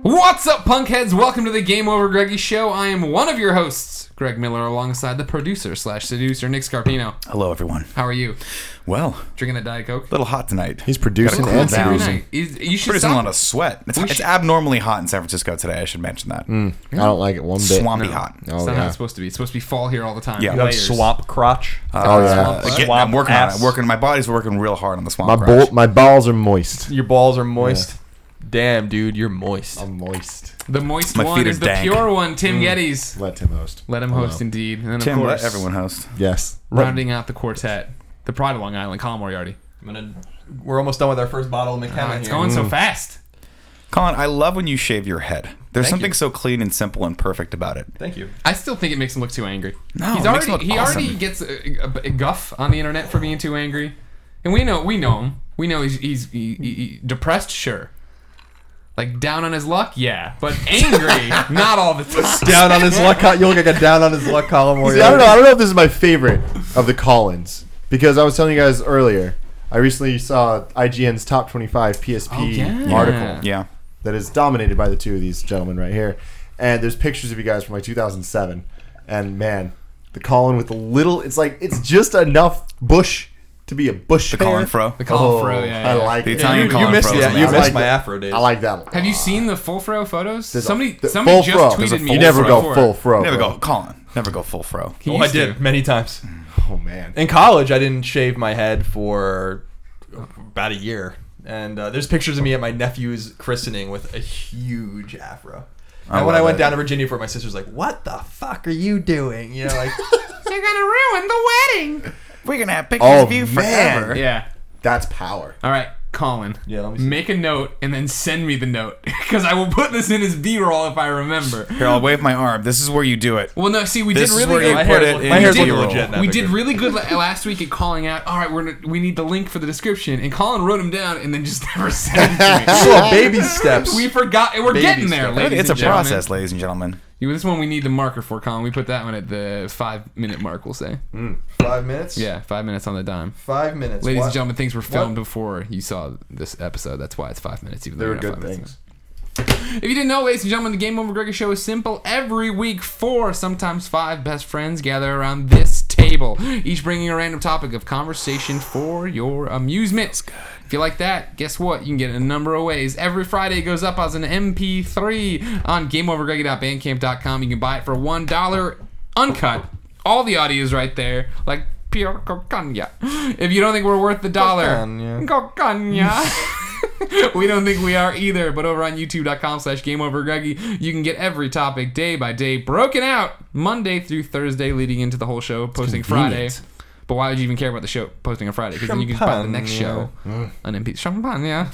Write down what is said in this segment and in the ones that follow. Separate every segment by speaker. Speaker 1: What's up, punkheads? Welcome to the Game Over Greggy Show. I am one of your hosts, Greg Miller, alongside the producer slash seducer, Nick Scarpino.
Speaker 2: Hello, everyone.
Speaker 1: How are you?
Speaker 2: Well, a
Speaker 1: Drinking that Diet Coke?
Speaker 2: little hot tonight.
Speaker 3: He's producing
Speaker 2: Gotta cool
Speaker 3: and
Speaker 2: down.
Speaker 3: producing.
Speaker 1: You, you should
Speaker 2: producing a
Speaker 1: stop.
Speaker 2: lot of sweat. It's, it's
Speaker 1: should-
Speaker 2: abnormally hot in San Francisco today. I should mention that.
Speaker 3: I don't like it one Mm, bit.
Speaker 2: Swampy hot.
Speaker 3: Oh,
Speaker 1: It's not how
Speaker 3: yeah.
Speaker 1: it's supposed to be. It's supposed to be fall here all the time.
Speaker 2: Yeah.
Speaker 4: You have
Speaker 1: Layers.
Speaker 4: swamp crotch.
Speaker 3: Oh, yeah.
Speaker 2: Again, Uh, I'm
Speaker 4: Swamp
Speaker 2: working on
Speaker 4: ass.
Speaker 2: it. Working. My body's working real hard on the swamp.
Speaker 3: My
Speaker 2: rush.
Speaker 3: bol- my balls are moist.
Speaker 4: Your balls are moist. Damn, dude, you're moist.
Speaker 3: I'm moist.
Speaker 1: The moist
Speaker 2: My
Speaker 1: one
Speaker 2: feet
Speaker 1: is
Speaker 2: are
Speaker 1: the
Speaker 2: dank. Mm.
Speaker 1: pure one, Tim Geddes.
Speaker 3: Let him host.
Speaker 1: Let him
Speaker 3: Hello.
Speaker 1: host indeed. And then, of
Speaker 2: Tim,
Speaker 1: course,
Speaker 2: let everyone host.
Speaker 3: Yes.
Speaker 1: rounding out the quartet, the pride of Long Island, Colin Moriarty.
Speaker 4: I'm gonna, we're almost done with our first bottle of McKenna.
Speaker 1: Ah, it's
Speaker 4: here.
Speaker 1: going
Speaker 2: Mm.
Speaker 1: so fast.
Speaker 2: Colin, I love when you shave your head. There's
Speaker 1: Thank
Speaker 2: something
Speaker 1: you.
Speaker 2: so clean and simple and perfect about it.
Speaker 4: Thank you.
Speaker 1: I still think it makes him look too angry.
Speaker 2: No,
Speaker 1: he's
Speaker 2: it
Speaker 1: already
Speaker 2: makes him look
Speaker 1: he already
Speaker 2: awesome.
Speaker 1: gets a, a, a guff on the internet for being too angry, and we know we know him. We know he's he's he, he, he- depressed, sure. Like down on his luck, yeah, but angry, not all the time.
Speaker 4: Down on his luck. col- You look like a down on his luck column.
Speaker 3: See, I don't know. I don't know if this is my favorite of the Collins because I was telling you guys earlier. I recently saw IGN's top 25 PSP
Speaker 1: Oh, yeah.
Speaker 3: article
Speaker 2: Yeah.
Speaker 3: that is dominated by the two of these gentlemen right here, and there's pictures of you guys from like 2007, and man, the Colin with the little. It's like it's just enough bush to be a bush.
Speaker 2: The Colin
Speaker 3: hair.
Speaker 2: Fro.
Speaker 1: The Colin
Speaker 3: Oh,
Speaker 1: Fro, yeah,
Speaker 3: I
Speaker 1: yeah.
Speaker 3: like
Speaker 2: The
Speaker 3: it.
Speaker 2: Italian
Speaker 4: You-
Speaker 2: Colin
Speaker 4: you missed
Speaker 2: Fro is
Speaker 4: it. You
Speaker 2: amazing.
Speaker 4: missed
Speaker 3: like
Speaker 4: my
Speaker 3: it.
Speaker 4: afro days.
Speaker 3: I like that. a lot.
Speaker 1: Have you seen the full fro photos?
Speaker 3: There's a-
Speaker 1: somebody
Speaker 3: the
Speaker 1: somebody
Speaker 3: full
Speaker 1: just
Speaker 3: fro.
Speaker 1: tweeted
Speaker 2: There's a
Speaker 1: me.
Speaker 2: full
Speaker 3: You never
Speaker 2: fro.
Speaker 3: go full fro.
Speaker 2: Never
Speaker 3: bro.
Speaker 2: go, Colin. Never go full fro.
Speaker 1: He
Speaker 4: Oh, I
Speaker 1: used to.
Speaker 4: did many times.
Speaker 3: Oh man.
Speaker 4: In college, I didn't shave my head for about a year, and uh, there's pictures of me at my nephew's christening with a huge afro.
Speaker 2: I
Speaker 4: And when I
Speaker 2: love
Speaker 4: went
Speaker 2: it.
Speaker 4: down to Virginia for it, my sister's like, "What the fuck are you doing?" You know, like
Speaker 1: You're gonna ruin the wedding.
Speaker 2: We're gonna have pictures
Speaker 3: Oh,
Speaker 2: of you
Speaker 3: man.
Speaker 2: forever.
Speaker 1: Yeah.
Speaker 3: That's power.
Speaker 1: All right, Colin.
Speaker 4: Yeah, let me see.
Speaker 1: Make a note and then send me the note because I will put this in his B-roll if I remember.
Speaker 2: Here, I'll wave my arm. This is where you do it.
Speaker 1: Well, no, see, we
Speaker 2: This
Speaker 1: did
Speaker 2: is
Speaker 1: really
Speaker 2: where
Speaker 1: good.
Speaker 2: you
Speaker 4: My
Speaker 2: put
Speaker 4: hair's
Speaker 2: it
Speaker 4: looking-
Speaker 2: in
Speaker 4: my hair's
Speaker 2: your
Speaker 4: looking
Speaker 2: roll.
Speaker 4: legit now. that
Speaker 1: we
Speaker 4: picture.
Speaker 1: did really good la- last week at calling out. All right, we're gonna, we need the link for the description, and Colin wrote him down and then just never sent it to me.
Speaker 4: little baby steps.
Speaker 1: We forgot, and we're
Speaker 4: Baby
Speaker 1: getting there,
Speaker 4: steps.
Speaker 1: ladies
Speaker 2: It's a
Speaker 1: and gentlemen.
Speaker 2: process, ladies and gentlemen.
Speaker 1: You- This one we need the marker for, Colin. We put that one at the five-minute mark. We'll say,
Speaker 2: Mm.
Speaker 4: Five minutes.
Speaker 1: yeah, five minutes on the dime.
Speaker 4: Five minutes.
Speaker 1: Ladies
Speaker 4: What-
Speaker 1: and gentlemen, things were filmed before you saw this episode. That's why it's five minutes. Even though
Speaker 3: They were
Speaker 1: you're not
Speaker 3: good
Speaker 1: five minutes
Speaker 3: things.
Speaker 1: in. If you didn't know, ladies and gentlemen, the Game Over Gregor show is simple. Every week, four, sometimes five best friends gather around this table, each bringing a random topic of conversation for your amusement. If you like that, guess what? You can get it in a number of ways. Every Friday it goes up as an MP3 on GameOverGreggy.bandcamp.com. You can buy it for $1 uncut. All the audio is right there, like pure cocaña. If you don't think we're worth the dollar,
Speaker 4: Cocaña.
Speaker 1: cocaña. we don't think we are either, but over on youtube.com slash gameovergreggy, you can get every topic day by day broken out Monday through Thursday leading into the whole show, posting Friday.
Speaker 2: convenient.
Speaker 1: But why would you even care about the show posting on Friday? Because then you can just buy the next show on MP. Champagne, yeah.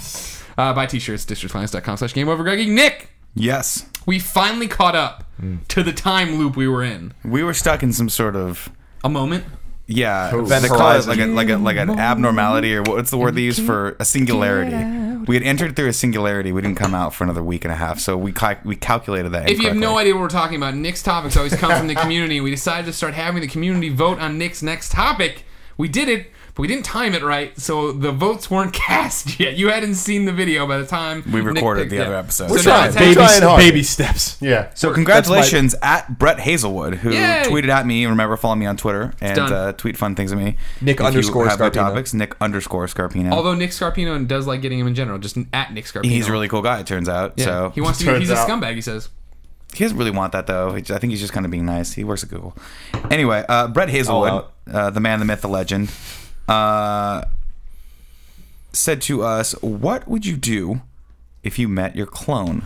Speaker 1: Uh, buy t-shirts, districtclients.com slash gameovergreggy. Nick,
Speaker 2: Yes.
Speaker 1: we finally caught up to the time loop we were in.
Speaker 2: We were stuck in some sort of
Speaker 1: A moment.
Speaker 2: yeah, they
Speaker 3: Event
Speaker 2: call it
Speaker 3: horizon.
Speaker 2: like a, like a, like an abnormality or what's the word they use for a singularity. We had entered through a singularity. We didn't come out for another week and a half, so we cal- we calculated that.
Speaker 1: If you have no
Speaker 2: incorrectly.
Speaker 1: idea what we're talking about, Nick's topics always come from the community. We decided to start having the community vote on Nick's next topic. We did it, but we didn't time it right, so the votes weren't cast yet. You hadn't seen the video by the time
Speaker 2: we
Speaker 1: Nick
Speaker 2: recorded
Speaker 1: picked-
Speaker 2: the
Speaker 1: yeah.
Speaker 2: other episode.
Speaker 1: So
Speaker 2: So,
Speaker 1: now
Speaker 3: trying.
Speaker 1: it's
Speaker 3: Baby
Speaker 1: happening.
Speaker 3: Trying hard.
Speaker 4: steps.
Speaker 3: Yeah.
Speaker 2: congratulations at Brett Hazelwood who
Speaker 1: Yay!
Speaker 2: tweeted at me. Remember, follow me on Twitter and
Speaker 1: done.
Speaker 2: uh, tweet fun things at me.
Speaker 4: Nick
Speaker 2: If you
Speaker 4: underscore
Speaker 2: have the
Speaker 4: Scarpino.
Speaker 2: topics. Nick underscore Scarpino.
Speaker 1: Although Nick Scarpino does like getting him in general, just at Nick Scarpino.
Speaker 2: he's a really cool guy. It turns out.
Speaker 1: Yeah.
Speaker 2: So
Speaker 1: he wants to. Be,
Speaker 3: Turns
Speaker 1: he's a
Speaker 3: out.
Speaker 1: scumbag. He says.
Speaker 2: He doesn't really want that though. He j- I think he's just kind of being nice. He works at Google. Anyway, uh, Brett
Speaker 4: All
Speaker 2: Hazelwood,
Speaker 4: out.
Speaker 2: uh, the man, the myth, the legend, uh, said to us, "What would you do if you met your clone?"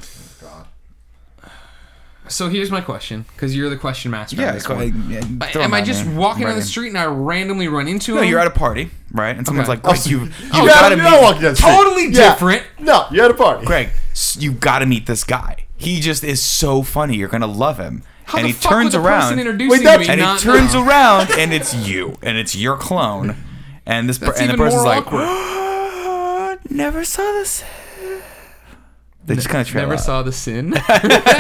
Speaker 1: So here's my question, because you're the question master. on this
Speaker 2: go
Speaker 1: one.
Speaker 2: ahead. Yeah,
Speaker 1: But
Speaker 2: throw
Speaker 1: Am
Speaker 2: him
Speaker 1: I
Speaker 2: at
Speaker 1: just
Speaker 2: me.
Speaker 1: walking
Speaker 2: Right
Speaker 1: down the
Speaker 2: in.
Speaker 1: street and I randomly run into
Speaker 2: No,
Speaker 1: him?
Speaker 2: you're at a party, right? And someone's
Speaker 1: Okay. Oh,
Speaker 2: like, "Greg, you, you
Speaker 3: You
Speaker 2: gotta
Speaker 3: gotta
Speaker 2: meet
Speaker 3: know walking down the street.
Speaker 1: Totally
Speaker 3: Yeah.
Speaker 1: different.
Speaker 3: No, you had a party.
Speaker 2: Greg. s- You gotta meet this guy. He just is so funny. You're gonna love him."
Speaker 1: How
Speaker 2: and
Speaker 1: the
Speaker 2: he
Speaker 1: fuck
Speaker 2: turns
Speaker 1: would the person
Speaker 2: around.
Speaker 1: introducing
Speaker 3: Wait, that's-
Speaker 1: me
Speaker 2: and
Speaker 1: not
Speaker 2: he turns
Speaker 1: know?
Speaker 2: around and it's you and it's your clone and this per-
Speaker 1: That's
Speaker 2: and the
Speaker 1: even
Speaker 2: person's
Speaker 1: more
Speaker 2: like never saw this They just kind of trail
Speaker 1: Never
Speaker 2: out.
Speaker 1: saw the sin.
Speaker 2: I don't know, I don't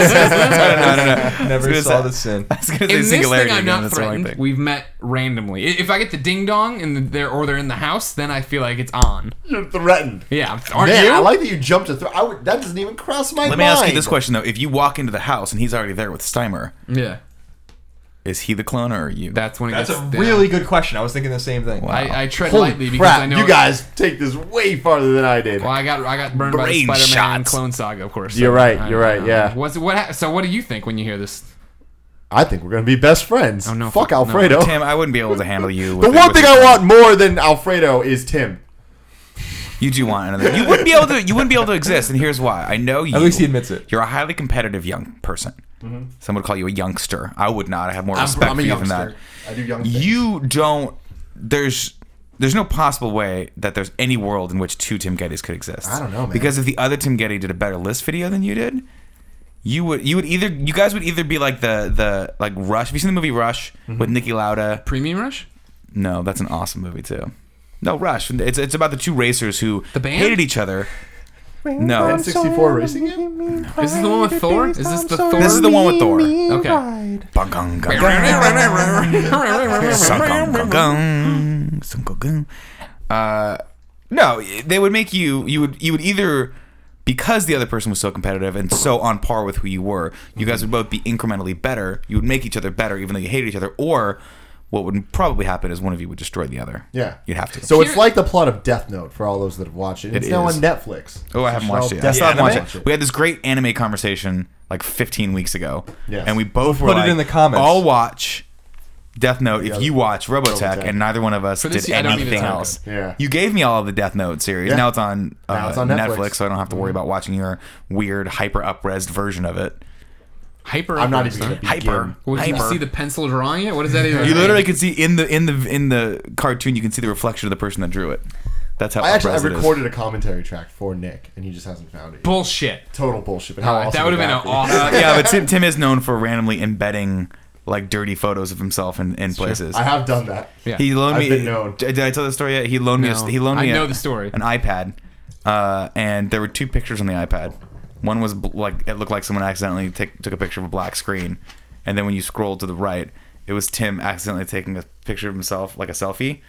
Speaker 2: know. I
Speaker 4: Never
Speaker 2: was gonna
Speaker 4: saw
Speaker 2: say-
Speaker 4: the sin.
Speaker 2: I was gonna
Speaker 1: in this
Speaker 2: say
Speaker 1: thing,
Speaker 2: singularity.
Speaker 1: I'm
Speaker 2: again,
Speaker 1: not
Speaker 2: that's the wrong
Speaker 1: threatened.
Speaker 2: thing.
Speaker 1: We've met randomly. I- If I get the ding dong and they're or they're in the house, then I feel like it's on.
Speaker 3: You're threatened.
Speaker 1: Yeah, aren't
Speaker 3: Man,
Speaker 1: you?
Speaker 3: I like that you jumped to threat. I would, that doesn't even cross my
Speaker 2: Let
Speaker 3: mind.
Speaker 2: me ask you this question though: If you walk into the house and he's already there with Steimer,
Speaker 1: yeah,
Speaker 2: is he the clone or are you?
Speaker 1: that's when it
Speaker 4: That's a
Speaker 1: gets
Speaker 4: really good question. I was thinking the same thing.
Speaker 1: I, I tread
Speaker 3: Holy
Speaker 1: lightly because
Speaker 3: crap!
Speaker 1: I know
Speaker 3: you guys take this way farther than I did.
Speaker 1: Well, I got I got burned by the
Speaker 2: Brain
Speaker 1: Spider-Man
Speaker 2: shots.
Speaker 1: Clone Saga, of course.
Speaker 3: You're right,
Speaker 1: I-
Speaker 3: you're right,
Speaker 1: I-
Speaker 3: yeah.
Speaker 1: What's what? hap- So what do you think when you hear this?
Speaker 3: I think we're gonna be best friends.
Speaker 1: Oh, no, fuck-
Speaker 3: Fuck
Speaker 1: no.
Speaker 3: Alfredo.
Speaker 2: Tim, I wouldn't be able to handle you.
Speaker 3: The
Speaker 2: with-
Speaker 3: one
Speaker 2: with
Speaker 3: thing
Speaker 2: your
Speaker 3: I
Speaker 2: clone.
Speaker 3: want more than Alfredo is Tim.
Speaker 2: You do want another. You wouldn't be able to. You wouldn't be able to exist, and here's why. I know you.
Speaker 4: At least he admits it.
Speaker 2: You're a highly competitive young person. Some would call you a youngster. I would not. I have more
Speaker 3: Mm-hmm. I'm-
Speaker 2: respect
Speaker 3: I'm
Speaker 2: for
Speaker 3: a
Speaker 2: you than that.
Speaker 3: youngster. I do young things.
Speaker 2: You don't. There's. There's no possible way that there's any world in which two Tim Gettys could exist.
Speaker 3: I don't know, man.
Speaker 2: Because if the other Tim Getty did a better list video than you did, you would you would either you guys would either be like the the like Rush. Have you seen the movie Rush
Speaker 3: Mm-hmm.
Speaker 2: with Nicky Lauda?
Speaker 1: Premium Rush?
Speaker 2: No, that's an awesome movie too. No, Rush. It's it's about the two racers who
Speaker 1: The band?
Speaker 2: hated each other. No,
Speaker 3: N sixty four racing game.
Speaker 1: Is this the one with Thor? Is this the Thor?
Speaker 2: this is the one with Thor.
Speaker 1: Okay.
Speaker 2: Uh, no, they would make you. You would you would either because the other person was so competitive and so on par with who you were, you guys would both be incrementally better. You would make each other better, even though you hated each other. Or what would probably happen is one of you would destroy the other.
Speaker 3: Yeah.
Speaker 2: you'd have to.
Speaker 3: So it's
Speaker 1: Here-
Speaker 3: like the plot of Death Note for all those that have watched it. It's now
Speaker 2: is.
Speaker 3: on Netflix.
Speaker 2: Oh, I haven't watched it. yet.
Speaker 3: Shall
Speaker 2: I still haven't
Speaker 3: definitely
Speaker 2: watched it. We had this great anime conversation like 15 weeks ago,
Speaker 3: Yes.
Speaker 2: and we both were
Speaker 4: Put it
Speaker 2: like,
Speaker 4: in the comments.
Speaker 2: I'll watch Death Note if
Speaker 3: Yeah.
Speaker 2: you watch Robotech,
Speaker 3: Robotech.
Speaker 2: and neither one of us
Speaker 1: For this
Speaker 2: did
Speaker 1: year, I don't need to
Speaker 2: anything
Speaker 1: talk.
Speaker 2: else.
Speaker 3: Yeah.
Speaker 2: You gave me all of the Death Note series.
Speaker 3: Yeah.
Speaker 2: Now it's on, uh,
Speaker 3: Now it's on
Speaker 2: Netflix.
Speaker 3: Netflix. Mm-hmm.
Speaker 2: so I don't have to worry about watching your weird hyper upresed version of it.
Speaker 1: Hyper.
Speaker 3: I'm not even
Speaker 1: Uprising.
Speaker 3: gonna begin.
Speaker 2: Hyper.
Speaker 1: Well, can you
Speaker 2: hyper.
Speaker 1: see the pencil drawing it? What does that even?
Speaker 2: you
Speaker 1: mean?
Speaker 2: literally can see in the in the in the cartoon. You can see the reflection of the person that drew it. That's how
Speaker 3: I actually I
Speaker 2: up-res it is.
Speaker 3: recorded a commentary track for Nick, and he just hasn't found it. yet.
Speaker 1: bullshit.
Speaker 3: Total bullshit. But how
Speaker 1: Uh,
Speaker 3: awesome
Speaker 1: that would have been an
Speaker 3: be?
Speaker 2: Uh,
Speaker 1: awesome.
Speaker 2: yeah, but Tim, Tim is known for randomly embedding like dirty photos of himself in, in places.
Speaker 3: I have done that.
Speaker 1: Yeah.
Speaker 2: He loaned
Speaker 3: I've
Speaker 2: me.
Speaker 3: been known.
Speaker 2: Did did I tell the story yet? He loaned
Speaker 1: No.
Speaker 2: me. A, he loaned
Speaker 1: I
Speaker 2: me.
Speaker 1: know
Speaker 2: a-
Speaker 1: the story.
Speaker 2: An iPad, uh, and there were two pictures on the iPad. One was bl- like it looked like someone accidentally take, took a picture of a black screen, and then when you scrolled to the right, it was Tim accidentally taking a picture of himself, like a selfie,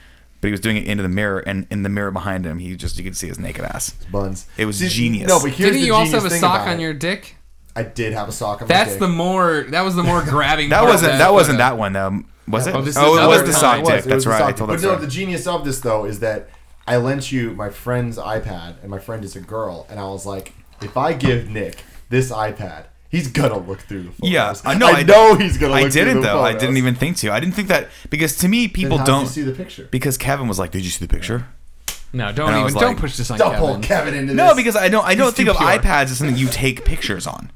Speaker 2: but he was doing it into the mirror, and in the mirror behind him, he just you could see his naked ass.
Speaker 3: Buns.
Speaker 2: It was
Speaker 3: See,
Speaker 2: genius.
Speaker 3: No, but here's
Speaker 1: Didn't
Speaker 3: the
Speaker 1: you also
Speaker 3: genius
Speaker 1: have a
Speaker 3: thing
Speaker 1: sock
Speaker 3: about
Speaker 1: on
Speaker 3: it.
Speaker 1: your dick?
Speaker 3: I did have a sock on
Speaker 1: That's
Speaker 3: my dick.
Speaker 1: the more. That was the more grabbing.
Speaker 2: That
Speaker 1: part of
Speaker 2: wasn't that wasn't
Speaker 1: photo.
Speaker 2: that one though. Was it?
Speaker 1: Oh, this
Speaker 2: oh
Speaker 1: is
Speaker 2: it was
Speaker 1: other time.
Speaker 2: the sock
Speaker 1: It
Speaker 3: It was.
Speaker 2: dick.
Speaker 3: It
Speaker 2: That's
Speaker 3: was a
Speaker 2: right. I
Speaker 3: sock
Speaker 2: told
Speaker 3: dick.
Speaker 2: that
Speaker 3: But no,
Speaker 2: story.
Speaker 3: the genius of this though is that I lent you my friend's iPad, and my friend is a girl, and I was like, if I give Nick this iPad, he's gonna look through the photos.
Speaker 2: Yeah,
Speaker 3: I
Speaker 2: I know,
Speaker 3: know.
Speaker 2: I-
Speaker 3: he's gonna. Look
Speaker 2: I didn't
Speaker 3: through the
Speaker 2: though. I
Speaker 3: photos.
Speaker 2: didn't even think to. I didn't think that because to me
Speaker 3: Then
Speaker 2: people
Speaker 3: how did
Speaker 2: don't
Speaker 3: you see the picture.
Speaker 2: because Kevin was like, "Did you see the picture?"
Speaker 1: No, don't
Speaker 2: And I
Speaker 1: even.
Speaker 2: was
Speaker 1: don't
Speaker 2: like,
Speaker 1: push this on
Speaker 3: Don't
Speaker 1: Kevin.
Speaker 3: pull Kevin into this.
Speaker 2: No, because I don't. I don't
Speaker 1: He's
Speaker 2: think
Speaker 1: too
Speaker 2: of
Speaker 1: pure.
Speaker 2: iPads as something you take pictures on.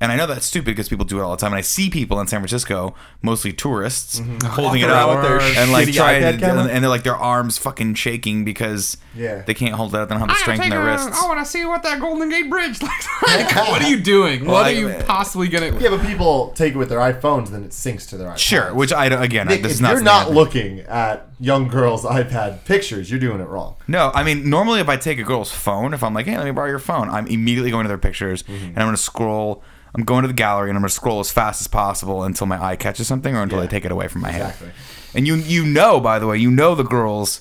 Speaker 2: And I know that's stupid because people do it all the time. And I see people in San Francisco, mostly tourists,
Speaker 3: Mm-hmm.
Speaker 2: holding it
Speaker 4: Walking around
Speaker 2: up
Speaker 4: with their
Speaker 2: and like
Speaker 4: shitty
Speaker 2: trying,
Speaker 4: iPad
Speaker 2: to,
Speaker 4: camera?
Speaker 2: and they're like their arms fucking shaking because
Speaker 3: Yeah.
Speaker 2: they can't hold it up. They don't have the
Speaker 1: I
Speaker 2: strength in their wrists.
Speaker 1: want to see what that Golden Gate Bridge looks like. what are you doing? What
Speaker 2: I-
Speaker 1: are you possibly gonna?
Speaker 3: yeah, but people take it with their iPhones, then it syncs to their iPad.
Speaker 2: Sure, which I don't. Again, I-
Speaker 3: Nick,
Speaker 2: this
Speaker 3: if
Speaker 2: is not.
Speaker 3: you're
Speaker 2: something I
Speaker 3: not
Speaker 2: think-
Speaker 3: looking at young girls' iPad pictures, you're doing it wrong.
Speaker 2: No, I mean normally if I take a girl's phone, if I'm like, hey, let me borrow your phone, I'm immediately going to their pictures
Speaker 4: Mm-hmm.
Speaker 2: and I'm gonna scroll. I'm going to the gallery and I'm gonna scroll as fast as possible until my eye catches something or until
Speaker 3: Yeah.
Speaker 2: they take it away from my
Speaker 3: Exactly.
Speaker 2: hand. And you you know, by the way, you know the girls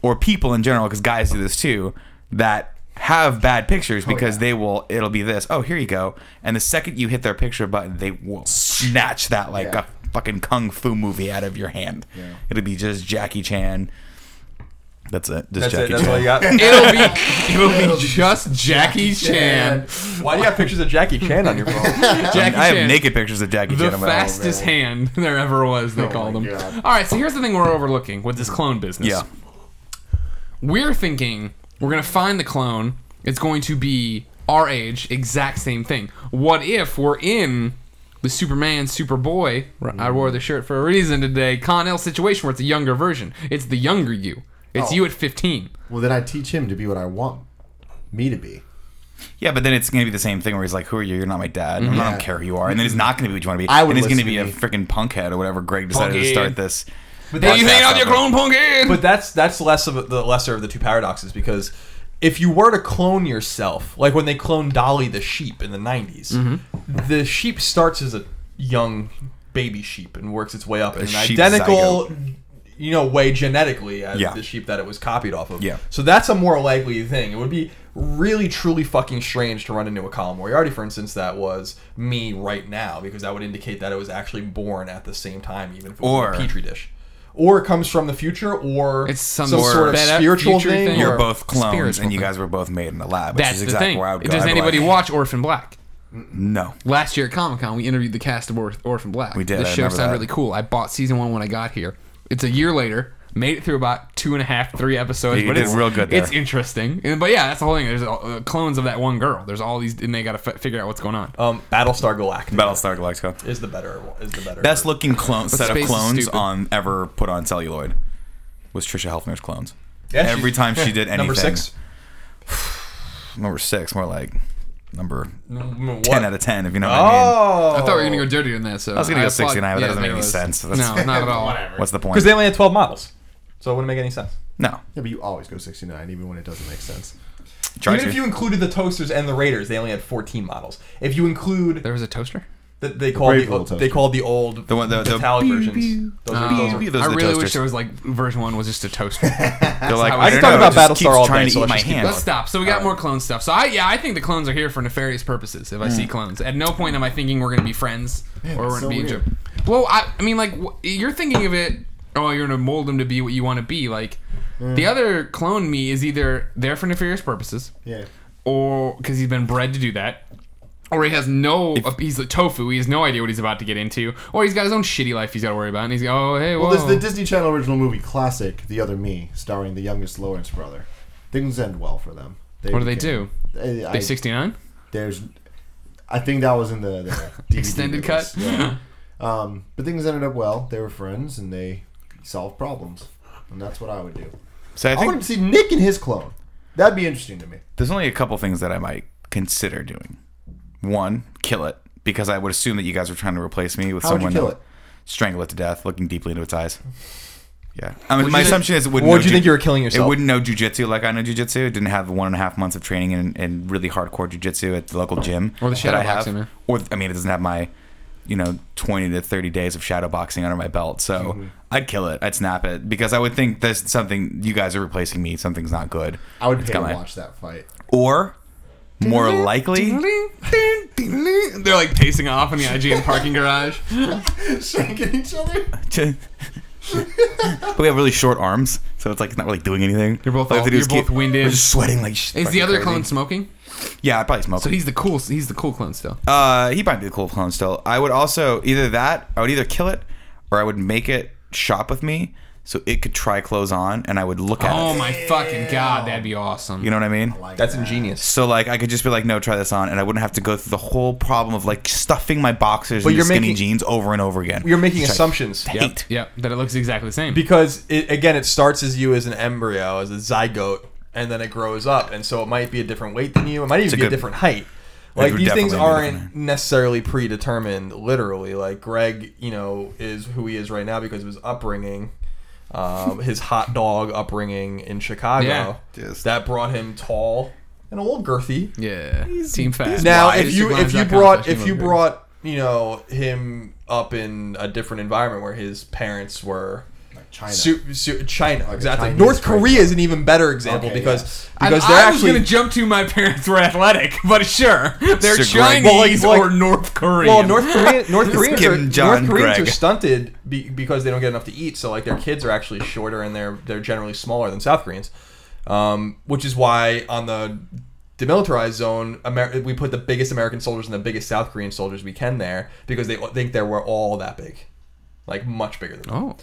Speaker 2: or people in general, because guys do this too, that have bad
Speaker 4: Oh,
Speaker 2: pictures because they will it'll be this oh here you go and the second you hit their picture button they will snatch that like
Speaker 3: Yeah.
Speaker 2: a fucking kung fu movie out of your hand it'll be just jackie chan that's it just
Speaker 4: That's
Speaker 2: jackie
Speaker 4: it. That's
Speaker 2: chan
Speaker 4: all you got.
Speaker 1: It'll be it'll be just Jackie Chan.
Speaker 4: Why do you have pictures of Jackie Chan on your phone?
Speaker 1: Jackie
Speaker 2: I
Speaker 1: Chan.
Speaker 2: have naked pictures of Jackie
Speaker 1: The
Speaker 2: Chan. in my home.
Speaker 1: fastest hand there ever was, they called
Speaker 3: my
Speaker 1: him.
Speaker 3: God.
Speaker 1: All right, so here's the thing we're overlooking with this clone business.
Speaker 2: Yeah.
Speaker 1: We're thinking we're going to find the clone. It's going to be our age, exact same thing. What if we're in the Superman, Superboy, I wore the shirt for a reason today, Con El situation where it's a younger version? It's the younger you. It's
Speaker 3: Oh.
Speaker 1: you at 15.
Speaker 3: Well, then I teach him to be what I want me to be.
Speaker 2: Yeah, but then it's gonna be the same thing where he's like, "Who are you? You're not my dad. I
Speaker 3: Yeah.
Speaker 2: don't care who you are." And then he's not gonna be what you want to be.
Speaker 3: I would
Speaker 2: and he's gonna
Speaker 3: listen
Speaker 2: be
Speaker 3: to
Speaker 2: a freaking
Speaker 3: me.
Speaker 2: punkhead or whatever. Greg decided
Speaker 1: Punkhead.
Speaker 2: to start this.
Speaker 4: But
Speaker 1: Hey, you
Speaker 2: podcast
Speaker 1: hanging out with your
Speaker 2: over.
Speaker 1: grown punk head?
Speaker 4: But that's that's less of a, the lesser of the two paradoxes because if you were to clone yourself, like when they cloned Dolly the sheep in the 90s, the sheep starts as a young baby sheep and works its way up in an
Speaker 2: sheep
Speaker 4: identical, you know, way genetically as
Speaker 2: Yeah.
Speaker 4: the sheep that it was copied off of.
Speaker 2: Yeah.
Speaker 4: So that's a more likely thing. It would be really, truly fucking strange to run into a Colin Moriarty, for instance, that was me right now, because that would indicate that it was actually born at the same time, even if it
Speaker 2: Or-
Speaker 4: was a petri dish. Or it comes from the future, or
Speaker 1: It's some
Speaker 4: some,
Speaker 1: sort
Speaker 4: sort
Speaker 1: of
Speaker 4: of
Speaker 1: fed up
Speaker 4: spiritual
Speaker 1: future
Speaker 4: thing.
Speaker 1: thing.
Speaker 2: You're
Speaker 1: or
Speaker 2: both clones,
Speaker 1: spiritual
Speaker 2: and you
Speaker 1: thing.
Speaker 2: guys were both made in a lab. Which
Speaker 1: That's
Speaker 2: is
Speaker 1: the
Speaker 2: exactly
Speaker 1: thing.
Speaker 2: Where I would go.
Speaker 1: Does
Speaker 2: I'd be
Speaker 1: anybody
Speaker 2: like,
Speaker 1: watch Orphan Black?
Speaker 2: No.
Speaker 1: Last year at Comic Con, we interviewed the cast of Orph- Orphan Black.
Speaker 2: We did,
Speaker 1: The
Speaker 2: I
Speaker 1: show
Speaker 2: remember
Speaker 1: sounded
Speaker 2: that.
Speaker 1: really cool. I bought season one when I got here. It's a year later. Made it through about two and a half, three episodes.
Speaker 2: You
Speaker 1: but
Speaker 2: did
Speaker 1: it's
Speaker 2: real good there.
Speaker 1: It's interesting, And- but yeah, that's the whole thing. There's uh, clones of that one girl. There's all these, and they got to f- figure out what's going on.
Speaker 4: Um, Battlestar Galactica
Speaker 2: Battlestar Galactica.
Speaker 4: is the better is the better.
Speaker 2: Best looking clone set of
Speaker 1: space is
Speaker 2: clones
Speaker 1: stupid.
Speaker 2: on ever put on celluloid was Trisha Helfner's clones.
Speaker 4: Yeah, she's-
Speaker 2: Every time she did anything,
Speaker 4: number six.
Speaker 2: number six, more like number
Speaker 4: What?
Speaker 2: ten out of ten, if you know what I mean.
Speaker 4: Oh,
Speaker 1: I thought we were gonna go dirtier than that. So I
Speaker 2: was gonna go
Speaker 1: applaud-
Speaker 2: 69, but that doesn't make any
Speaker 1: it was-
Speaker 2: sense.
Speaker 1: No,
Speaker 2: That's-
Speaker 1: not at all.
Speaker 2: What's the point?
Speaker 4: because they only had twelve models, so it wouldn't make any sense.
Speaker 2: no,
Speaker 3: Yeah, but you always go 69, even when it doesn't make sense.
Speaker 2: try
Speaker 4: Even
Speaker 2: to.
Speaker 4: if you included the toasters and the Raiders, they only had fourteen models. If you include
Speaker 1: There was a toaster.
Speaker 4: that they called
Speaker 3: brave
Speaker 4: the,
Speaker 3: little
Speaker 4: they
Speaker 3: toaster.
Speaker 4: called the old
Speaker 2: The one- the- the
Speaker 4: metallic
Speaker 2: pew,
Speaker 4: versions.
Speaker 2: pew. Ah.
Speaker 4: Those
Speaker 1: Oh,
Speaker 4: were, those were-
Speaker 2: pew. those are
Speaker 1: I
Speaker 2: the
Speaker 1: really wish
Speaker 2: toasters.
Speaker 1: there was like version one was just a toaster.
Speaker 2: They're like,
Speaker 1: I
Speaker 2: I
Speaker 1: could
Speaker 2: don't
Speaker 1: talk
Speaker 2: know,
Speaker 1: about
Speaker 2: it just
Speaker 4: Battlestar
Speaker 2: keeps
Speaker 4: all
Speaker 2: trying
Speaker 4: day,
Speaker 2: to
Speaker 4: so
Speaker 2: eat
Speaker 4: let's
Speaker 2: my
Speaker 4: just keep
Speaker 2: hand.
Speaker 4: going.
Speaker 1: Let's stop. So we got more clone stuff. So I yeah, I think the clones are here for nefarious purposes. If I see clones, at no point am I thinking we're gonna be friends or we're
Speaker 3: Mm. so
Speaker 1: gonna be.
Speaker 3: weird.
Speaker 1: Egypt. Well, I, I mean, like wh- you're thinking of it. Oh, you're gonna mold them to be what you want to be. Like
Speaker 3: Mm.
Speaker 1: the other clone me is either there for nefarious purposes,
Speaker 3: Yeah.
Speaker 1: or because he's been bred to do that, or he has no. he's like tofu. He has no idea what he's about to get into, or he's got his own shitty life he's got to worry about. And he's oh hey,
Speaker 3: Well,
Speaker 1: whoa.
Speaker 3: there's the Disney Channel original movie classic, The Other Me, starring the youngest Lawrence brother. Things end well for them. They
Speaker 1: What do they
Speaker 3: do?
Speaker 1: They 69
Speaker 3: there's, I think that was in the, the DVD
Speaker 1: extended cut.
Speaker 3: release, yeah. Um, but things ended up well. They were friends and they solved problems, and that's what I would do.
Speaker 2: So I
Speaker 3: I,
Speaker 2: think
Speaker 3: want to see Nick and his clone. That'd be interesting to me.
Speaker 2: there's only a couple things that I might consider doing. One, kill it because I would assume that you guys were trying to replace me with
Speaker 3: How would you
Speaker 2: someone.
Speaker 3: kill
Speaker 2: that-
Speaker 3: it?
Speaker 2: strangle it to death, looking deeply into its eyes. Yeah, I mean,
Speaker 4: you
Speaker 2: my
Speaker 4: think-
Speaker 2: assumption is it wouldn't.
Speaker 4: What
Speaker 2: know
Speaker 4: would you
Speaker 2: ju-
Speaker 4: think you were killing
Speaker 2: It
Speaker 4: yourself?
Speaker 2: wouldn't know jujitsu like I know jujitsu. It didn't have the one and a half months of training in, in really hardcore jujitsu at the local gym
Speaker 1: Or the shadow
Speaker 2: that I have.
Speaker 1: boxing, man.
Speaker 2: Or I mean, it doesn't have my, you know, twenty to thirty days of shadow boxing under my belt. So
Speaker 4: Mm-hmm.
Speaker 2: I'd kill it. I'd snap it because I would think there's something you guys are replacing me. Something's not good.
Speaker 3: I would
Speaker 2: It's
Speaker 3: pay to
Speaker 2: got my-
Speaker 3: watch that fight.
Speaker 2: Or more likely,
Speaker 1: Mm-hmm. They're like pacing off in the IGN parking garage.
Speaker 3: Shanking each other.
Speaker 2: to- but we have really short arms, so it's like it's not really doing anything.
Speaker 1: You're both
Speaker 2: All we have
Speaker 1: all-
Speaker 2: to do
Speaker 1: you're
Speaker 2: is
Speaker 1: both winded.
Speaker 2: We're just sweating like.
Speaker 1: Is the other clone smoking?
Speaker 2: Yeah, I probably smoke.
Speaker 1: So he's the cool. He's the cool clone still.
Speaker 2: uh, he might be the cool clone still. I would also either that, I would either kill it, or I would make it shop with me so it could try clothes on, and I would look at
Speaker 1: Oh
Speaker 2: it.
Speaker 1: my fucking god, that'd be awesome.
Speaker 2: You know what I mean?
Speaker 4: That's ingenious.
Speaker 2: So like I could just be like, no, try this on, and I wouldn't have to go through the whole problem of like stuffing my boxers
Speaker 4: But
Speaker 2: and
Speaker 4: you're
Speaker 2: skinny
Speaker 4: making-
Speaker 2: jeans over and over again.
Speaker 4: You're making
Speaker 2: Which I
Speaker 4: assumptions.
Speaker 2: hate.
Speaker 4: Yep.
Speaker 1: Yep, that it looks exactly the same.
Speaker 4: because it, again it starts as you as an embryo as a zygote and then it grows up and so it might be a different weight than you it might even
Speaker 2: a
Speaker 4: be a
Speaker 2: good-
Speaker 4: different height like
Speaker 2: would
Speaker 4: these things
Speaker 2: definitely be
Speaker 4: aren't
Speaker 2: different.
Speaker 4: necessarily predetermined literally like greg you know is who he is right now because of his upbringing um, his hot dog upbringing in chicago
Speaker 1: Yeah.
Speaker 2: Yes.
Speaker 4: that brought him tall and a little girthy
Speaker 1: yeah, team fast.
Speaker 4: now,
Speaker 1: Why
Speaker 4: if
Speaker 1: is
Speaker 4: you
Speaker 1: Superman
Speaker 4: if you
Speaker 1: not
Speaker 4: brought
Speaker 1: accomplishing
Speaker 4: if you
Speaker 1: what we're
Speaker 4: brought you know him up in a different environment where his parents were
Speaker 3: Like China.
Speaker 4: Su- su- China
Speaker 3: Like a
Speaker 4: exactly.
Speaker 3: Chinese
Speaker 4: North
Speaker 3: friend.
Speaker 4: Korea is an even better example
Speaker 3: Okay,
Speaker 4: because
Speaker 3: yes.
Speaker 1: doing?
Speaker 4: because
Speaker 1: I,
Speaker 4: they're
Speaker 1: I was
Speaker 4: actually
Speaker 1: gonna jump to my parents were athletic, but sure, they're
Speaker 2: Sir Greg.
Speaker 1: Chinese
Speaker 2: Well,
Speaker 4: like- like-
Speaker 1: or North Korean.
Speaker 4: well North Korea North Koreans
Speaker 2: Kim
Speaker 4: are,
Speaker 2: Jong
Speaker 4: North Koreans
Speaker 2: Greg.
Speaker 4: are stunted be, because they don't get enough to eat. So like their kids are actually shorter and they're they're generally smaller than South Koreans, um, which is why on the demilitarized zone Amer- we put the biggest American soldiers and the biggest South Korean soldiers we can there because they think they were all that big, like much bigger than them.
Speaker 1: Oh,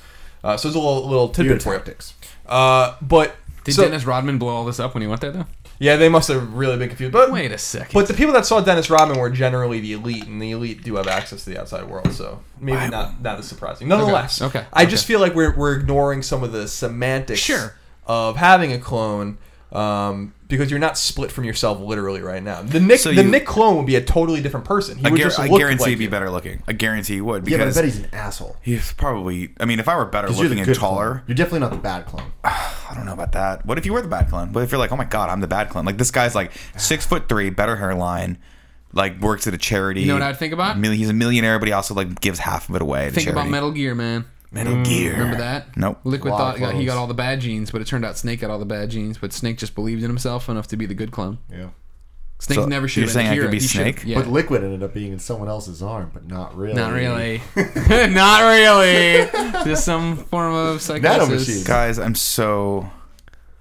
Speaker 4: Uh, so it's a little, little
Speaker 3: Your
Speaker 4: tidbit for you.
Speaker 3: tactics.
Speaker 4: Uh, but
Speaker 1: did
Speaker 4: so-
Speaker 1: Dennis Rodman blow all this up when he went there though?
Speaker 4: Yeah, they must have really been confused. But
Speaker 1: Wait a second.
Speaker 4: But the people that saw Dennis Rodman were generally the elite, and the elite do have access to the outside world, so maybe not not as surprising. Nonetheless,
Speaker 1: Okay,
Speaker 4: I
Speaker 1: okay.
Speaker 4: just feel like we're, we're ignoring some of the semantics
Speaker 1: Sure.
Speaker 4: of having a clone Um, because you're not split from yourself literally right now. The Nick,
Speaker 2: So
Speaker 4: the
Speaker 2: you-
Speaker 4: Nick clone would be a totally different person. He
Speaker 2: I,
Speaker 4: would
Speaker 2: guar-
Speaker 4: just
Speaker 2: I
Speaker 4: look
Speaker 2: guarantee
Speaker 4: like
Speaker 2: he'd be
Speaker 4: you.
Speaker 2: better looking. I guarantee he would
Speaker 3: Yeah, but I
Speaker 2: because
Speaker 3: bet he's an asshole.
Speaker 2: he's probably. I mean, if I were better
Speaker 3: 'Cause you're
Speaker 2: looking
Speaker 3: the
Speaker 2: and
Speaker 3: good
Speaker 2: taller,
Speaker 3: clone. You're definitely not the bad clone.
Speaker 2: I don't know about that. What if you were the bad clone? What if you're like, oh my god, I'm the bad clone? Like this guy's like six foot three, better hairline, like works at a charity.
Speaker 1: You know what I'd think about?
Speaker 2: Mil- he's a millionaire, but he also like gives half of it away. To
Speaker 1: Think
Speaker 2: charity.
Speaker 1: about Metal Gear, man.
Speaker 2: Metal Gear.
Speaker 1: Remember that?
Speaker 2: Nope.
Speaker 1: Liquid
Speaker 3: Wild
Speaker 1: thought got, he
Speaker 3: clones.
Speaker 1: got all the bad genes, but it turned out Snake got all the bad genes. But Snake just believed in himself enough to be the good clone.
Speaker 3: Yeah.
Speaker 1: Snake
Speaker 2: So,
Speaker 1: never should
Speaker 2: you're
Speaker 1: have
Speaker 2: saying
Speaker 1: been
Speaker 2: I
Speaker 1: Kira.
Speaker 2: could be
Speaker 1: He should-
Speaker 2: Snake?
Speaker 1: Yeah.
Speaker 3: But Liquid ended up being in someone else's arm, but not really.
Speaker 1: Not really. Not really. Just some form of
Speaker 3: machine.
Speaker 1: psychosis.
Speaker 3: God,
Speaker 2: Guys, I'm so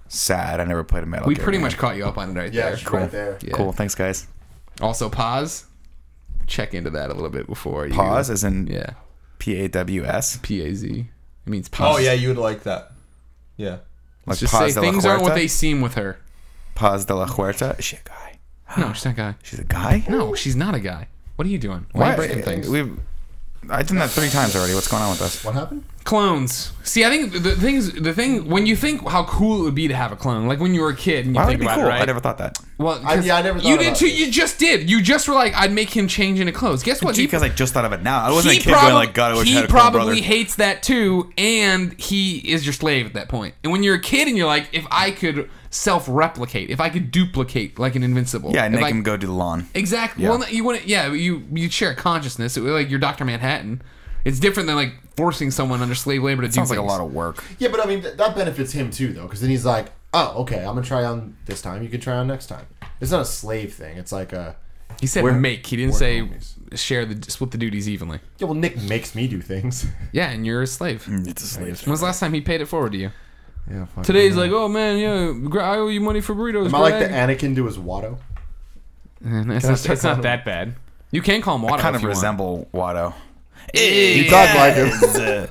Speaker 2: sad. I never played a Metal
Speaker 1: We
Speaker 2: Gear.
Speaker 1: pretty
Speaker 2: game.
Speaker 1: much caught you up on it right
Speaker 3: Yeah,
Speaker 1: there.
Speaker 3: it's right there.
Speaker 1: Yeah.
Speaker 2: cool. Thanks, guys.
Speaker 1: Also, pause. Check into that a little bit before you
Speaker 2: Pause as in
Speaker 1: Yeah.
Speaker 2: P A W S.
Speaker 1: P A Z. It means pause.
Speaker 4: Oh yeah, you would like that. Yeah.
Speaker 2: Like
Speaker 1: Just
Speaker 2: pause
Speaker 1: say
Speaker 2: de la
Speaker 1: things aren't what
Speaker 2: Huerta.
Speaker 1: they seem with her.
Speaker 2: Paz de la Huerta. Is she a guy?
Speaker 1: No, she's not a guy.
Speaker 2: She's a guy.
Speaker 1: No, she's not a guy. What are you doing? Why are you breaking things?
Speaker 2: We've, I did that three times already. What's going on with us?
Speaker 3: What happened?
Speaker 1: Clones. See, I think the things, the thing, when you think how cool it would be to have a clone, like when you were a kid and you
Speaker 2: Why would it
Speaker 1: think
Speaker 2: be
Speaker 1: about
Speaker 2: cool?
Speaker 1: it, right?
Speaker 2: I never thought that.
Speaker 1: well,
Speaker 3: I-
Speaker 1: 'cause
Speaker 3: yeah, I never
Speaker 1: you
Speaker 3: thought
Speaker 1: did
Speaker 3: about
Speaker 1: too.
Speaker 3: it.
Speaker 1: You just did. You just were like, I'd make him change into clothes. Guess what?
Speaker 2: Because I just thought of it now. I wasn't a
Speaker 1: he
Speaker 2: kid
Speaker 1: probably,
Speaker 2: going like, God, I wish I
Speaker 1: he
Speaker 2: had a cool
Speaker 1: probably
Speaker 2: brother.
Speaker 1: hates that too, and he is your slave at that point. And when you're a kid and you're like, if I could self-replicate, if I could duplicate like an invincible,
Speaker 2: yeah,
Speaker 1: if
Speaker 2: and make
Speaker 1: I-
Speaker 2: him go do the lawn.
Speaker 1: Exactly.
Speaker 2: Yeah.
Speaker 1: Well, no, you wouldn't. Yeah, you you share consciousness. It, was like you're Doctor Manhattan. It's different than like forcing someone under slave labor to do
Speaker 2: Sounds like
Speaker 1: things.
Speaker 2: a lot of work.
Speaker 3: Yeah, but I mean th- that benefits him too, though, because then he's like, "Oh, okay, I'm gonna try on this time. You can try on next time." It's not a slave thing. It's like a
Speaker 1: He said
Speaker 3: We're-
Speaker 1: make. He didn't
Speaker 3: we're
Speaker 1: say
Speaker 3: homies.
Speaker 1: share the split the duties evenly.
Speaker 3: yeah. Well, Nick makes me do things.
Speaker 1: Yeah, and you're a slave. When
Speaker 2: It's a slave.
Speaker 1: was the last time he paid it forward to you?
Speaker 3: Mm. Yeah. Fuck
Speaker 1: Today's like, oh man, yeah, gra- I owe you money for burritos.
Speaker 3: Am I like the
Speaker 1: Greg."
Speaker 3: Anakin to his Watto?
Speaker 1: And It's
Speaker 3: Can I
Speaker 1: not,
Speaker 3: start
Speaker 1: it's not
Speaker 3: calling
Speaker 1: that bad. You can call him Watto.
Speaker 2: I kind
Speaker 1: if
Speaker 2: of
Speaker 1: you want.
Speaker 2: resemble Watto.
Speaker 1: You
Speaker 3: talk like him.
Speaker 2: Yes. Uh,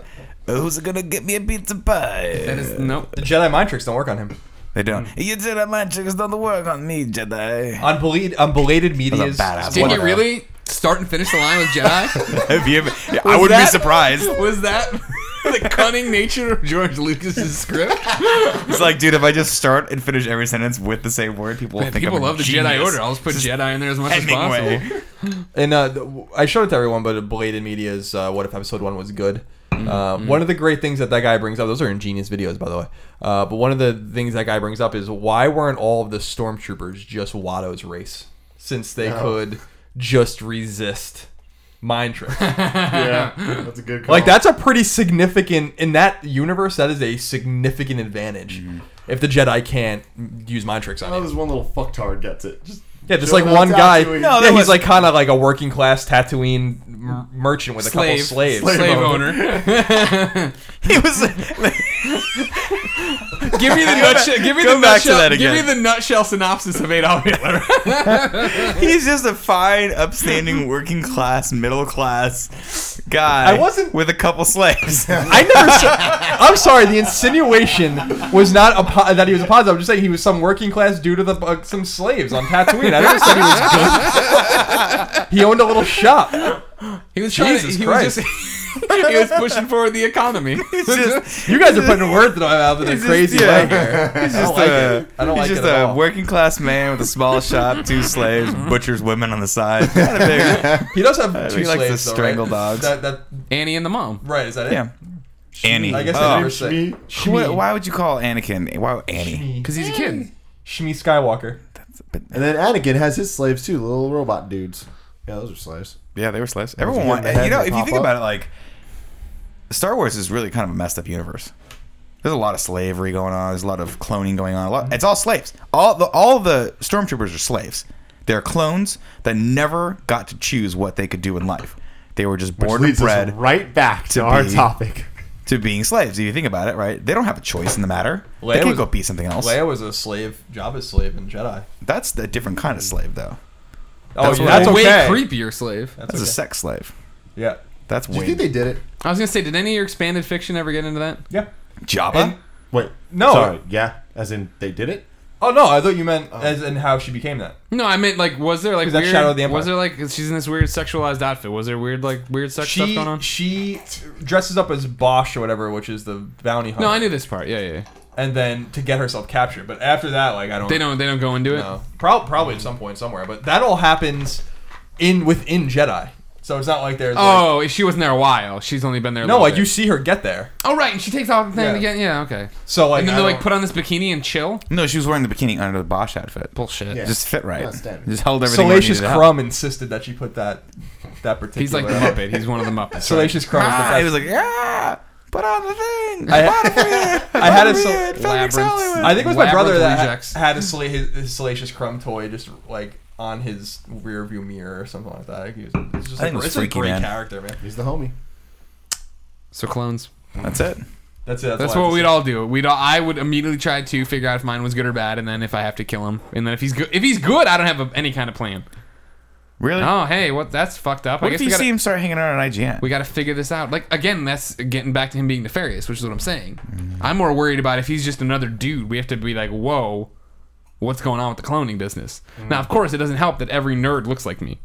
Speaker 2: who's gonna get me a pizza pie?
Speaker 1: That is Hmm. nope.
Speaker 4: The Jedi mind tricks don't work on him.
Speaker 2: They don't. You did that magic is not the work on me, Jedi.
Speaker 4: On belated, on belated media.
Speaker 2: badass
Speaker 1: Did you
Speaker 2: Whatever.
Speaker 1: really start and finish the line with Jedi?
Speaker 2: Have you ever, yeah, I would
Speaker 1: that-
Speaker 2: be surprised.
Speaker 1: Was that the cunning nature of George Lucas's script?
Speaker 2: It's like, dude, if I just start and finish every sentence with the same word, people will
Speaker 1: Man,
Speaker 2: think
Speaker 1: people
Speaker 2: I'm a
Speaker 1: love the
Speaker 2: genius.
Speaker 1: Jedi Order. I'll just put Jedi in there as much as possible.
Speaker 2: Hemingway.
Speaker 4: And uh, th- I showed it to everyone, but Belated Media's uh, What If Episode 1 was good. Uh, one of the great things that that guy brings up, those are ingenious videos, by the way. Uh, but one of the things that guy brings up is why weren't all of the stormtroopers just Watto's race? Since they could just resist mind tricks.
Speaker 3: Yeah, that's a good. Call.
Speaker 4: like, that's a pretty significant, in that universe, that is a significant advantage. If the Jedi can't use mind tricks on
Speaker 3: Oh,
Speaker 4: you.
Speaker 3: this one little fucktard gets it. Just
Speaker 4: Yeah, just
Speaker 3: Show
Speaker 4: like
Speaker 3: them
Speaker 4: one
Speaker 3: how
Speaker 4: guy.
Speaker 3: Tatooine-
Speaker 4: yeah,
Speaker 2: that
Speaker 4: he's
Speaker 2: was-
Speaker 4: like kind of like a working class Tatooine m- merchant with a couple slaves.
Speaker 1: slave,
Speaker 3: Slave
Speaker 1: owner.
Speaker 2: He was.
Speaker 1: give me the nutshell. Give me
Speaker 2: Go
Speaker 1: the
Speaker 2: back to
Speaker 1: nutshell.
Speaker 2: that
Speaker 1: Give me
Speaker 2: again.
Speaker 1: the nutshell synopsis of Adolf Hitler.
Speaker 2: he's just a fine, upstanding, working class, middle class guy.
Speaker 4: I wasn't-
Speaker 2: with a couple slaves.
Speaker 4: I never. Saw, I'm sorry. The insinuation was not a po- that he was a positive. I'm just saying he was some working class dude with a, uh, some slaves on Tatooine. I never said he was good. he owned a little shop.
Speaker 1: he was
Speaker 4: Jesus
Speaker 1: he Was
Speaker 4: Christ.
Speaker 1: just, he was pushing forward the economy.
Speaker 2: He's just.
Speaker 4: You guys are putting words in my mouth in a
Speaker 2: He's just-
Speaker 4: crazy
Speaker 2: yeah.
Speaker 4: way here.
Speaker 2: He's
Speaker 4: I
Speaker 2: just
Speaker 4: don't like
Speaker 2: a,
Speaker 4: it. I don't
Speaker 2: he's
Speaker 4: like
Speaker 2: just
Speaker 4: it at
Speaker 2: a
Speaker 4: all.
Speaker 2: working class man with a small shop, two slaves, butchers, women on the side. Kind of big.
Speaker 4: He does have two
Speaker 2: Uh, he likes to
Speaker 4: slaves. though, right?
Speaker 2: strangle dogs.
Speaker 4: That, that,
Speaker 1: Annie and the mom.
Speaker 4: right? Is that it?
Speaker 2: Yeah. Annie.
Speaker 4: I guess
Speaker 2: Oh.
Speaker 4: I never
Speaker 3: It's
Speaker 4: said.
Speaker 3: me.
Speaker 2: Who- why would you call Anakin? Why Annie?
Speaker 1: Because he's a kid.
Speaker 4: Shmi Skywalker.
Speaker 3: And then Anakin has his slaves too, the little robot dudes. Yeah, those are slaves.
Speaker 2: Yeah, they were slaves.
Speaker 3: you
Speaker 2: Everyone
Speaker 3: get
Speaker 2: wanted,
Speaker 3: the
Speaker 2: you know,
Speaker 3: head
Speaker 2: if
Speaker 3: to
Speaker 2: you
Speaker 3: pop
Speaker 2: think
Speaker 3: up.
Speaker 2: about it, like Star Wars is really kind of a messed up universe. There's a lot of slavery going on. There's a lot of cloning going on. A lot, it's all slaves. All the all the stormtroopers are slaves. They're clones that never got to choose what they could do in life. They were just
Speaker 3: Which
Speaker 2: born and
Speaker 3: leads us
Speaker 2: bred
Speaker 3: right back to, our
Speaker 2: be-
Speaker 3: topic.
Speaker 2: to being slaves. If you think about it, right? They don't have a choice in the matter.
Speaker 4: Leia
Speaker 2: they can't
Speaker 4: was-
Speaker 2: go be something else.
Speaker 4: Leia was a slave, Jabba's slave, and Jedi.
Speaker 2: That's a different kind of slave, though.
Speaker 4: Oh,
Speaker 2: That's
Speaker 4: yeah,
Speaker 2: what-
Speaker 4: that's
Speaker 1: a way
Speaker 4: okay.
Speaker 1: creepier slave.
Speaker 4: That's,
Speaker 2: That's a
Speaker 4: okay.
Speaker 2: sex slave.
Speaker 4: yeah.
Speaker 2: That's
Speaker 3: Do you
Speaker 2: way
Speaker 3: think they did it?
Speaker 1: I was gonna say, did any of your expanded fiction ever get into that?
Speaker 4: Yeah.
Speaker 2: Jabba.
Speaker 4: And,
Speaker 3: Wait,
Speaker 4: No.
Speaker 3: Sorry, yeah, as in they did it.
Speaker 4: oh no, I thought you meant as in how she became that.
Speaker 1: No, I meant like, was there like
Speaker 4: Is that
Speaker 1: weird?
Speaker 4: Shadow of the Empire?
Speaker 1: Was there like 'cause she's in this weird sexualized outfit? Was there weird like weird sex stuff
Speaker 4: She
Speaker 1: going on?
Speaker 4: she dresses up as Bosch or whatever, which is the bounty hunter.
Speaker 1: no, I knew this part. Yeah, yeah. yeah.
Speaker 4: and then to get herself captured. But after that, like I don't.
Speaker 1: They don't. They don't go into it.
Speaker 4: No, Prob- probably at some point somewhere, but that all happens in within Jedi. So it's not like there's. like,
Speaker 1: Oh, she wasn't there a while. She's only been there. A
Speaker 4: no,
Speaker 1: little
Speaker 4: like
Speaker 1: bit.
Speaker 4: you see her get there.
Speaker 1: Oh right, and she takes off the thing
Speaker 4: Yeah.
Speaker 1: again. Yeah, okay.
Speaker 4: So like,
Speaker 1: and then
Speaker 4: I
Speaker 1: they like
Speaker 4: don't-
Speaker 1: put on this bikini and chill.
Speaker 2: No, she was wearing the bikini under the Bosch outfit.
Speaker 1: Bullshit.
Speaker 3: Yeah.
Speaker 2: Just fit right.
Speaker 3: Not standard.
Speaker 2: Just held everything. where it
Speaker 4: Salacious
Speaker 2: needed to help.
Speaker 4: Crumb insisted that she put that that particular.
Speaker 1: He's like the Muppet. He's one of the Muppets.
Speaker 4: Salacious Crumb is the
Speaker 2: Ah,
Speaker 4: best.
Speaker 2: it was like yeah. Put on the thing.
Speaker 4: I-
Speaker 2: I, bought it for you.
Speaker 4: I had a
Speaker 2: Bought it for
Speaker 4: Sal-
Speaker 2: you at Phoenix
Speaker 1: Labyrinth.
Speaker 2: Hollywood.
Speaker 4: I think it was my brother
Speaker 1: Labyrinth
Speaker 4: that
Speaker 1: rejects.
Speaker 4: ha- had a sla- his, his Salacious Crumb toy just like on his rear view mirror or something like that. He was, it's just
Speaker 2: I think
Speaker 4: like,
Speaker 2: it was
Speaker 4: it's
Speaker 2: freaky,
Speaker 4: a great
Speaker 2: man.
Speaker 4: character, man.
Speaker 3: He's the homie.
Speaker 1: So clones.
Speaker 2: That's it.
Speaker 4: That's it. That's,
Speaker 1: That's
Speaker 4: all I have
Speaker 1: what
Speaker 4: to
Speaker 1: we'd
Speaker 4: say.
Speaker 1: all do. We'd all, I would immediately try to figure out if mine was good or bad, and then if I have to kill him, and then if he's good, if he's good, I don't have a, any kind of plan.
Speaker 2: Really?
Speaker 1: Oh, hey, what? That's fucked up. I
Speaker 2: what
Speaker 1: guess
Speaker 2: if
Speaker 1: we
Speaker 2: you
Speaker 1: gotta,
Speaker 2: see him start hanging out on IGN?
Speaker 1: we gotta figure this out. Like again, that's getting back to him being nefarious, which is what I'm saying.
Speaker 2: Mm.
Speaker 1: I'm more worried about if he's just another dude. We have to be like, whoa, what's going on with the cloning business?
Speaker 2: Mm.
Speaker 1: Now, of course, it doesn't help that every nerd looks like me.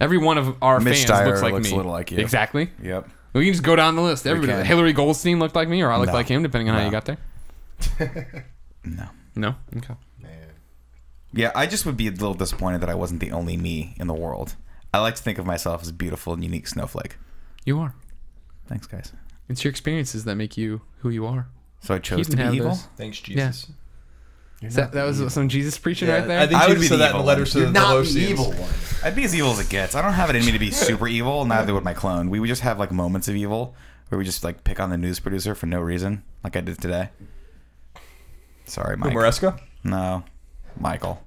Speaker 1: Every one of our
Speaker 2: Mitch
Speaker 1: fans
Speaker 2: Dyer
Speaker 1: looks like
Speaker 2: looks
Speaker 1: me.
Speaker 2: a little like you.
Speaker 1: Exactly.
Speaker 2: yep.
Speaker 1: We can just go down the list. Everybody.
Speaker 2: can.
Speaker 1: Hillary Goldstein looked like me, or I looked
Speaker 2: No.
Speaker 1: like him, depending on how
Speaker 2: No.
Speaker 1: you got there.
Speaker 2: No.
Speaker 1: No. Okay.
Speaker 3: Man.
Speaker 2: Yeah, I just would be a little disappointed that I wasn't the only me in the world. I like to think of myself as a beautiful and unique snowflake.
Speaker 1: You are.
Speaker 2: Thanks, guys.
Speaker 1: It's your experiences that make you who you are.
Speaker 2: So I
Speaker 1: He
Speaker 2: chose
Speaker 1: didn't
Speaker 2: to be
Speaker 1: have
Speaker 2: evil.
Speaker 1: those.
Speaker 4: Thanks, Jesus.
Speaker 3: You're
Speaker 1: That, that was some Jesus preaching right there.
Speaker 4: I think
Speaker 2: I
Speaker 4: she
Speaker 2: would be
Speaker 4: said
Speaker 2: the
Speaker 4: that in the
Speaker 2: evil
Speaker 4: letters to
Speaker 3: You're
Speaker 4: the
Speaker 3: not the
Speaker 4: Lovesians.
Speaker 3: evil one.
Speaker 2: I'd be as evil as it gets. I don't have it in me to be super evil. Neither would my clone. We would just have like moments of evil where we just like pick on the news producer for no reason, like I did today. Sorry, Mike.
Speaker 4: Umaresca?
Speaker 2: No, Michael.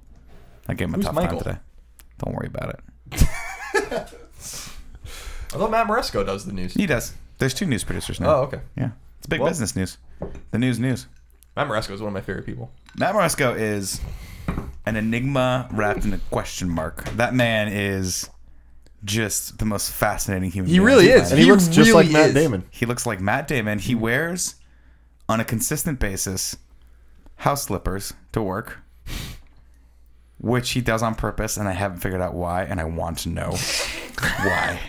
Speaker 2: I gave him a
Speaker 4: Who's
Speaker 2: tough
Speaker 4: Michael?
Speaker 2: time today. Don't worry about it.
Speaker 4: I thought Matt Moresco does the news.
Speaker 2: He does. There's two news producers now.
Speaker 4: Oh, okay.
Speaker 2: Yeah, it's big
Speaker 4: Well-
Speaker 2: business news. The news, news.
Speaker 4: Matt Moresco is one of my favorite people.
Speaker 2: Matt Moresco is an enigma wrapped in a question mark. That man is just the most fascinating human.
Speaker 4: He
Speaker 2: being
Speaker 4: really
Speaker 2: I've
Speaker 4: is.
Speaker 2: met.
Speaker 3: And he,
Speaker 4: He
Speaker 3: looks just
Speaker 4: really
Speaker 3: like Matt
Speaker 4: is.
Speaker 3: Damon.
Speaker 2: He looks like Matt Damon. He
Speaker 3: Mm-hmm.
Speaker 2: wears, on a consistent basis, house slippers to work, which he does on purpose, and I haven't figured out why, and I want to know why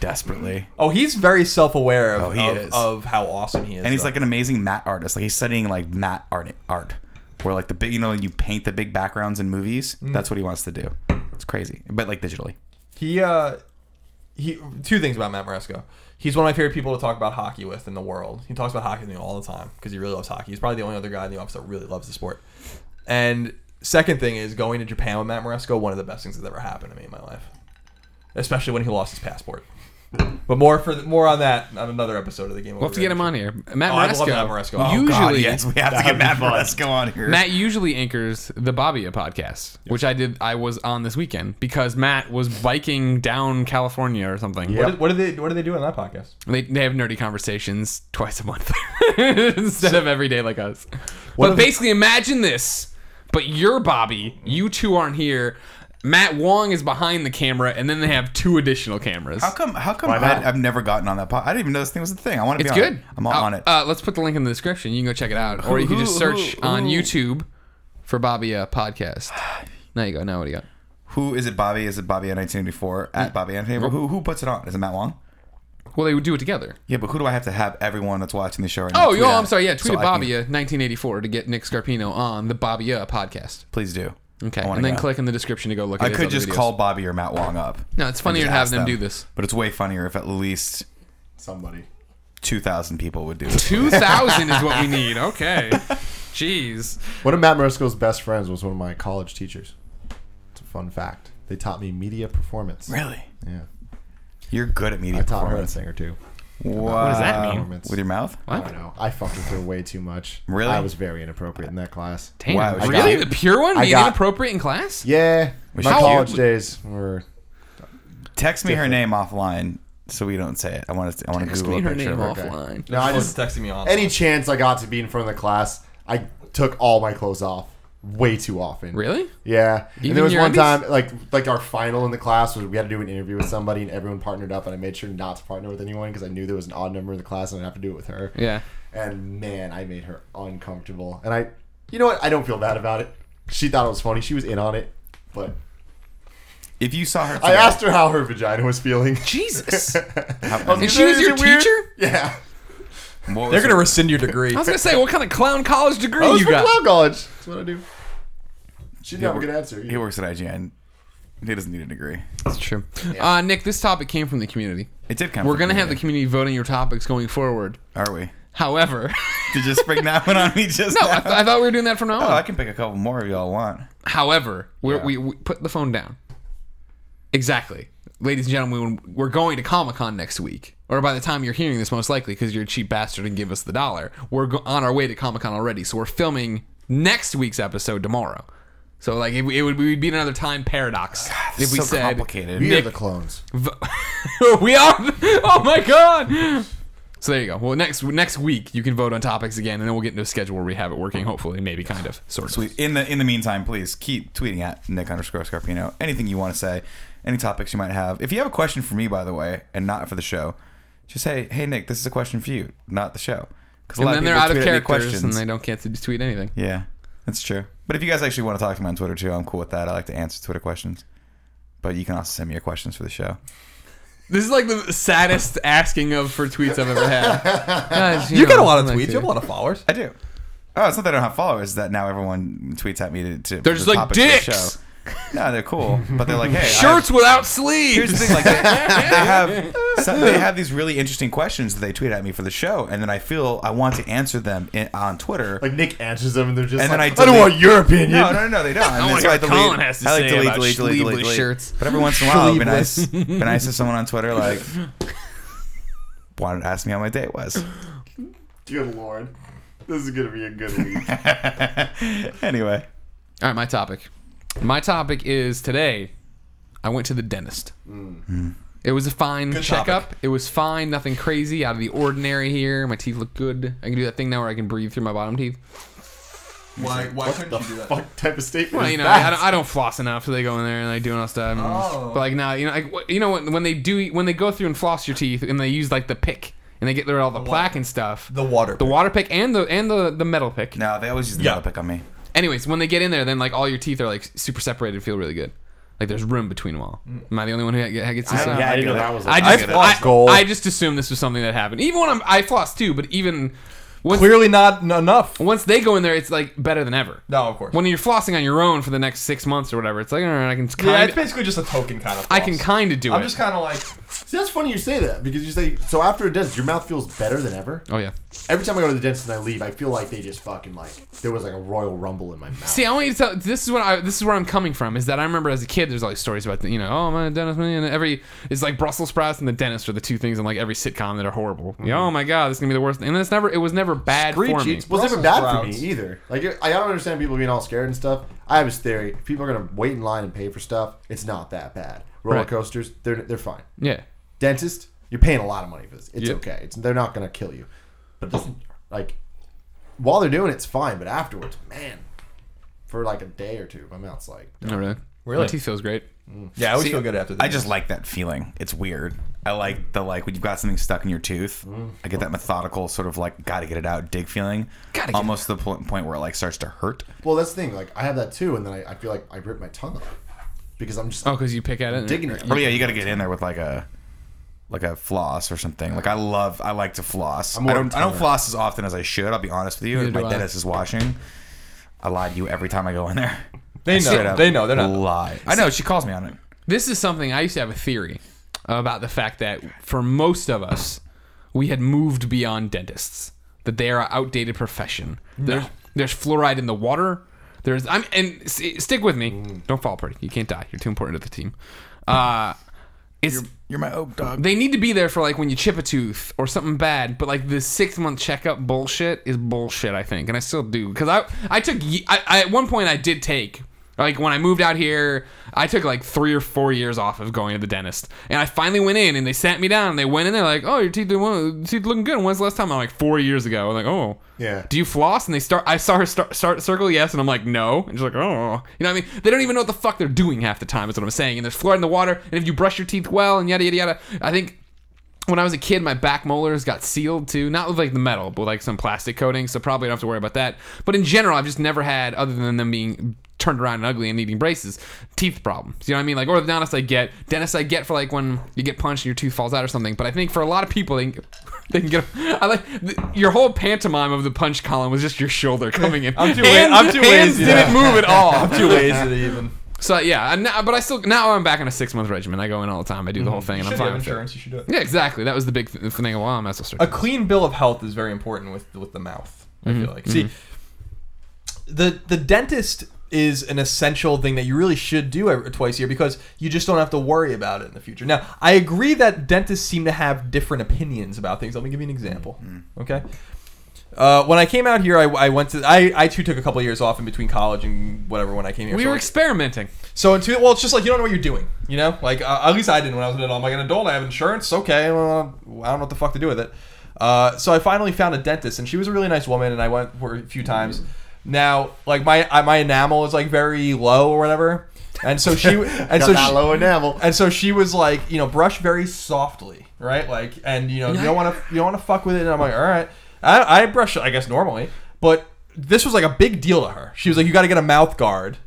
Speaker 2: desperately.
Speaker 4: Oh, he's very self-aware of,
Speaker 2: Oh, he
Speaker 4: of,
Speaker 2: is.
Speaker 4: of how awesome he is.
Speaker 2: And he's
Speaker 4: though.
Speaker 2: like an amazing mat artist. Like he's studying like mat art, art, where like the big, you know, you paint the big backgrounds in movies.
Speaker 3: Mm.
Speaker 2: That's what he wants to do. It's crazy, but like digitally.
Speaker 4: He uh he two things about Matt Moresco. He's one of my favorite people to talk about hockey with in the world. He talks about hockey with me all the time because he really loves hockey. He's probably the only other guy in the office that really loves the sport. And second thing is going to Japan with Matt Moresco, one of the best things that's ever happened to me in my life. Especially when he lost his passport. But more for the, more on that on another episode of the game.
Speaker 1: We'll have to get him on here. Matt
Speaker 4: Oh, I'd
Speaker 1: Maresco.
Speaker 4: love Matt Maresco. Oh, God,
Speaker 1: Usually,
Speaker 2: God, yes, we have to get Matt Moresco on here.
Speaker 1: Matt usually anchors the Bobbia podcast, which I did. I was on this weekend because Matt was biking down California or something.
Speaker 4: What
Speaker 3: Yep.
Speaker 4: did, what did they what did they do on that podcast?
Speaker 1: They, they have nerdy conversations twice a month instead of every day like us.
Speaker 4: if-
Speaker 1: But basically, imagine this. But you're Bobby. You two aren't here. Matt Wong is behind the camera, and then they have two additional cameras.
Speaker 2: How come? How come?
Speaker 3: Why
Speaker 2: I,
Speaker 3: not?
Speaker 2: I've never gotten on that pod. I didn't even know this thing was a thing. I want to
Speaker 1: It's
Speaker 2: be on
Speaker 1: good.
Speaker 2: It. I'm all
Speaker 1: Uh,
Speaker 2: on it.
Speaker 1: Uh, let's put the link in the description. You can go check it out, or you can just search on YouTube for Bobby uh, podcast. There you go. Now what do you got?
Speaker 2: who is it? Bobby? Is it Bobby at 1984 at Bobby and Who who puts it on? Is it Matt Wong?
Speaker 1: Well, they would do it together.
Speaker 2: Yeah, but who do I have to have everyone that's watching the show? Right now
Speaker 1: Oh,
Speaker 2: tweet
Speaker 1: yo,
Speaker 2: at?
Speaker 1: I'm sorry. Yeah, tweet
Speaker 2: So
Speaker 1: at
Speaker 2: I can-
Speaker 1: Bobby uh, 1984 to get Nick Scarpino on the Bobby uh, podcast.
Speaker 2: please do.
Speaker 1: Okay,
Speaker 2: I wanna
Speaker 1: and then
Speaker 2: go.
Speaker 1: click in the description to go look. at
Speaker 2: I
Speaker 1: his
Speaker 2: could
Speaker 1: other
Speaker 2: just
Speaker 1: videos.
Speaker 2: call Bobby or Matt Wong up.
Speaker 1: No, it's funnier to
Speaker 2: Just
Speaker 1: have
Speaker 2: ask
Speaker 1: them do this.
Speaker 2: But it's way funnier if at least
Speaker 3: Somebody.
Speaker 2: 2,000 people would do it.
Speaker 1: 2000 is what we need. Okay. Jeez.
Speaker 3: One of Matt Marisco's best friends was one of my college teachers. It's a fun fact. They taught me media performance.
Speaker 2: really?
Speaker 3: Yeah.
Speaker 2: You're good at media
Speaker 3: I taught her a
Speaker 2: performance.
Speaker 3: thing or two.
Speaker 2: What
Speaker 1: does that mean?
Speaker 2: With your mouth?
Speaker 3: I don't know. I fucked with her way too much.
Speaker 2: Really?
Speaker 3: I was very inappropriate in that class.
Speaker 1: Damn.
Speaker 2: Wow, she
Speaker 1: really?
Speaker 2: got-
Speaker 1: The pure one?
Speaker 3: I
Speaker 1: Being
Speaker 3: got-
Speaker 1: inappropriate in class?
Speaker 3: Yeah.
Speaker 2: Was
Speaker 3: my
Speaker 2: she
Speaker 3: college
Speaker 2: cute?
Speaker 3: days were.
Speaker 2: Text me her name offline so we don't say it. I want to. I want to
Speaker 1: Text
Speaker 2: Google
Speaker 1: me
Speaker 2: a
Speaker 1: her
Speaker 2: picture
Speaker 1: name
Speaker 2: of her.
Speaker 1: offline.
Speaker 3: No, I
Speaker 4: Oh,
Speaker 3: just.
Speaker 4: texting me on
Speaker 3: Any chance I got to be in front of the class, I took all my clothes off way too often.
Speaker 1: Really?
Speaker 3: Yeah.
Speaker 1: Even
Speaker 3: and there was
Speaker 1: your
Speaker 3: one
Speaker 1: undies?
Speaker 3: time, like like our final in the class was we had to do an interview with somebody, and everyone partnered up, and I made sure not to partner with anyone because I knew there was an odd number in the class, and I'd have to do it with her.
Speaker 1: Yeah.
Speaker 3: And man, I made her uncomfortable, and I, you know what? I don't feel bad about it. She thought it was funny. She was in on it, but
Speaker 2: If you saw her,
Speaker 3: I asked her how her vagina was feeling.
Speaker 1: Jesus.
Speaker 2: her.
Speaker 1: And she was your teacher?
Speaker 3: Yeah.
Speaker 2: What
Speaker 4: They're
Speaker 2: was
Speaker 4: gonna
Speaker 2: it?
Speaker 4: rescind your degree.
Speaker 1: I was gonna say, what kind of clown college degree
Speaker 3: Oh,
Speaker 1: you got?
Speaker 3: Clown college. That's what I do. She didn't have a
Speaker 2: we're-
Speaker 3: good answer.
Speaker 2: He works at IGN. He doesn't need a degree.
Speaker 1: That's true. Uh, Nick, this topic came from the community.
Speaker 2: It did come.
Speaker 1: We're
Speaker 2: from
Speaker 1: gonna have the community vote on your topics going forward.
Speaker 2: Are we?
Speaker 1: However,
Speaker 2: Did you just bring that one on me just
Speaker 1: no,
Speaker 2: now?
Speaker 1: I, th- I thought we were doing that from now
Speaker 2: oh, I
Speaker 1: on.
Speaker 2: can pick a couple more if y'all want.
Speaker 1: However, we're,
Speaker 2: Yeah.
Speaker 1: we we put the phone down. Exactly, ladies and gentlemen. We're going to Comic Con next week, or by the time you're hearing this, most likely because you're a cheap bastard and give us the dollar. We're go- on our way to Comic Con already, so we're filming next week's episode tomorrow. So like it, it would we'd be in another time paradox if we
Speaker 2: so
Speaker 1: said
Speaker 2: complicated.
Speaker 3: we are
Speaker 1: Nick-
Speaker 3: the clones.
Speaker 1: V- we are. Oh my god. So there you go. Well, next next week you can vote on topics again, and then we'll get into a schedule where we have it working. Hopefully, maybe kind of, sort of.
Speaker 2: Sweet. In the in the meantime, please keep tweeting at Nick underscore Scarpino. Anything you want to say, any topics you might have. If you have a question for me, by the way, and not for the show, just say, "Hey Nick, this is a question for you, not the show." Because
Speaker 1: And then they're out of characters, and they don't get to tweet anything.
Speaker 2: Yeah, that's true. But if you guys actually want to talk to me on Twitter too, I'm cool with that. I like to answer Twitter questions. But you can also send me your questions for the show.
Speaker 1: This is like the saddest asking of for tweets I've ever had. Guys,
Speaker 4: You
Speaker 1: know,
Speaker 4: got a lot of
Speaker 1: like
Speaker 4: tweets. You
Speaker 1: to-
Speaker 4: have a lot of followers.
Speaker 2: I do. Oh, it's not that I don't have followers. It's that now everyone tweets at me to. to
Speaker 1: They're just
Speaker 2: the
Speaker 1: like,
Speaker 2: topics of the
Speaker 1: "Dicks!"
Speaker 2: show. No, they're cool, but they're like, hey, I have-
Speaker 1: Shirts without
Speaker 2: Here's the
Speaker 1: sleeves.
Speaker 2: thing, like they, they have some, they have these really interesting questions that they tweet at me for the show, and then I feel I want to answer them in, on Twitter.
Speaker 3: Like Nick answers them, and they're just
Speaker 2: And then
Speaker 3: like,
Speaker 2: I
Speaker 3: I don't
Speaker 2: delete-
Speaker 3: want your opinion.
Speaker 2: no, no, no, no, they don't. I
Speaker 1: wanna
Speaker 2: so
Speaker 1: hear what Oh Colin has to
Speaker 2: I like
Speaker 1: say
Speaker 2: delete,
Speaker 1: about
Speaker 2: delete, delete, delete,
Speaker 1: sleeveless
Speaker 2: delete.
Speaker 1: shirts.
Speaker 2: But every once in a while, it'd be nice, be nice if someone on Twitter like wanted to ask me how my day was.
Speaker 3: Good lord, this is gonna be a good week.
Speaker 2: anyway,
Speaker 1: All right, my topic. My topic is today. I went to the dentist. It was a fine
Speaker 4: topic.
Speaker 1: checkup. It was fine. Nothing crazy, out of the ordinary here. My teeth look good. I can do that thing now where I can breathe through my bottom teeth.
Speaker 4: Why? Why couldn't you do that?
Speaker 3: Fuck type of statement.
Speaker 1: Well,
Speaker 3: is
Speaker 1: you know,
Speaker 3: that?
Speaker 1: I don't, I don't floss enough, so they go in there and they do all this stuff.
Speaker 4: Oh.
Speaker 1: But like now, you know, like wh- you know when, when they do when they go through and floss your teeth and they use like the pick and they get rid of all the plaque and stuff.
Speaker 4: The water.
Speaker 1: the water pick and the and the, the metal pick.
Speaker 2: no, they always use the
Speaker 4: Yeah.
Speaker 2: metal pick on me.
Speaker 1: Anyways, when they get in there, then like all your teeth are like super separated, and feel really good. Like there's room between them all. Am I the only one who get- gets this?
Speaker 2: I-
Speaker 1: now?
Speaker 2: yeah, I didn't know that
Speaker 3: was.
Speaker 1: I just
Speaker 2: get it.
Speaker 1: I,
Speaker 3: Gold.
Speaker 1: I just assumed this was something that happened. Even when I'm I floss too, but even once,
Speaker 4: Clearly not n- enough.
Speaker 1: once they go in there, it's like better than ever.
Speaker 4: No, of course.
Speaker 1: When you're flossing on your own for the next six months or whatever, it's like all right, I can
Speaker 4: yeah,
Speaker 1: kind
Speaker 4: it's basically just a token kind of.
Speaker 1: I can
Speaker 4: floss.
Speaker 1: kind of do
Speaker 4: I'm
Speaker 1: it.
Speaker 4: just kind of like.
Speaker 3: See, that's funny you say that because you say so after a dentist, your mouth feels better than ever.
Speaker 1: oh yeah.
Speaker 3: Every time I go to the dentist and I leave, I feel like they just fucking like there was like a royal rumble in my mouth.
Speaker 1: See, I want you to tell. This is what I. This is where I'm coming from. Is that I remember as a kid, there's all these stories about the, you know, oh my dentist, man, and every it's like Brussels sprouts and the dentist are the two things in like every sitcom that are horrible.
Speaker 4: Mm-hmm.
Speaker 1: You know, oh my god, this is gonna be the worst. And it's never. It was never bad for me.
Speaker 4: Screechy.
Speaker 3: was never
Speaker 4: Brussels
Speaker 3: bad for me
Speaker 4: sprouts.
Speaker 3: either. Like it- I don't understand people being all scared and stuff. I have this theory: if people are gonna wait in line and pay for stuff, it's not that bad. Roller
Speaker 1: Right.
Speaker 3: coasters, they're they're fine.
Speaker 1: Yeah.
Speaker 3: Dentist, you're paying a lot of money for this. It's
Speaker 1: Yep.
Speaker 3: okay. It's they're not gonna kill you. But this, like while they're doing it, it's fine. But afterwards, man, for like a day or two, my mouth's like
Speaker 1: No, really.
Speaker 4: Really?
Speaker 1: My teeth feels great.
Speaker 4: Yeah, I always
Speaker 2: See,
Speaker 4: feel good after.
Speaker 2: I
Speaker 4: this.
Speaker 2: just like that feeling. It's weird. I like the like when you've got something stuck in your tooth. I get that methodical sort of like gotta get it out, dig feeling.
Speaker 1: Gotta get
Speaker 2: almost to the po- point where it like starts to hurt.
Speaker 3: Well, that's the thing. Like I have that too, and then I, I feel like I rip my tongue off because I'm just
Speaker 1: Oh, because you pick at it. and-
Speaker 3: digging it.
Speaker 2: Oh yeah, you got to get in there with like a like a floss or something. Like I love, I like to floss. I
Speaker 3: more
Speaker 2: don't, I don't
Speaker 3: toner.
Speaker 2: floss as often as I should. I'll be honest with you. If
Speaker 1: Neither
Speaker 2: my
Speaker 1: do I.
Speaker 2: dentist is watching. I lie to you every time I go in there.
Speaker 4: They
Speaker 2: Straight
Speaker 4: know.
Speaker 2: up
Speaker 4: They know. They're not.
Speaker 2: lie. I know. She calls me on it.
Speaker 1: This is something I used to have a theory about the fact that for most of us, we had moved beyond dentists. That they are an outdated profession. There's, there's fluoride in the water. There's I'm and s- stick with me. Don't fall pretty. You can't die. You're too important to the team. Uh, it's
Speaker 2: You're my oh, oak dog.
Speaker 1: they need to be there for like when you chip a tooth or something bad. But like the six month checkup bullshit is bullshit. I think, and I still do because I I took ye- I, I at one point I did take like when I moved out here I took like three or four years off of going to the dentist, and I finally went in and they sat me down and they went in there like oh your teeth are one- teeth looking good. When's the last time? I'm like four years ago. I'm like oh
Speaker 3: Yeah.
Speaker 1: do you floss? And they start. I saw her start, start circle yes, and I'm like no. And she's like oh, you know what I mean? They don't even know what the fuck they're doing half the time. Is what I'm saying. And there's fluoride in the water. And if you brush your teeth well and yada yada yada, I think when I was a kid, my back molars got sealed too. Not with like the metal, but like some plastic coating. So probably don't have to worry about that. But in general, I've just never had, other than them being turned around and ugly and needing braces. Teeth problems. You know what I mean? Like orthodontist, I get. Dentist, I get for like when you get punched and your tooth falls out or something. But I think for a lot of people, they can, they can get. I like th- your whole pantomime of the punch column was just your shoulder coming in.
Speaker 4: I'm too wa-
Speaker 1: hands,
Speaker 4: I'm too
Speaker 1: hands
Speaker 4: lazy.
Speaker 1: didn't move at all.
Speaker 4: I'm too lazy to even.
Speaker 1: So yeah, and now, but I still now I'm back on a six month regimen. I go in all the time. I do the whole thing,
Speaker 4: Mm-hmm. You
Speaker 1: and I'm
Speaker 4: should have
Speaker 1: fine. With it.
Speaker 4: insurance. You should do it.
Speaker 1: Yeah, exactly. That was the big th- thing. Well, I'm also
Speaker 4: A
Speaker 1: starting.
Speaker 4: clean bill of health is very important with with the mouth. I feel like. See, the the dentist is an essential thing that you really should do every, twice a year because you just don't have to worry about it in the future. Now, I agree that dentists seem to have different opinions about things. Let me give you an example. Okay. Uh, when I came out here, I, I went to I, I too took a couple of years off in between college and whatever when I came here.
Speaker 1: We
Speaker 4: So,
Speaker 1: were
Speaker 4: like,
Speaker 1: experimenting.
Speaker 4: So in two, well, it's just like you don't know what you're doing, you know. Like uh, at least I didn't when I was an adult. I'm like an adult, I have insurance. Okay, well, I don't know what the fuck to do with it. Uh, so I finally found a dentist, and she was a really nice woman, and I went for a few times. Now, like my I- my enamel is like very low or whatever, and so she and
Speaker 3: Got
Speaker 4: so
Speaker 3: that
Speaker 4: she,
Speaker 3: low enamel.
Speaker 4: and so she was like, you know, brush very softly, right? Like, and you know, you don't want to, you don't want to fuck with it. And I'm like, all right, I, I brush, I guess, normally, but this was like a big deal to her. She was like, you got to get a mouth guard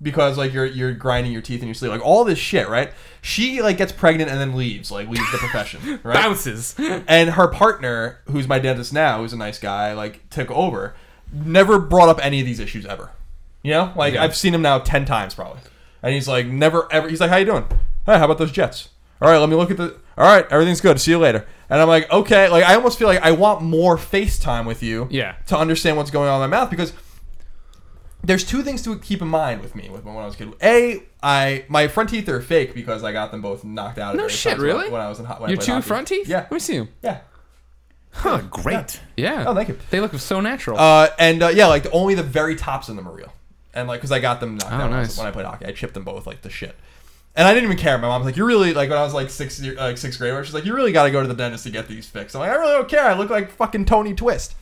Speaker 4: because like you're you're grinding your teeth in your sleep, like all this shit, right? She like gets pregnant and then leaves, like leaves the profession, right?
Speaker 1: Bounces.
Speaker 4: and her partner, who's my dentist now, who's a nice guy, like took over. Never brought up any of these issues ever. You know, like I've seen him now ten times probably, and he's like never ever. He's like, "How you doing? Hey, how about those Jets? All right, let me look at the. All right, everything's good. See you later." And I'm like, okay, like I almost feel like I want more FaceTime with you,
Speaker 1: Yeah.
Speaker 4: to understand what's going on in my mouth because there's two things to keep in mind with me with when I was a kid. A, I my front teeth are fake because I got them both knocked out. at
Speaker 1: No
Speaker 4: various
Speaker 1: shit,
Speaker 4: times when I-
Speaker 1: really?
Speaker 4: When I was in hot, when I
Speaker 1: Your
Speaker 4: played
Speaker 1: two
Speaker 4: hockey.
Speaker 1: front teeth.
Speaker 4: Yeah,
Speaker 1: Let me see them.
Speaker 4: yeah.
Speaker 2: Huh, great.
Speaker 1: Yeah.
Speaker 4: Oh, thank you.
Speaker 1: They look so natural.
Speaker 4: Uh, and uh, yeah, like only the very tops of them are real. And like, cause I got them knocked
Speaker 1: Oh,
Speaker 4: out when I was-
Speaker 1: nice.
Speaker 4: when I played hockey. I chipped them both like the shit. And I didn't even care. My mom's like, "You really like." When I was like six, year- uh, like sixth grade, where she's like, "You really got to go to the dentist to get these fixed." I'm like, "I really don't care. I look like fucking Tony Twist."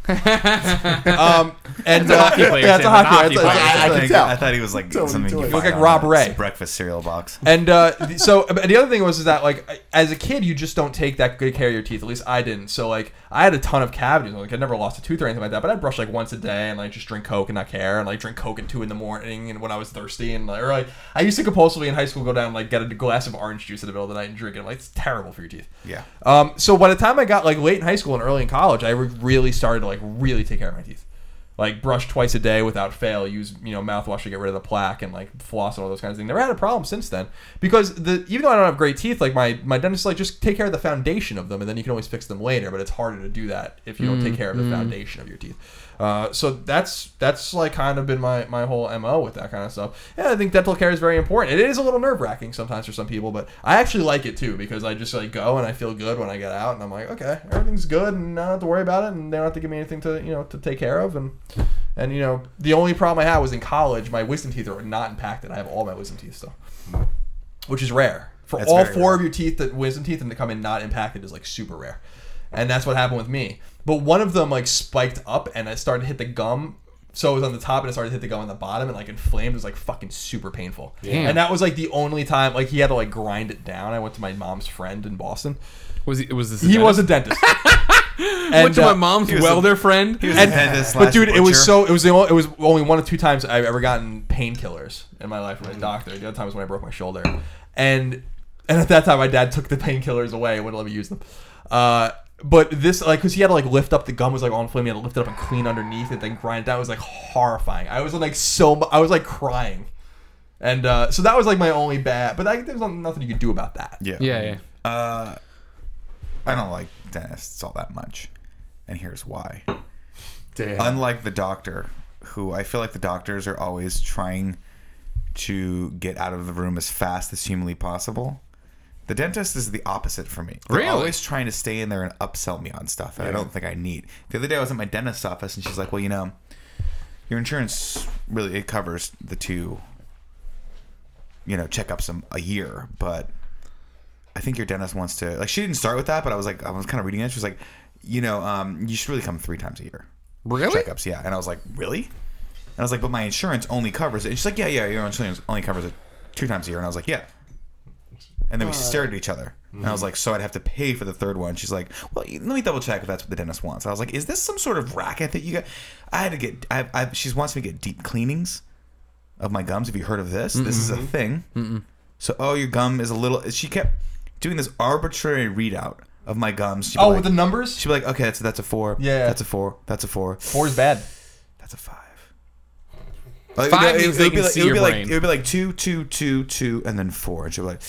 Speaker 4: um, and
Speaker 1: That's a hockey player,
Speaker 4: Yeah,
Speaker 1: Tim. That's
Speaker 4: it's a
Speaker 1: a
Speaker 4: hockey
Speaker 1: hockey
Speaker 4: player.
Speaker 1: player.
Speaker 3: I- I
Speaker 2: thought
Speaker 3: can
Speaker 2: he-
Speaker 3: tell.
Speaker 2: I thought he was like
Speaker 3: Totally
Speaker 2: something
Speaker 3: do
Speaker 2: you
Speaker 3: it.
Speaker 2: could
Speaker 3: You look
Speaker 2: find
Speaker 4: like
Speaker 2: on
Speaker 4: Rob
Speaker 2: the
Speaker 4: Ray.
Speaker 2: breakfast cereal box.
Speaker 4: And uh, th- so, but the other thing was is that like I- as a kid, you just don't take that good care of your teeth. At least I didn't. So like I had a ton of cavities. Like I never lost a tooth or anything like that. But I'd brush like once a day and like just drink Coke and not care and like drink Coke at two in the morning and when I was thirsty and like, or like I used to compulsively in high school go down and, like get a glass of orange juice in the middle of the night and drink it. I'm like it's terrible for your teeth.
Speaker 2: Yeah.
Speaker 4: Um. So by the time I got like late in high school and early in college, I re- really started to like really take care of my teeth. Like brush twice a day without fail. Use you know mouthwash to get rid of the plaque and like floss and all those kinds of things. Never had a problem since then because the even though I don't have great teeth, like my my dentist is like just take care of the foundation of them and then you can always fix them later. But it's harder to do that if you don't take care of the foundation of your teeth. Uh, so that's that's like kind of been my, my whole mo with that kind of stuff. Yeah, I think dental care is very important. It is a little nerve wracking sometimes for some people, but I actually like it too because I just like go and I feel good when I get out and I'm like, okay, everything's good and I don't have to worry about it and they don't have to give me anything to you know to take care of and and you know the only problem I had was in college my wisdom teeth are not impacted. I have all my wisdom teeth still, which is rare for
Speaker 2: That's
Speaker 4: all
Speaker 2: very
Speaker 4: four
Speaker 2: rare.
Speaker 4: of your teeth that wisdom teeth and that come in not impacted is like super rare, and that's what happened with me. But one of them like spiked up and I started to hit the gum. So it was on the top and it started to hit the gum on the bottom and like inflamed. It was like fucking super painful.
Speaker 1: Damn.
Speaker 4: And that was like the only time like he had to like grind it down. I went to my mom's friend in Boston.
Speaker 1: was he, was this?
Speaker 4: He was a dentist. and,
Speaker 1: Went to my
Speaker 4: uh,
Speaker 1: mom's
Speaker 2: he was a-
Speaker 1: welder friend.
Speaker 4: and-
Speaker 2: Dentist
Speaker 4: but
Speaker 2: slash
Speaker 4: dude, it was
Speaker 2: butcher.
Speaker 4: so it was the only, it was only one of two times I've ever gotten painkillers in my life
Speaker 2: Mm.
Speaker 4: from a doctor. The other time was when I broke my shoulder, and and at that time my dad took the painkillers away and wouldn't let me use them. Uh, but this like because he had to like lift up the gum was like all inflamed. He had to lift it up and clean underneath it, then grind it down. It was like horrifying. I was like so mu- I was like crying, and uh, so that was like my only bad. But like, there's nothing you could do about that.
Speaker 2: Yeah.
Speaker 1: yeah, yeah.
Speaker 2: Uh, I don't like dentists all that much, and here's why.
Speaker 3: Damn.
Speaker 2: Unlike the doctor, who I feel like the doctors are always trying to get out of the room as fast as humanly possible. The dentist is the opposite for me. They're
Speaker 1: Really?
Speaker 2: always trying to stay in there and upsell me on stuff that I don't think I need. The other day I was at my dentist's office and she's like, "Well, you know, your insurance really it covers the two, you know, checkups a, a year, but I think your dentist wants to like." She didn't start with that, but I was like, I was kind of reading it. She was like, "You know, um, you should really come three times a year."
Speaker 4: Oh,
Speaker 1: Really?
Speaker 2: checkups. Yeah, and I was like, really? And I was like, but my insurance only covers it. And she's like, yeah, yeah, your insurance only covers it two times a year. And I was like, yeah. And then we stared at each other, and
Speaker 4: Mm-hmm.
Speaker 2: I was like, so I'd have to pay for the third one. She's like, well, let me double check if that's what the dentist wants. I was like, is this some sort of racket that you got? I had to get. I, I she wants me to get deep cleanings. of my gums. Have you heard of this? This is a thing. So, oh, your gum is a little. She kept doing this arbitrary readout of my gums. She'd be
Speaker 4: Oh,
Speaker 2: like,
Speaker 4: with the numbers?
Speaker 2: She'd be like, okay, that's that's a four.
Speaker 4: Yeah.
Speaker 2: that's a four. That's a four.
Speaker 4: Four is bad.
Speaker 2: That's a five. Like,
Speaker 1: Five
Speaker 2: it- it-
Speaker 1: means
Speaker 2: it
Speaker 1: they
Speaker 2: would be
Speaker 1: can
Speaker 2: like-
Speaker 1: see
Speaker 2: it would
Speaker 1: your
Speaker 2: be like-
Speaker 1: brain.
Speaker 2: It would be like two, two, two, two, and then four. And she'd be like,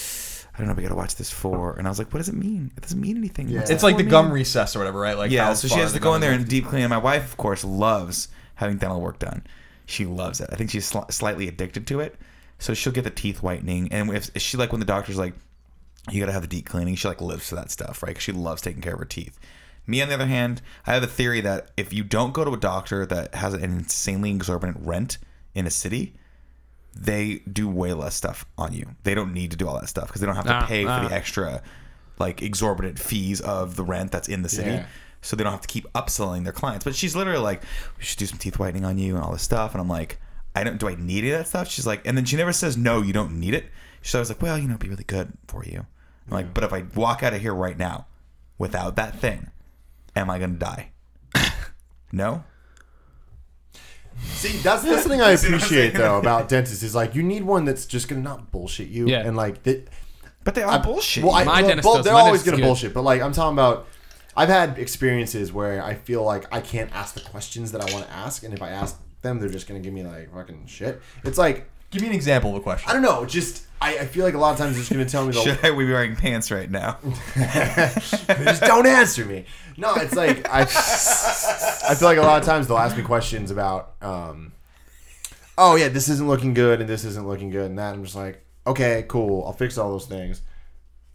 Speaker 2: I don't know, we gotta watch this four. And I was like, what does it mean? It doesn't mean anything.
Speaker 3: Yeah.
Speaker 2: What's
Speaker 4: It's
Speaker 2: that
Speaker 4: like the
Speaker 2: four mean?
Speaker 4: gum recess or whatever, right? Like
Speaker 2: Yeah,
Speaker 4: how
Speaker 2: so she
Speaker 4: far
Speaker 2: has
Speaker 4: the
Speaker 2: to go
Speaker 4: gum
Speaker 2: in there
Speaker 4: is.
Speaker 2: and deep clean. And my wife, of course, loves having dental work done. She loves it. I think she's sli- slightly addicted to it. So she'll get the teeth whitening, and if she like when the doctor's like, you gotta have the deep cleaning. She like lives for that stuff, right? 'Cause she loves taking care of her teeth. Me, on the other hand, I have a theory that if you don't go to a doctor that has an insanely exorbitant rent in a city, they do way less stuff on you. They don't need to do all that stuff because they don't have to
Speaker 1: Ah,
Speaker 2: pay for
Speaker 1: ah.
Speaker 2: the extra, like exorbitant fees of the rent that's in the city.
Speaker 1: Yeah.
Speaker 2: So they don't have to keep upselling their clients. But she's literally like, "We should do some teeth whitening on you and all this stuff." And I'm like, "I don't. Do I need any of that stuff?" She's like, and then she never says no. You don't need it. She's always like, "Well, you know, it'd be really good for you." I'm like, "But if I walk out of here right now without that thing, am I gonna die?" no.
Speaker 3: See, that's that's something I appreciate though about dentists is like you need one that's just gonna not bullshit you
Speaker 1: Yeah.
Speaker 3: and like that.
Speaker 2: But they are bullshit.
Speaker 3: Well, I,
Speaker 1: My
Speaker 3: well,
Speaker 1: dentist
Speaker 3: bull-
Speaker 1: does.
Speaker 3: They're
Speaker 1: My
Speaker 3: always
Speaker 1: dentist
Speaker 3: gonna
Speaker 1: is good.
Speaker 3: bullshit, but like I'm talking about, I've had experiences where I feel like I can't ask the questions that I want to ask, and if I ask them, they're just gonna give me like fucking shit. It's like
Speaker 4: Give me an example of a question.
Speaker 3: I don't know, just I, I feel like a lot of times they're just gonna tell me the
Speaker 2: Should I be wearing pants right now?
Speaker 3: They just don't answer me. No, it's like I, I feel like a lot of times they'll ask me questions about, um, oh yeah, this isn't looking good and this isn't looking good and that. I'm just like, okay, cool, I'll fix all those things,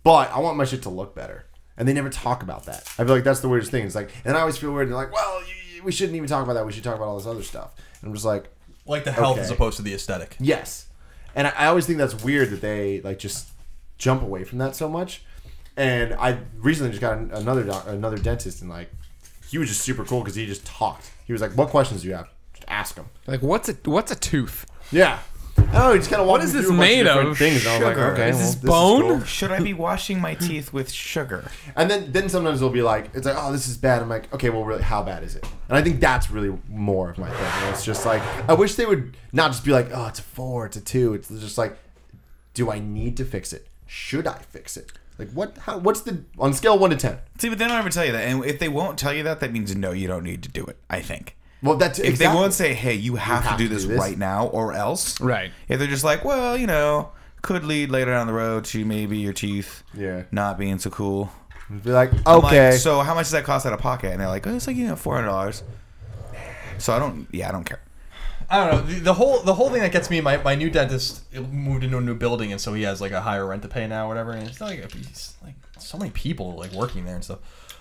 Speaker 3: but I want my shit to look better. And they never talk about that. I feel like that's the weirdest thing. It's like, and I always feel weird. They're like, well, you, we shouldn't even talk about that. We should talk about all this other stuff. And I'm just like,
Speaker 4: Like the health as
Speaker 3: Okay.
Speaker 4: opposed to the aesthetic.
Speaker 3: Yes, and I, I always think that's weird that they like just jump away from that so much. And I recently just got an- another doc, another dentist, and like he was just super cool because he just talked. He was like, "What questions do you have? Just ask him."
Speaker 1: Like what's a what's a tooth?
Speaker 3: Yeah. Oh, he just kind of
Speaker 1: What is this made of?
Speaker 3: Things. And I was like,
Speaker 2: Sugar.
Speaker 3: okay,
Speaker 2: Is
Speaker 3: well,
Speaker 1: this
Speaker 3: this
Speaker 1: bone?
Speaker 3: cool.
Speaker 2: Should I be washing my teeth with sugar?
Speaker 3: And then then sometimes they'll be like, it's like, oh, this is bad. I'm like, okay, well, really, how bad is it? And I think that's really more of my thing. And it's just like, I wish they would not just be like, oh, it's a four, it's a two. It's just like, do I need to fix it? Should I fix it? Like, what? How, what's the on scale of one to ten?
Speaker 2: See, but they don't ever tell you that. And if they won't tell you that, that means no, you don't need to do it, I think.
Speaker 3: Well, that's
Speaker 2: If
Speaker 3: exactly.
Speaker 2: they won't say, hey, you have, to do this, right now or else.
Speaker 1: Right.
Speaker 2: If they're just like, well, you know, could lead later down the road to maybe your teeth
Speaker 3: Yeah.
Speaker 2: not being so cool.
Speaker 3: be like,
Speaker 2: I'm like,
Speaker 3: okay,
Speaker 2: so how much does that cost out of pocket? And they're like, oh, it's like, you know, $400. So I don't, yeah, I don't care.
Speaker 4: I don't know. The, the whole the whole thing that gets me, my, my new dentist moved into a new building, and so he has like a higher rent to pay now, or whatever. And it's like he's like so many people like working there and stuff.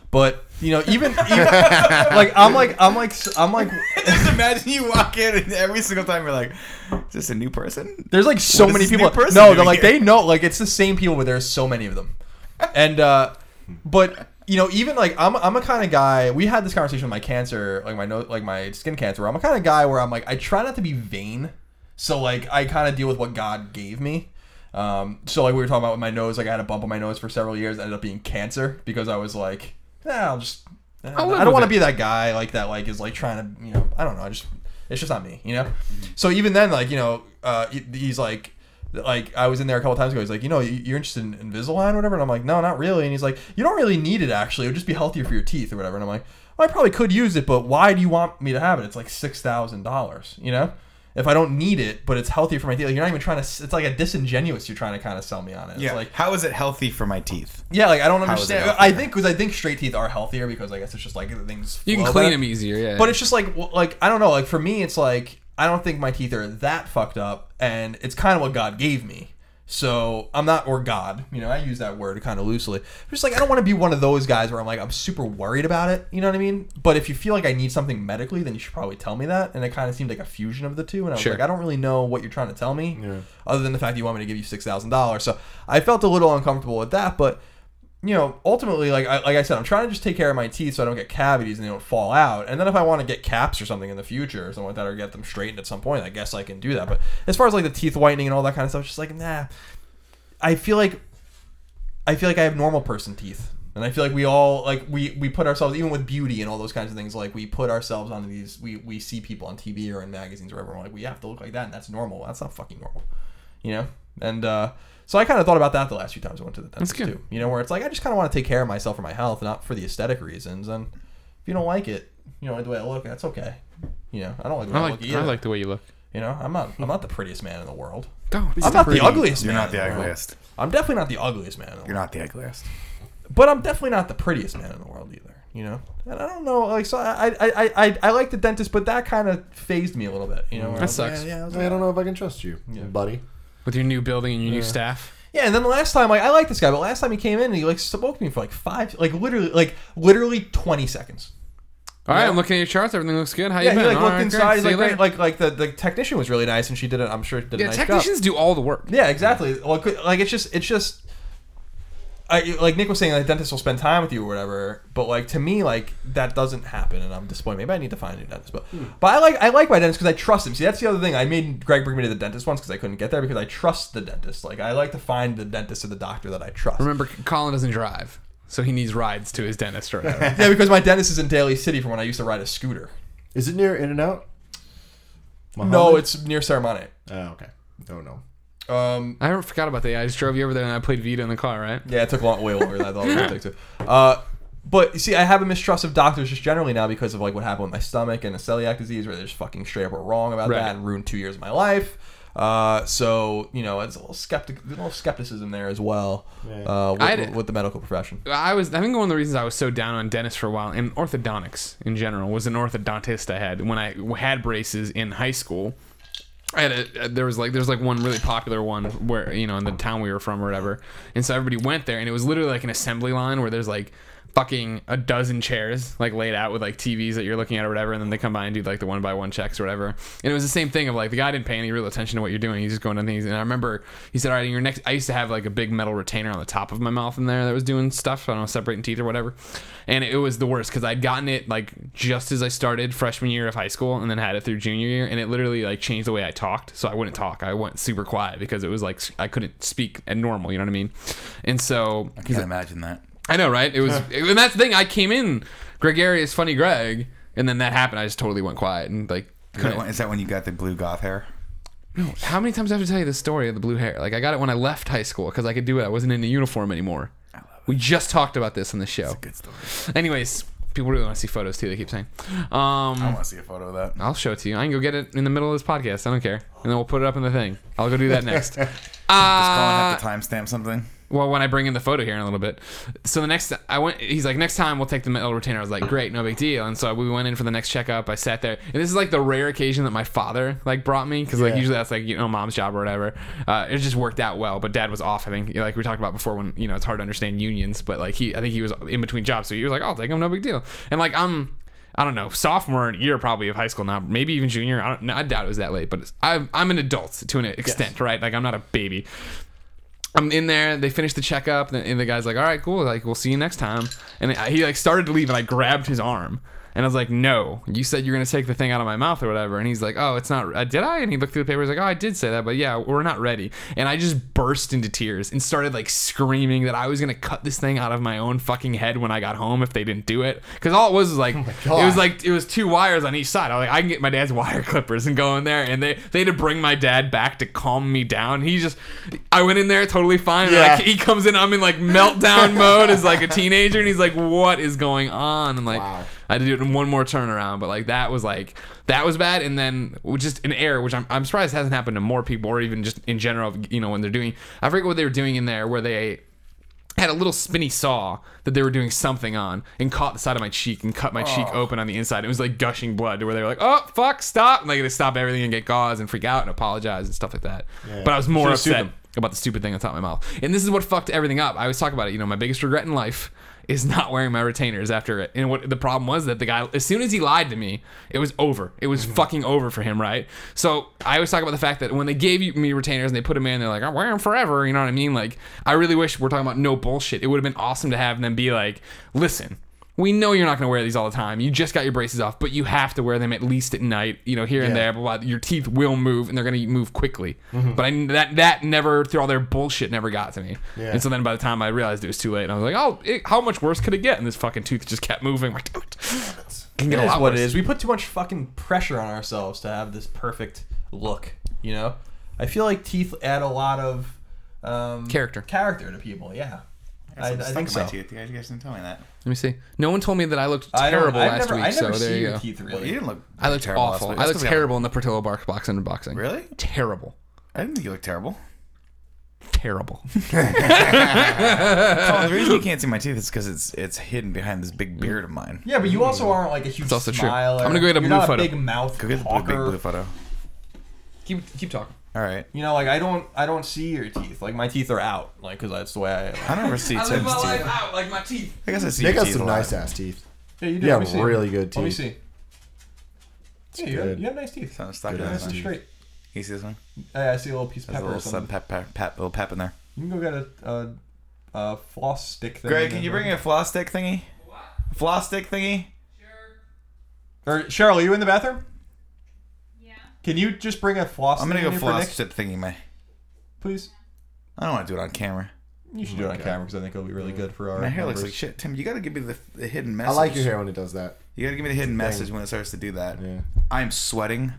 Speaker 4: But you know, even, even like I'm like I'm like I'm like
Speaker 2: just imagine you walk in and every single time you're like, is this a new person?
Speaker 4: there's like so
Speaker 2: What is
Speaker 4: many
Speaker 2: this new
Speaker 4: people.
Speaker 2: person
Speaker 4: No, they're
Speaker 2: doing
Speaker 4: like
Speaker 2: here?
Speaker 4: they know like it's the same people, but there's so many of them. And uh but you know, even like I'm I'm a kind of guy. We had this conversation with my cancer, like my no, like my skin cancer. Where I'm a kind of guy where I'm like I try not to be vain. So like I kind of deal with what God gave me. Um, so like we were talking about with my nose, like I had a bump on my nose for several years. Ended up being cancer because I was like, nah, I'll just. eh,
Speaker 1: I'll live
Speaker 4: I don't
Speaker 1: with
Speaker 4: want
Speaker 1: it."
Speaker 4: to be that guy like that like is like trying to you know I don't know I just it's just not me you know. So even then like you know uh, he- he's like like I was in there a couple times ago. He's like you know you- you're interested in Invisalign or whatever and I'm like no not really and he's like you don't really need it actually it would just be healthier for your teeth or whatever and I'm like well, I probably could use it but why do you want me to have it? It's like six thousand dollars you know. If I don't need it, but it's healthier for my teeth, like, you're not even trying to. s- It's like a disingenuous. You're trying to kind of sell me on it. It's
Speaker 2: Yeah.
Speaker 4: like
Speaker 2: how is it healthy for my teeth?
Speaker 4: yeah, like I don't
Speaker 2: is it
Speaker 4: understand.
Speaker 2: healthier?
Speaker 4: I think because I think straight teeth are healthier because I guess it's just like the things
Speaker 1: You can
Speaker 4: flow
Speaker 1: clean
Speaker 4: better.
Speaker 1: them easier, yeah.
Speaker 4: But it's just like well, like I don't know. Like for me, it's like I don't think my teeth are that fucked up, and it's kind of what God gave me. So I'm not or God, you know. I use that word kind of loosely. Just like I don't want to be one of those guys where I'm like I'm super worried about it. You know what I mean? But if you feel like I need something medically, then you should probably tell me that. And it kind of seemed like a fusion of the two. And I was
Speaker 1: Sure.
Speaker 4: like, I don't really know what you're trying to tell me, other than the fact that you want me to give you six thousand dollars. So I felt a little uncomfortable with that, but you know, ultimately, like I, like I said, I'm trying to just take care of my teeth so I don't get cavities and they don't fall out. And then if I want to get caps or something in the future or something like that, or get them straightened at some point, I guess I can do that. But as far as like the teeth whitening and all that kind of stuff, it's just like nah. I feel like I feel like I have normal person teeth. And I feel like we all like we we put ourselves even with beauty and all those kinds of things like we put ourselves onto these we we see people on TV or in magazines or whatever. We're like we have to look like that and that's normal. That's not fucking normal, you know. And uh, so I kind of thought about that the last few times I went to the dentist
Speaker 1: good.
Speaker 4: too. You know, where it's like I just kind of want to take care of myself for my health, not for the aesthetic reasons. And if you don't like it, you know the way I look, that's okay. You know, I don't like the way
Speaker 1: I
Speaker 4: I,
Speaker 1: like
Speaker 4: look either.
Speaker 1: I like the way you look.
Speaker 4: you know, I'm not I'm not the prettiest man in the world.
Speaker 1: Don't.
Speaker 4: I'm not the ugliest
Speaker 2: You're
Speaker 4: man.
Speaker 2: not the
Speaker 4: in world.
Speaker 2: ugliest.
Speaker 4: I'm definitely not the ugliest man in the world.
Speaker 2: You're not the ugliest.
Speaker 4: But I'm definitely not the prettiest man in the world either. You know, and I don't know. Like, so I, I, I, I, I like the dentist, but that kind of phased me a little bit. You know, where
Speaker 1: Mm,
Speaker 4: I
Speaker 1: That
Speaker 4: was like,
Speaker 1: sucks.
Speaker 4: Yeah, yeah, I was
Speaker 3: I
Speaker 4: like,
Speaker 3: don't know if I can trust you, buddy.
Speaker 1: With your new building and your new staff.
Speaker 4: yeah. And then the last time, like, I like this guy, but last time he came in, he like spoke to me for like five, like literally, like literally twenty seconds.
Speaker 1: All right,
Speaker 4: Yeah.
Speaker 1: I'm looking at your charts. Everything looks good. How
Speaker 4: Yeah,
Speaker 1: you
Speaker 4: he
Speaker 1: been?
Speaker 4: like
Speaker 1: All
Speaker 4: looked
Speaker 1: right, great.
Speaker 4: inside. He's
Speaker 1: See you
Speaker 4: like,
Speaker 1: later.
Speaker 4: great, like, like the the technician was really nice, and she did it. I'm sure did
Speaker 1: yeah,
Speaker 4: a nice job.
Speaker 1: technicians do all the work.
Speaker 4: Yeah, exactly. Well, it could- like it's just it's just I like Nick was saying, like dentists will spend time with you or whatever. But like to me, like that doesn't happen, and I'm disappointed. Maybe I need to find a new dentist, but but I like I like my dentist because I trust him. See, that's the other thing. I made Greg bring me to the dentist once because I couldn't get there because I trust the dentist. Like I like to find the dentist or the doctor that I trust.
Speaker 1: Remember, Colin doesn't drive, so he needs rides to his dentist or whatever.
Speaker 4: Yeah, because my dentist is in Daly City from when I used to ride a scooter.
Speaker 3: Is it near In and Out?
Speaker 4: No, it's near Ceremony.
Speaker 3: Oh,
Speaker 2: Uh,
Speaker 3: okay. Oh no.
Speaker 4: Um,
Speaker 1: I never forgot about that. I just drove you over there and I played Vita in the car, right?
Speaker 4: Yeah, it took a long way longer than I thought it would take to. Uh, but you see, I have a mistrust of doctors just generally now because of like what happened with my stomach and the celiac disease, where they just fucking straight up were wrong about
Speaker 1: Right.
Speaker 4: that and ruined two years of my life. Uh, so you know, it's a little skeptic, a little skepticism there as well uh, with,
Speaker 1: I'd-
Speaker 4: with the medical profession.
Speaker 1: I was. I think one of the reasons I was so down on dentists for a while, and orthodontics in general, was an orthodontist I had when I had braces in high school. I had a uh, there was like there's like one really popular one where you know in the town we were from or whatever, and so everybody went there, and it was literally like an assembly line where there's like fucking a dozen chairs like laid out with like TVs that you're looking at or whatever, and then they come by and do like the one by one checks or whatever. And it was the same thing of like the guy didn't pay any real attention to what you're doing. He's just going on things. And I remember he said, "All right, in your next." I used to have like a big metal retainer on the top of my mouth in there that was doing stuff. I don't know, separating teeth or whatever. And it was the worst because I'd gotten it like just as I started freshman year of high school, and then had it through junior year, and it literally like changed the way I talked. So I wouldn't talk. I went super quiet because it was like I couldn't speak at normal. You know what I mean? And so
Speaker 2: I can't imagine that.
Speaker 1: I know, right? It was, and that's the thing. I came in gregarious, funny Greg, and then that happened. I just totally went quiet and like. couldn't-
Speaker 2: Is that when you got the blue goth hair?
Speaker 1: How many times do I have to tell you the story of the blue hair? Like I got it when I left high school because I could do it. I wasn't in a uniform anymore. We just talked about this on the show.
Speaker 2: Good story.
Speaker 1: Anyways, people really want to see photos too. They keep saying.
Speaker 2: I
Speaker 1: Um,
Speaker 2: want to see a photo of that.
Speaker 1: I'll show it to you. I can go get it in the middle of this podcast. I don't care, and then we'll put it up in the thing. I'll go do that next. Uh,
Speaker 2: Does Colin have to timestamp something?
Speaker 1: well, when I bring in the photo here in a little bit. So the next, I went. He's like, next time we'll take the metal retainer. I was like, great, no big deal. And so we went in for the next checkup. I sat there, and this is like the rare occasion that my father like brought me because like
Speaker 3: Yeah.
Speaker 1: usually that's like you know mom's job or whatever. Uh, it just worked out well, but dad was off. I think You know, like we talked about before when you know it's hard to understand unions, but like he, I think he was in between jobs, so he was like, I'll take him, no big deal. And like I'm. I don't know, sophomore year probably of high school now, maybe even junior. I don't. No, I doubt it was that late, but it's, I'm I'm an adult to an extent, right? Like I'm not a baby. I'm in there. They finish the checkup, and the, and the guy's like, "All right, cool. Like, we'll see you next time." And I, he like started to leave, and I grabbed his arm, and I was like, "No, you said you're gonna take the thing out of my mouth or whatever." And he's like, "Oh, it's not. Uh, did I?" And he looked through the paper. He's like, "Oh, I did say that, but yeah, we're not ready." And I just burst into tears and started like screaming that I was gonna cut this thing out of my own fucking head when I got home if they didn't do it, because all it was was like,
Speaker 3: God.
Speaker 1: it was like it was two wires on each side. I was like, I can get my dad's wire clippers and go in there, and they they had to bring my dad back to calm me down. He just, I went in there totally fine. and,
Speaker 3: Yeah.
Speaker 1: like, he comes in, I'm in like meltdown mode as like a teenager, and he's like, "What is going on?" And like,
Speaker 3: Wow.
Speaker 1: I had to do it in one more turnaround, but like that was like that was bad. And then just an error, which I'm, I'm surprised hasn't happened to more people, or even just in general. You know, when they're doing, I forget what they were doing in there, where they had a little spinny saw that they were doing something on and caught the side of my cheek and cut my cheek
Speaker 4: Oh.
Speaker 1: open on the inside. It was like gushing blood to where they were like, oh, fuck, stop. And like they stop everything and get gauze and freak out and apologize and stuff like that. But I was more
Speaker 4: Should've sued
Speaker 1: upset
Speaker 4: them.
Speaker 1: about the stupid thing on top of my mouth. And this is what fucked everything up. I always talk about it. You know, my biggest regret in life is not wearing my retainers after it. And what the problem was that the guy, as soon as he lied to me, it was over. It was fucking over for him, right? So I always talk about the fact that when they gave you, me retainers and they put them in, they're like, I'm wearing them forever. You know what I mean? Like, I really wish we're talking about no bullshit. It would have been awesome to have them be like, listen, we know you're not going to wear these all the time. You just got your braces off, but you have to wear them at least at night, you know, here and there. Blah, blah. Your teeth will move, and they're going to move quickly. But I, that that never through all their bullshit never got to me.
Speaker 3: Yeah.
Speaker 1: And so then by the time I realized it was too late, and I was like, oh, it, how much worse could it get? And this fucking tooth just kept moving. Like, damn it, can get a
Speaker 4: That's
Speaker 1: lot
Speaker 4: what
Speaker 1: worse.
Speaker 4: it is. We put too much fucking pressure on ourselves to have this perfect look. You know, I feel like teeth add a lot of um,
Speaker 1: Character.
Speaker 4: character to people. Yeah, I, I think so.
Speaker 2: my teeth. You guys- you guys didn't tell me that.
Speaker 1: Let me see. No one told me that I looked
Speaker 4: I don't-
Speaker 1: terrible
Speaker 4: I've
Speaker 1: last
Speaker 4: never,
Speaker 1: week.
Speaker 4: I
Speaker 1: so
Speaker 4: never see
Speaker 1: there you
Speaker 4: your
Speaker 1: go.
Speaker 4: teeth
Speaker 2: Well,
Speaker 4: really.
Speaker 2: you didn't look.
Speaker 1: I looked
Speaker 2: terrible last
Speaker 1: awful.
Speaker 2: week.
Speaker 1: I
Speaker 2: That's
Speaker 1: looked
Speaker 2: 'cause
Speaker 1: terrible in the Portillo box box unboxing.
Speaker 2: Really?
Speaker 1: Terrible.
Speaker 2: I didn't think you looked terrible.
Speaker 1: Terrible.
Speaker 2: Colin, the reason you can't see my teeth is because it's it's hidden behind this big beard of mine.
Speaker 4: yeah, but you also aren't like a huge
Speaker 1: also true.
Speaker 4: smiler.
Speaker 1: I'm gonna go get a
Speaker 4: You're
Speaker 1: blue
Speaker 4: not
Speaker 1: photo.
Speaker 4: big mouth
Speaker 2: Go get the blue,
Speaker 4: talker.
Speaker 2: big blue photo.
Speaker 1: keep keep talking.
Speaker 2: All right.
Speaker 4: You know, like I don't, I don't see your teeth. Like my teeth are out, like because that's the way I.
Speaker 2: I don't ever see Tim's teeth. I
Speaker 1: out like my teeth.
Speaker 2: guess I see
Speaker 3: They
Speaker 2: your
Speaker 3: got
Speaker 2: teeth
Speaker 3: some
Speaker 2: a lot.
Speaker 3: nice ass teeth.
Speaker 4: Yeah, you do.
Speaker 3: Yeah,
Speaker 4: Let me see.
Speaker 3: really good
Speaker 4: Let me
Speaker 3: teeth.
Speaker 4: see. Yeah, you have,
Speaker 3: good.
Speaker 4: you have nice teeth.
Speaker 2: So I'm stuck in
Speaker 3: Good
Speaker 2: this
Speaker 4: Nice
Speaker 2: one.
Speaker 4: and straight.
Speaker 2: You see this one?
Speaker 4: Hey, I see a little piece of
Speaker 2: There's a
Speaker 4: pepper or
Speaker 2: little
Speaker 4: something.
Speaker 2: sub pep, pep, pep, little pep in there.
Speaker 4: You can go get a, a, a floss stick thing.
Speaker 2: Greg, can you bring a floss stick thingy? Floss stick thingy?
Speaker 4: Or Cheryl, are you in the bathroom?
Speaker 5: Yeah.
Speaker 4: Can you just bring a floss?
Speaker 2: I'm gonna
Speaker 4: thing
Speaker 2: go
Speaker 4: in for
Speaker 2: floss
Speaker 4: Nick,
Speaker 2: stick thingy, man.
Speaker 4: please.
Speaker 2: I don't want to do it on camera.
Speaker 4: You should do it on camera because I think it'll be really good for our.
Speaker 2: My hair looks like
Speaker 4: numbers.
Speaker 2: shit. Tim, you gotta give me the, the hidden
Speaker 3: I
Speaker 2: message.
Speaker 3: like your hair when it does that.
Speaker 2: You gotta give me the hidden message when it starts to do that.
Speaker 3: Yeah.
Speaker 2: I'm sweating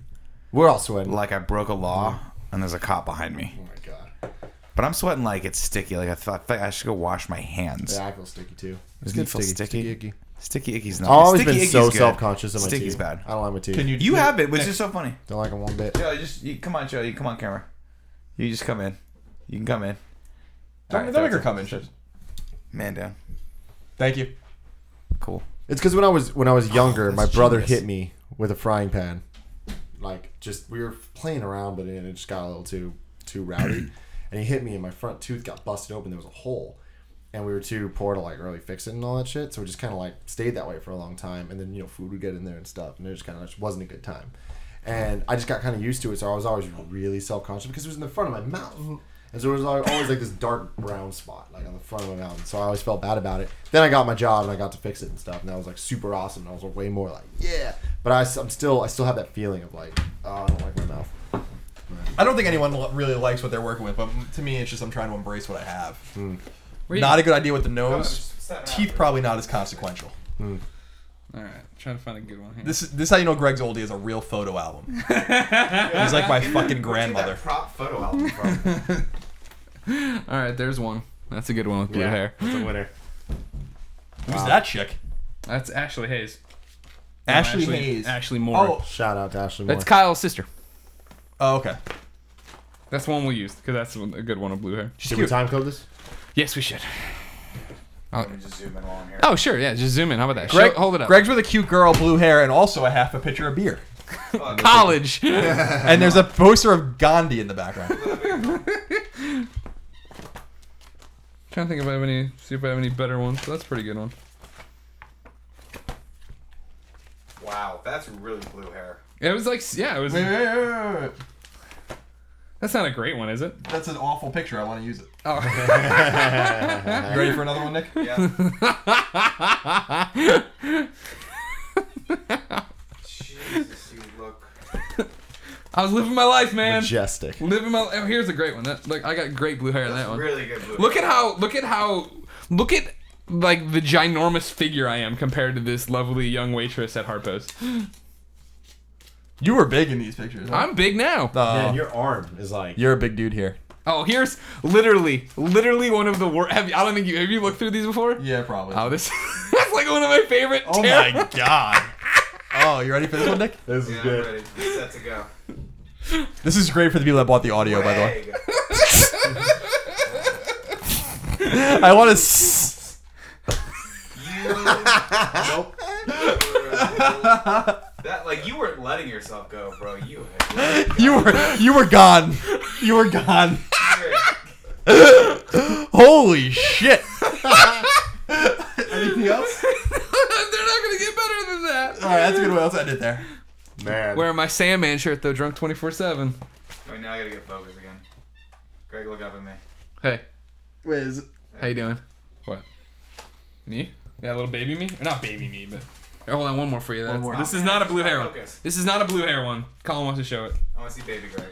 Speaker 3: We're all sweating.
Speaker 2: like I broke a law and there's a cop behind me.
Speaker 3: oh my god.
Speaker 2: But I'm sweating like it's sticky. Like I thought I, should go wash my hands.
Speaker 3: Yeah, I feel sticky too.
Speaker 2: Doesn't it feel sticky?
Speaker 3: sticky,
Speaker 2: Sticky,
Speaker 3: icky.
Speaker 2: icky's not.
Speaker 3: I've always
Speaker 2: sticky
Speaker 3: been
Speaker 2: icky's
Speaker 3: so
Speaker 2: good.
Speaker 3: self conscious of my
Speaker 2: Sticky's
Speaker 3: teeth.
Speaker 2: bad.
Speaker 3: I don't like my teeth.
Speaker 4: Can you?
Speaker 2: You have it, which is so funny.
Speaker 3: Don't like them one bit.
Speaker 2: Joe, just you, come on, Joe. You come on camera. You just come in. You can come in.
Speaker 4: Don't,
Speaker 2: Alright,
Speaker 4: don't
Speaker 2: that's
Speaker 4: make her
Speaker 2: it.
Speaker 4: come in. Just,
Speaker 2: Man down.
Speaker 4: thank you.
Speaker 2: Cool.
Speaker 3: It's because when I was when I was younger,
Speaker 2: Oh, that's
Speaker 3: my brother
Speaker 2: genius.
Speaker 3: hit me with a frying pan. Like just we were playing around, but it just got a little too too rowdy, and he hit me, and my front tooth got busted open. There was a hole, and we were too poor to like really fix it and all that shit. So it just kind of like stayed that way for a long time, and then you know food would get in there and stuff, and it just kind of just wasn't a good time. And I just got kind of used to it, so I was always really self conscious because it was in the front of my mouth. And so it was like- always like this dark brown spot, like on the front of my mouth. And so I always felt bad about it. Then I got my job and I got to fix it and stuff, and that was like super awesome. And I was like way more like, yeah. But I, am still, I still have that feeling of like, oh, I don't like my mouth.
Speaker 4: I don't think anyone lo- really likes what they're working with, but to me, it's just I'm trying to embrace what I have.
Speaker 1: Hmm. Where you-
Speaker 4: Not a good idea with the nose.
Speaker 2: just set it
Speaker 4: Teeth
Speaker 2: up.
Speaker 4: probably not as consequential.
Speaker 1: All right, trying to find a good one here.
Speaker 4: This is this is how you know Greg's oldie is a real photo album. He's like my fucking grandmother.
Speaker 2: prop photo album from?
Speaker 1: All right, there's one. That's a good one with blue hair.
Speaker 2: the winner.
Speaker 4: Who's that chick?
Speaker 1: That's Ashley Hayes.
Speaker 4: Ashley,
Speaker 1: Ashley
Speaker 4: Hayes.
Speaker 1: Ashley Moore.
Speaker 4: Oh,
Speaker 3: Shout out to Ashley Moore.
Speaker 1: That's Kyle's sister.
Speaker 4: oh, okay.
Speaker 1: That's the one we'll use because that's a good one with blue hair.
Speaker 3: Should we time code this?
Speaker 1: Yes, we should.
Speaker 2: Let me just zoom in while I'm here.
Speaker 1: Oh, sure. Yeah, just zoom in. How about that?
Speaker 4: Greg,
Speaker 1: Show- hold it up.
Speaker 4: Greg's with a cute girl, blue hair, and also a half a pitcher of beer.
Speaker 1: College.
Speaker 4: And there's a poster of Gandhi in the background.
Speaker 1: Trying to think if I have any, see if I have any better ones. That's a pretty good one.
Speaker 2: Wow, that's really blue hair.
Speaker 1: It was like, yeah, it was.
Speaker 4: Wait, wait, wait, wait, wait, wait.
Speaker 1: That's not a great one, is it?
Speaker 4: That's an awful picture. I want to use it.
Speaker 1: Oh,
Speaker 4: You ready for another one, Nick?
Speaker 2: Yeah. Jesus, you look.
Speaker 1: I was living my life, man.
Speaker 3: Majestic.
Speaker 1: Living my. Oh, here's a great one. That, look, I got great blue hair in that one.
Speaker 2: Really good blue.
Speaker 1: Look at how. Look at how. Look at like the ginormous figure I am compared to this lovely young waitress at Harpo's.
Speaker 4: You were big in these pictures. huh?
Speaker 1: I'm big now.
Speaker 4: Uh,
Speaker 3: Man, your arm is like.
Speaker 4: you're a big dude here.
Speaker 1: Oh, here's literally, literally one of the worst. Have you, I don't think you have you looked through these before.
Speaker 4: Yeah, probably.
Speaker 1: Oh, this that's like one of my favorite.
Speaker 4: oh
Speaker 1: terror-
Speaker 4: my god. Oh, you ready for this one, Nick?
Speaker 3: This is good.
Speaker 2: Set to go.
Speaker 4: This is great for the people that bought the audio, by the way. I want to. S-
Speaker 2: nope. that like you weren't letting yourself go, bro. You.
Speaker 4: you were you were gone. You were gone.
Speaker 2: Anything
Speaker 4: Holy shit.
Speaker 2: else?
Speaker 1: They're not gonna get better than that.
Speaker 4: All right, that's a good way to end it there.
Speaker 3: Man.
Speaker 1: Wearing my Sandman shirt though, drunk twenty four seven.
Speaker 2: Wait, now I gotta get focused again. Greg, look up at me.
Speaker 1: Hey,
Speaker 4: Wait, is it-
Speaker 1: how you doing? What? Me?
Speaker 5: Yeah, little baby me. Or not baby me, but Here, hold on, one more for you. That's,
Speaker 1: more.
Speaker 5: This is not a blue hair one.
Speaker 2: Focus.
Speaker 5: This is not a blue hair one. Colin wants to show it.
Speaker 2: I want to see Baby Greg.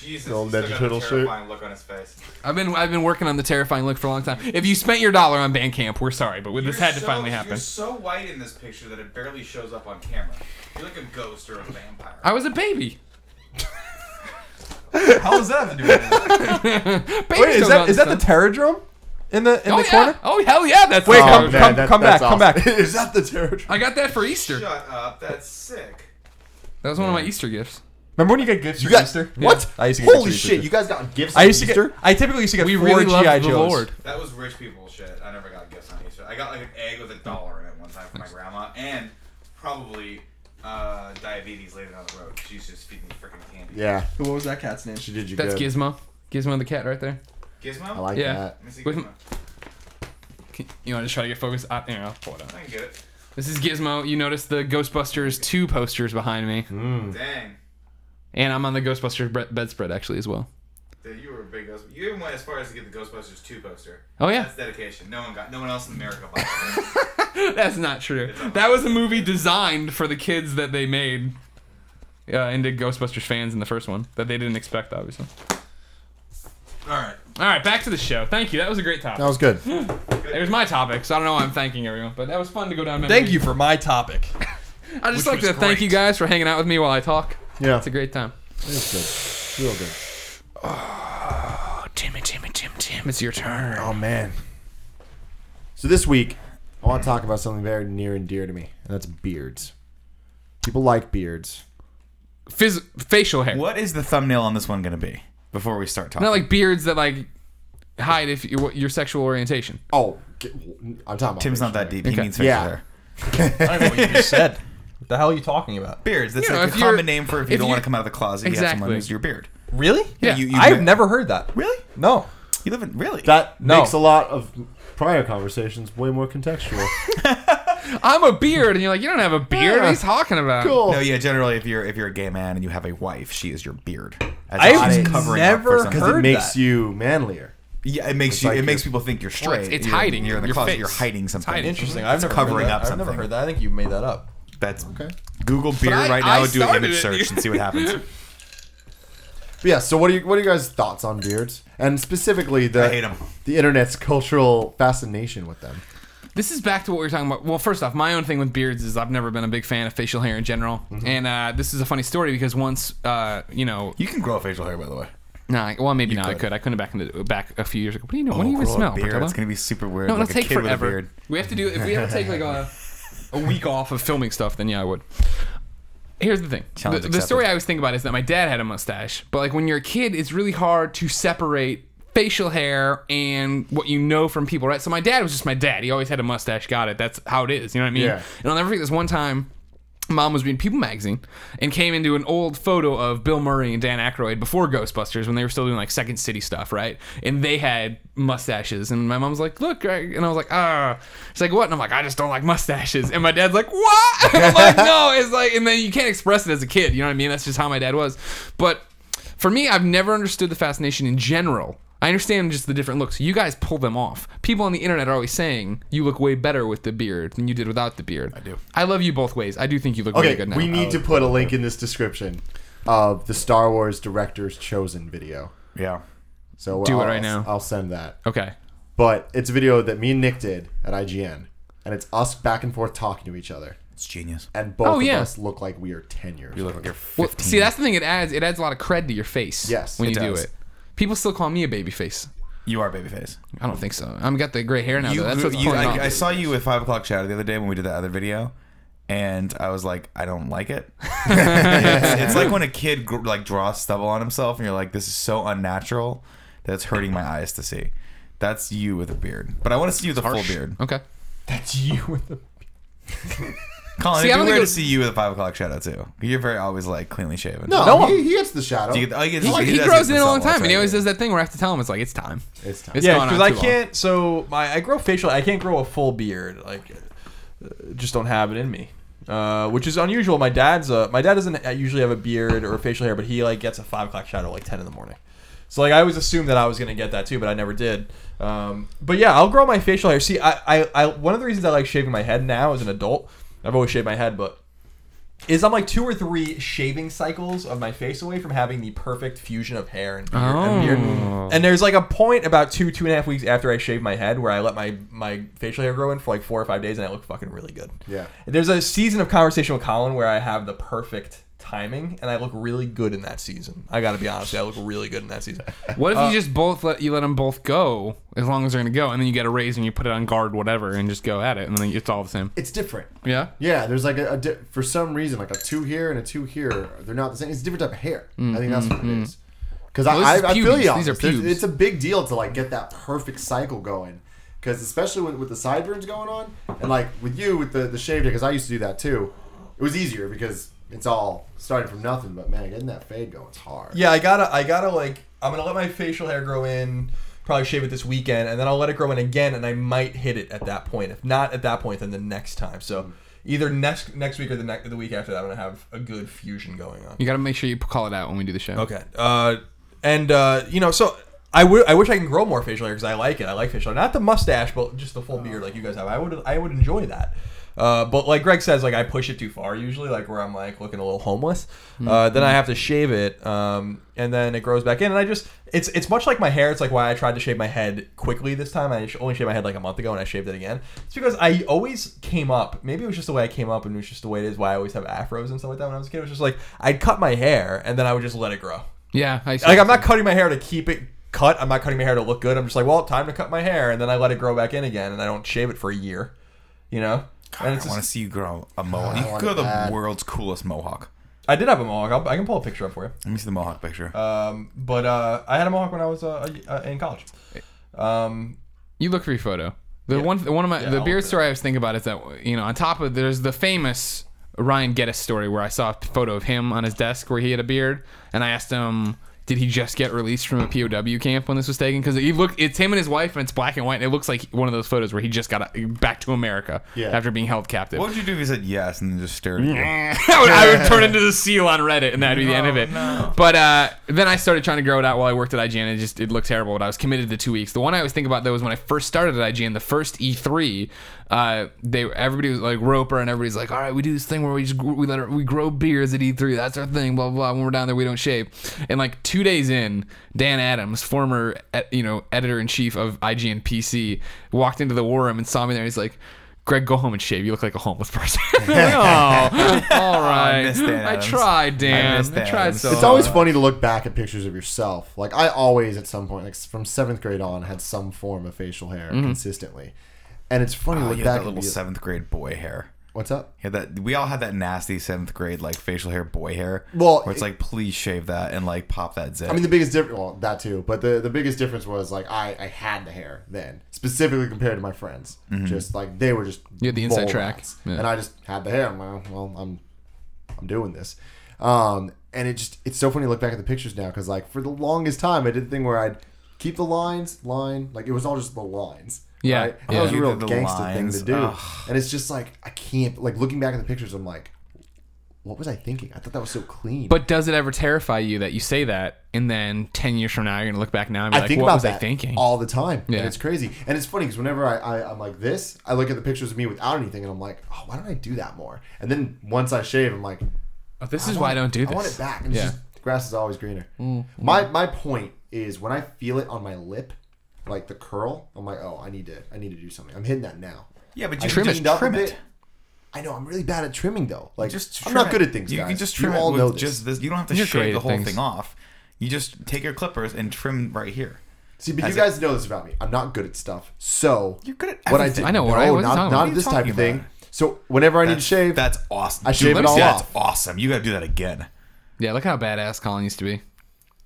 Speaker 2: Jesus, he's
Speaker 3: Old
Speaker 2: still got
Speaker 3: Ninja
Speaker 2: the
Speaker 3: Turtle shirt.
Speaker 2: terrifying look on his face.
Speaker 1: I've been I've been working on the terrifying look for a long time. If you spent your dollar on Bandcamp, we're sorry, but this
Speaker 2: You're
Speaker 1: had to
Speaker 2: so-
Speaker 1: finally happen.
Speaker 2: You're so white in this picture that it barely shows up on camera. You're like a ghost or a vampire.
Speaker 1: I was a baby.
Speaker 4: How does that have to do with
Speaker 1: Babies
Speaker 4: anything? Wait, is
Speaker 1: don't know
Speaker 4: that is that the
Speaker 1: stuff.
Speaker 4: terror drum in the in
Speaker 1: oh
Speaker 4: the
Speaker 1: yeah.
Speaker 4: corner?
Speaker 1: Oh hell yeah, that's
Speaker 4: Wait,
Speaker 1: the
Speaker 4: come,
Speaker 1: terror
Speaker 3: man,
Speaker 1: drum.
Speaker 4: come,
Speaker 3: that-
Speaker 4: come back,
Speaker 3: that's
Speaker 4: come
Speaker 3: awesome.
Speaker 4: back. Is that the terror drum?
Speaker 1: I got that for Easter.
Speaker 2: Shut up, that's sick.
Speaker 1: That was one of my Easter gifts.
Speaker 4: Remember when you get gifts for
Speaker 3: You got
Speaker 4: Easter?
Speaker 3: what?
Speaker 4: I used to get
Speaker 3: Holy
Speaker 4: gifts for
Speaker 3: shit!
Speaker 4: Easter.
Speaker 3: You guys got gifts.
Speaker 4: I used to
Speaker 3: Easter?
Speaker 4: get. I typically used to get
Speaker 1: We
Speaker 4: four
Speaker 1: really
Speaker 4: GI
Speaker 1: love
Speaker 4: Joes.
Speaker 1: the Lord.
Speaker 2: That was rich people shit. I never got gifts on Easter. I got like an egg with a dollar in it one time for my grandma, and probably uh, diabetes later down the road. She used to just feed me freaking candy.
Speaker 3: Yeah,
Speaker 4: What was that cat's name?
Speaker 3: she did you.
Speaker 1: That's
Speaker 3: good.
Speaker 1: Gizmo. Gizmo the cat right there.
Speaker 2: Gizmo?
Speaker 3: I like
Speaker 1: Yeah.
Speaker 3: that.
Speaker 2: Let me see
Speaker 1: With-
Speaker 2: Gizmo.
Speaker 1: Can- You want to try to get focused? I, here, I'll pull it up.
Speaker 2: I can get it.
Speaker 1: This is Gizmo. You notice the Ghostbusters 2 posters behind me.
Speaker 4: Mm-hmm.
Speaker 2: Dang.
Speaker 1: And I'm on the Ghostbusters bre- bedspread, actually, as well.
Speaker 2: Dude, you were a big Ghostbusters. You even went as far as to get the Ghostbusters 2 poster.
Speaker 1: Oh, yeah.
Speaker 2: That's dedication. No one got. No one else in America bought it.
Speaker 1: That's not true. That was a movie designed for the kids that they made uh, into Ghostbusters fans in the first one that they didn't expect, obviously.
Speaker 2: All right.
Speaker 1: All right, back to the show. Thank you. That was a great topic.
Speaker 3: That was good.
Speaker 1: It was my topic, so I don't know why I'm thanking everyone, but that was fun to go down. memory
Speaker 4: Thank you for my topic.
Speaker 1: lane. I just
Speaker 5: Which
Speaker 1: like to
Speaker 5: was
Speaker 1: thank you
Speaker 5: great.
Speaker 1: guys for hanging out with me while I talk.
Speaker 3: Yeah,
Speaker 1: It's a great time.
Speaker 3: it's good. Real good.
Speaker 1: Oh, Timmy, Timmy, Tim, Tim, it's your turn.
Speaker 3: Oh man. So this week, I want to talk about something very near and dear to me, and that's beards. People like beards.
Speaker 1: Phys- facial hair.
Speaker 2: What
Speaker 1: is
Speaker 2: the thumbnail on this one going to be before we start talking?
Speaker 1: Not like beards that like hide if you, your sexual orientation.
Speaker 3: Oh, get- I'm talking about
Speaker 2: Tim's not that
Speaker 3: facial
Speaker 2: deep.
Speaker 1: Okay.
Speaker 2: He means facial
Speaker 3: Yeah.
Speaker 2: hair.
Speaker 4: I don't know what you just said. What the hell are you talking about?
Speaker 2: Beards. That's
Speaker 1: You know,
Speaker 2: like
Speaker 1: if
Speaker 2: a
Speaker 1: you're-
Speaker 2: common name for if you
Speaker 1: if
Speaker 2: don't
Speaker 1: you-
Speaker 2: want to come out of the closet. You have someone
Speaker 1: Exactly.
Speaker 2: who's your beard.
Speaker 4: Really?
Speaker 1: Yeah.
Speaker 2: You, you
Speaker 4: I've never heard that.
Speaker 2: Really?
Speaker 4: No.
Speaker 2: You live in really?
Speaker 3: That
Speaker 4: No.
Speaker 3: makes a lot of prior conversations way more contextual.
Speaker 1: I'm a beard, and you're like, you don't have a beard. What are you talking about?
Speaker 4: Oh.
Speaker 3: cool.
Speaker 2: no, yeah. Generally, if you're if you're a gay man and you have a wife, she is your beard. As
Speaker 4: I've
Speaker 2: she's covering up for
Speaker 4: never
Speaker 2: something.
Speaker 3: Because it
Speaker 4: heard
Speaker 3: makes
Speaker 4: that.
Speaker 3: you manlier.
Speaker 2: Yeah, it makes
Speaker 3: It's
Speaker 2: you.
Speaker 3: like
Speaker 2: it makes
Speaker 3: you're-
Speaker 2: people think you're straight.
Speaker 1: it's- it's
Speaker 2: you're,
Speaker 1: hiding
Speaker 2: You're in the
Speaker 1: your
Speaker 2: closet.
Speaker 1: face.
Speaker 2: You're hiding something.
Speaker 1: hiding.
Speaker 4: Interesting. I've never
Speaker 2: covering
Speaker 4: heard that.
Speaker 2: up
Speaker 4: I've never
Speaker 2: something.
Speaker 4: heard that. I think you made that up.
Speaker 2: That's Google beard
Speaker 1: I-
Speaker 2: right
Speaker 1: I
Speaker 2: now. do an
Speaker 1: started
Speaker 2: image
Speaker 1: it,
Speaker 2: search
Speaker 1: dude.
Speaker 2: and see what happens.
Speaker 3: But yeah. So what are you, what are you guys' thoughts on beards, and specifically the
Speaker 2: I hate 'em.
Speaker 3: the internet's cultural fascination with them?
Speaker 1: This is back to what we were talking about. Well, first off, my own thing with beards is I've never been a big fan of facial hair in general. And uh, this is a funny story because once, uh, you know,
Speaker 2: You can grow a facial hair, by the way.
Speaker 1: nah, well, maybe not. I
Speaker 2: could.
Speaker 1: could. Oh, I couldn't back in the, back a few years ago. What do you know? what do you even
Speaker 2: grow a
Speaker 1: smell?
Speaker 2: Beard.
Speaker 1: Patillo?
Speaker 2: It's gonna be super weird.
Speaker 1: no,
Speaker 2: like
Speaker 1: it'll
Speaker 2: a
Speaker 1: take
Speaker 2: kid With a
Speaker 1: forever.
Speaker 2: beard.
Speaker 1: We have to do if we ever take like a, a week off of filming stuff, then yeah, I would. Here's the thing. The,
Speaker 2: Challenge
Speaker 1: the story
Speaker 2: accepted.
Speaker 1: I always think about is that my dad had a mustache, but like when you're a kid, it's really hard to separate facial hair and what you know from people, right? So my dad was just my dad. He always had a mustache. Got it. That's how it is. You know what I mean?
Speaker 3: Yeah.
Speaker 1: And I'll never forget this one time. Mom was reading People magazine and came into an old photo of Bill Murray and Dan Aykroyd before Ghostbusters when they were still doing like Second City stuff, right? And they had mustaches. And my mom's like, "Look," Greg," and I was like, "Ah." She's like, "What?" And I'm like, "I just don't like mustaches." And my dad's like, "What?" I'm like, "No." It's like, and then you can't express it as a kid. You know what I mean? That's just how my dad was. But for me, I've never understood the fascination in general. I understand just the different looks. You guys pull them off. People on the internet are always saying you look way better with the beard than you did without the beard. I do. I love you both ways. I do think you look really
Speaker 3: Okay,
Speaker 1: good now.
Speaker 3: we need to put a link in this description of the Star Wars director's chosen video.
Speaker 2: Yeah.
Speaker 3: So
Speaker 1: Do it
Speaker 3: I'll-
Speaker 1: right now.
Speaker 3: I'll send that.
Speaker 1: Oh, okay.
Speaker 3: But it's a video that me and Nick did at IGN, and it's us back and forth talking to each other,
Speaker 2: It's genius.
Speaker 3: and both
Speaker 1: Oh,
Speaker 3: of
Speaker 1: yeah.
Speaker 3: us look like we are ten years.
Speaker 2: You
Speaker 3: old.
Speaker 2: look like you're
Speaker 1: Well,
Speaker 2: 15.
Speaker 1: see, that's the thing. It adds it adds a lot of cred to your face.
Speaker 3: Yes,
Speaker 1: when
Speaker 3: it
Speaker 1: you do
Speaker 2: does.
Speaker 1: it, people still call me a baby face.
Speaker 2: you are babyface.
Speaker 1: I don't think so. I've got the gray hair now.
Speaker 2: You,
Speaker 1: though. That's
Speaker 2: grew-
Speaker 1: what's
Speaker 2: you,
Speaker 1: pulling it
Speaker 2: I,
Speaker 1: off.
Speaker 2: I saw you at five o'clock shadow the other day when we did that other video, and I was like, I don't like it. it's, it's like when a kid gr- like draws stubble on himself, and you're like, this is so unnatural that it's hurting my eyes to see. That's you with a beard, but I want to see you with a full beard.
Speaker 1: okay.
Speaker 4: That's you with the.
Speaker 2: Colin,
Speaker 1: See, I
Speaker 2: it'd
Speaker 1: don't
Speaker 2: be
Speaker 1: think
Speaker 2: weird
Speaker 1: it
Speaker 2: to see you with a five o'clock shadow too. You're very always like cleanly shaven.
Speaker 3: No,
Speaker 4: No.
Speaker 3: he, he gets the shadow.
Speaker 2: Do you get- oh, you get-
Speaker 1: He,
Speaker 2: does
Speaker 1: he
Speaker 2: get
Speaker 1: grows
Speaker 2: the
Speaker 1: in a long
Speaker 2: stubble,
Speaker 1: time, and
Speaker 2: that's
Speaker 1: he always
Speaker 2: right.
Speaker 1: does that thing where I have to tell him it's like it's time.
Speaker 3: it's time.
Speaker 1: It's
Speaker 4: Yeah,
Speaker 1: gone on
Speaker 4: because I
Speaker 1: too long.
Speaker 4: can't. So my I grow facial. I can't grow a full beard. Like, uh, just don't have it in me. Uh, which is unusual. My dad's uh, my dad doesn't uh, usually have a beard or facial hair, but he like gets a five o'clock shadow like ten in the morning. So like I always assumed that I was gonna get that too, but I never did. Um, but yeah, I'll grow my facial hair. See, I, I, I one of the reasons I like shaving my head now as an adult, I've always shaved my head, but is I'm like two or three shaving cycles of my face away from having the perfect fusion of hair and beard. And,
Speaker 1: Oh.
Speaker 4: beard. and there's like a point about two two and a half weeks after I shave my head where I let my my facial hair grow in for like four or five days and I look fucking really good.
Speaker 3: Yeah.
Speaker 4: There's a season of conversation with Colin where I have the perfect timing and I look really good in that season. I got to be honest, I look really good in that season.
Speaker 1: What
Speaker 4: Uh,
Speaker 1: if you just both let you let them both go as long as they're gonna go, and then you get a raise and you put it on guard, whatever, and just go at it, and then it's all the same.
Speaker 3: It's different.
Speaker 1: Yeah.
Speaker 3: Yeah, there's like a, a di- for some reason like a two here and a two here. They're not the same. It's a different type of hair. I think that's what it is. Because
Speaker 1: Mm-hmm. Well,
Speaker 3: I,
Speaker 1: this is
Speaker 3: I, I feel
Speaker 1: pubes.
Speaker 3: you. on
Speaker 1: These are
Speaker 3: this. There's-
Speaker 1: pubes.
Speaker 3: It's a big deal to like get that perfect cycle going. Because especially with, with the sideburns going on, and like with you with the the shaved because I used to do that too. It was easier because it's all starting from nothing. But man, getting that fade going is hard.
Speaker 4: Yeah, I gotta, I gotta like, I'm gonna let my facial hair grow in. Probably shave it this weekend, and then I'll let it grow in again, and I might hit it at that point. If not at that point, then the next time. So either next next week or the next the week after that, I'm gonna have a good fusion going on.
Speaker 1: You gotta make sure you call it out when we do the show.
Speaker 4: Okay. Uh, and uh, you know, so I would, I wish I can grow more facial hair because I like it. I like facial hair, not the mustache, but just the full beard like you guys have. I would, I would enjoy that. Uh, but like Greg says, like I push it too far usually, like where I'm like looking a little homeless. Uh, then I have to shave it, um, and then it grows back in. And I just, it's it's much like my hair. It's like why I tried to shave my head quickly this time. I sh- only shaved my head like a month ago, and I shaved it again. It's because I always came up. Maybe it was just the way I came up, and it was just the way it is. Why I always have afros and stuff like that when I was a kid. It was just like I'd cut my hair, and then I would just let it grow.
Speaker 1: Yeah. I see.
Speaker 4: Like I'm not cutting my hair to keep it cut. I'm not cutting my hair to look good. I'm just like, well, time to cut my hair, and then I let it grow back in again, and I don't shave it for a year. You know.
Speaker 2: I
Speaker 4: and
Speaker 2: want
Speaker 4: it's
Speaker 2: to
Speaker 4: just,
Speaker 2: see you grow a mohawk. You could
Speaker 3: want
Speaker 2: go
Speaker 3: it
Speaker 2: the
Speaker 3: bad.
Speaker 2: world's coolest mohawk.
Speaker 4: I did have a mohawk. I'll, I can pull a picture up for you.
Speaker 2: Let me see the mohawk picture.
Speaker 4: Um, but uh, I had a mohawk when I was uh, uh, in college. Um,
Speaker 1: You look for your photo. The one, one of my
Speaker 4: I'll
Speaker 1: the
Speaker 4: look
Speaker 1: beard
Speaker 4: for
Speaker 1: story I was thinking about is that you know on top of there's the famous Ryan Geddes story where I saw a photo of him on his desk where he had a beard, and I asked him. Did he just get released from a POW camp when this was taken? Because he look, it's him and his wife, and it's black and white, and it looks like one of those photos where he just got uh, back to America
Speaker 3: Yeah.
Speaker 1: after being held captive.
Speaker 2: what would you do if you said yes and then just stared
Speaker 3: mm.
Speaker 2: at you?
Speaker 1: I, would, I would turn into the seal on Reddit, and that'd be the end of it. But uh, then I started trying to grow it out while I worked at IGN. and It just it looked terrible, but I was committed to two weeks. The one I was thinking about though was when I first started at IGN, the first E3. Uh, they everybody was like Roper, and everybody's like, "All right, we do this thing where we just gr- we let our, we grow beards at E3. That's our thing." Blah blah. blah. When we're down there, we don't shave. And like two days in, Dan Adams, former eh, you know editor in chief of IGN PC, walked into the war room and saw me there. He's like. Greg, go home and shave. You look like a homeless person. I'm like, oh, all right.
Speaker 2: miss Dan
Speaker 1: I,
Speaker 2: Adams.
Speaker 1: tried, Dan. I,
Speaker 2: miss Dan
Speaker 1: tried
Speaker 2: Adams.
Speaker 1: so.
Speaker 2: It's
Speaker 3: It's always funny to look back at pictures of yourself. Like I always, at some point, like from seventh grade on, had some form of facial hair
Speaker 1: Mm-hmm.
Speaker 3: consistently, and it's funny to
Speaker 2: Oh,
Speaker 3: look
Speaker 2: you had
Speaker 3: back
Speaker 2: that
Speaker 3: and
Speaker 2: little
Speaker 3: be-
Speaker 2: seventh grade boy hair.
Speaker 3: What's up?
Speaker 2: Yeah, that we all had that nasty seventh grade like facial hair boy hair.
Speaker 3: Well,
Speaker 2: where it's like please shave that and like pop that zip.
Speaker 3: I mean, the biggest difference, well, that too, but the, the biggest difference was like I, I had the hair then, specifically compared to my friends. Just like they were just
Speaker 1: You had Mm-hmm. the inside
Speaker 3: mole
Speaker 1: track.
Speaker 3: rats.
Speaker 1: Yeah.
Speaker 3: and I just had the hair. I'm like, well, I'm I'm doing this, um, and it just it's so funny to look back at the pictures now because like for the longest time I did the thing where I'd keep the lines, line, like it was all just the lines.
Speaker 1: Yeah.
Speaker 3: right?
Speaker 1: Yeah.
Speaker 3: that was a
Speaker 2: You
Speaker 3: real
Speaker 2: did the
Speaker 3: gangster
Speaker 2: lines.
Speaker 3: thing to do,
Speaker 2: Ugh.
Speaker 3: and it's just like I can't like looking back at the pictures. I'm like, what was I thinking? I thought that was so clean.
Speaker 1: But does it ever terrify you that you say that, and then ten years from now you're gonna look back now and be
Speaker 3: I
Speaker 1: like,
Speaker 3: think
Speaker 1: "What
Speaker 3: about
Speaker 1: was
Speaker 3: that
Speaker 1: I thinking?"
Speaker 3: all the time.
Speaker 1: Yeah.
Speaker 3: And it's crazy. And it's funny because whenever I, I, I'm like this, I look at the pictures of me without anything and I'm like, oh, why don't I do that more? And then once I shave, I'm like,
Speaker 1: Oh, this is why I don't do this.
Speaker 3: I want it back. And
Speaker 1: Yeah. Mm,
Speaker 3: it's just, the grass is always greener. My, my point is when I feel it on my lip, like the curl, I'm like, oh, I need to, I need to do something. I'm hitting that now.
Speaker 2: yeah, but
Speaker 3: I
Speaker 2: you
Speaker 1: Trim it,
Speaker 3: cleaned up a
Speaker 2: trim
Speaker 3: bit.
Speaker 2: it.
Speaker 3: I know I'm really bad at trimming though. Like,
Speaker 2: Just
Speaker 3: I'm
Speaker 2: trim
Speaker 3: not
Speaker 2: it.
Speaker 3: good at things.
Speaker 2: You
Speaker 3: guys.
Speaker 2: can just trim
Speaker 3: you
Speaker 2: it
Speaker 3: all
Speaker 2: with
Speaker 3: know this.
Speaker 2: just this. You don't have to
Speaker 1: You're great
Speaker 2: shave the
Speaker 1: at
Speaker 2: whole
Speaker 1: things.
Speaker 2: thing off. You just take your clippers and trim right here.
Speaker 3: See, but
Speaker 2: As
Speaker 3: you
Speaker 2: a-
Speaker 3: guys know this about me. I'm not good at stuff. So
Speaker 2: You're good at
Speaker 3: what I
Speaker 2: everything.
Speaker 3: did.
Speaker 1: I know,
Speaker 3: no,
Speaker 1: right? What are you
Speaker 3: not,
Speaker 1: talking
Speaker 3: not
Speaker 1: about?
Speaker 3: this
Speaker 2: What are you
Speaker 3: type of
Speaker 2: talking
Speaker 3: thing.
Speaker 2: about?
Speaker 3: So whenever I need to shave,
Speaker 2: That's awesome.
Speaker 3: I
Speaker 2: Dude,
Speaker 3: shave
Speaker 2: let
Speaker 3: it
Speaker 2: me
Speaker 3: all
Speaker 2: see-
Speaker 3: off.
Speaker 2: That's awesome. You got to do that again.
Speaker 1: yeah, look how badass Colin used to be.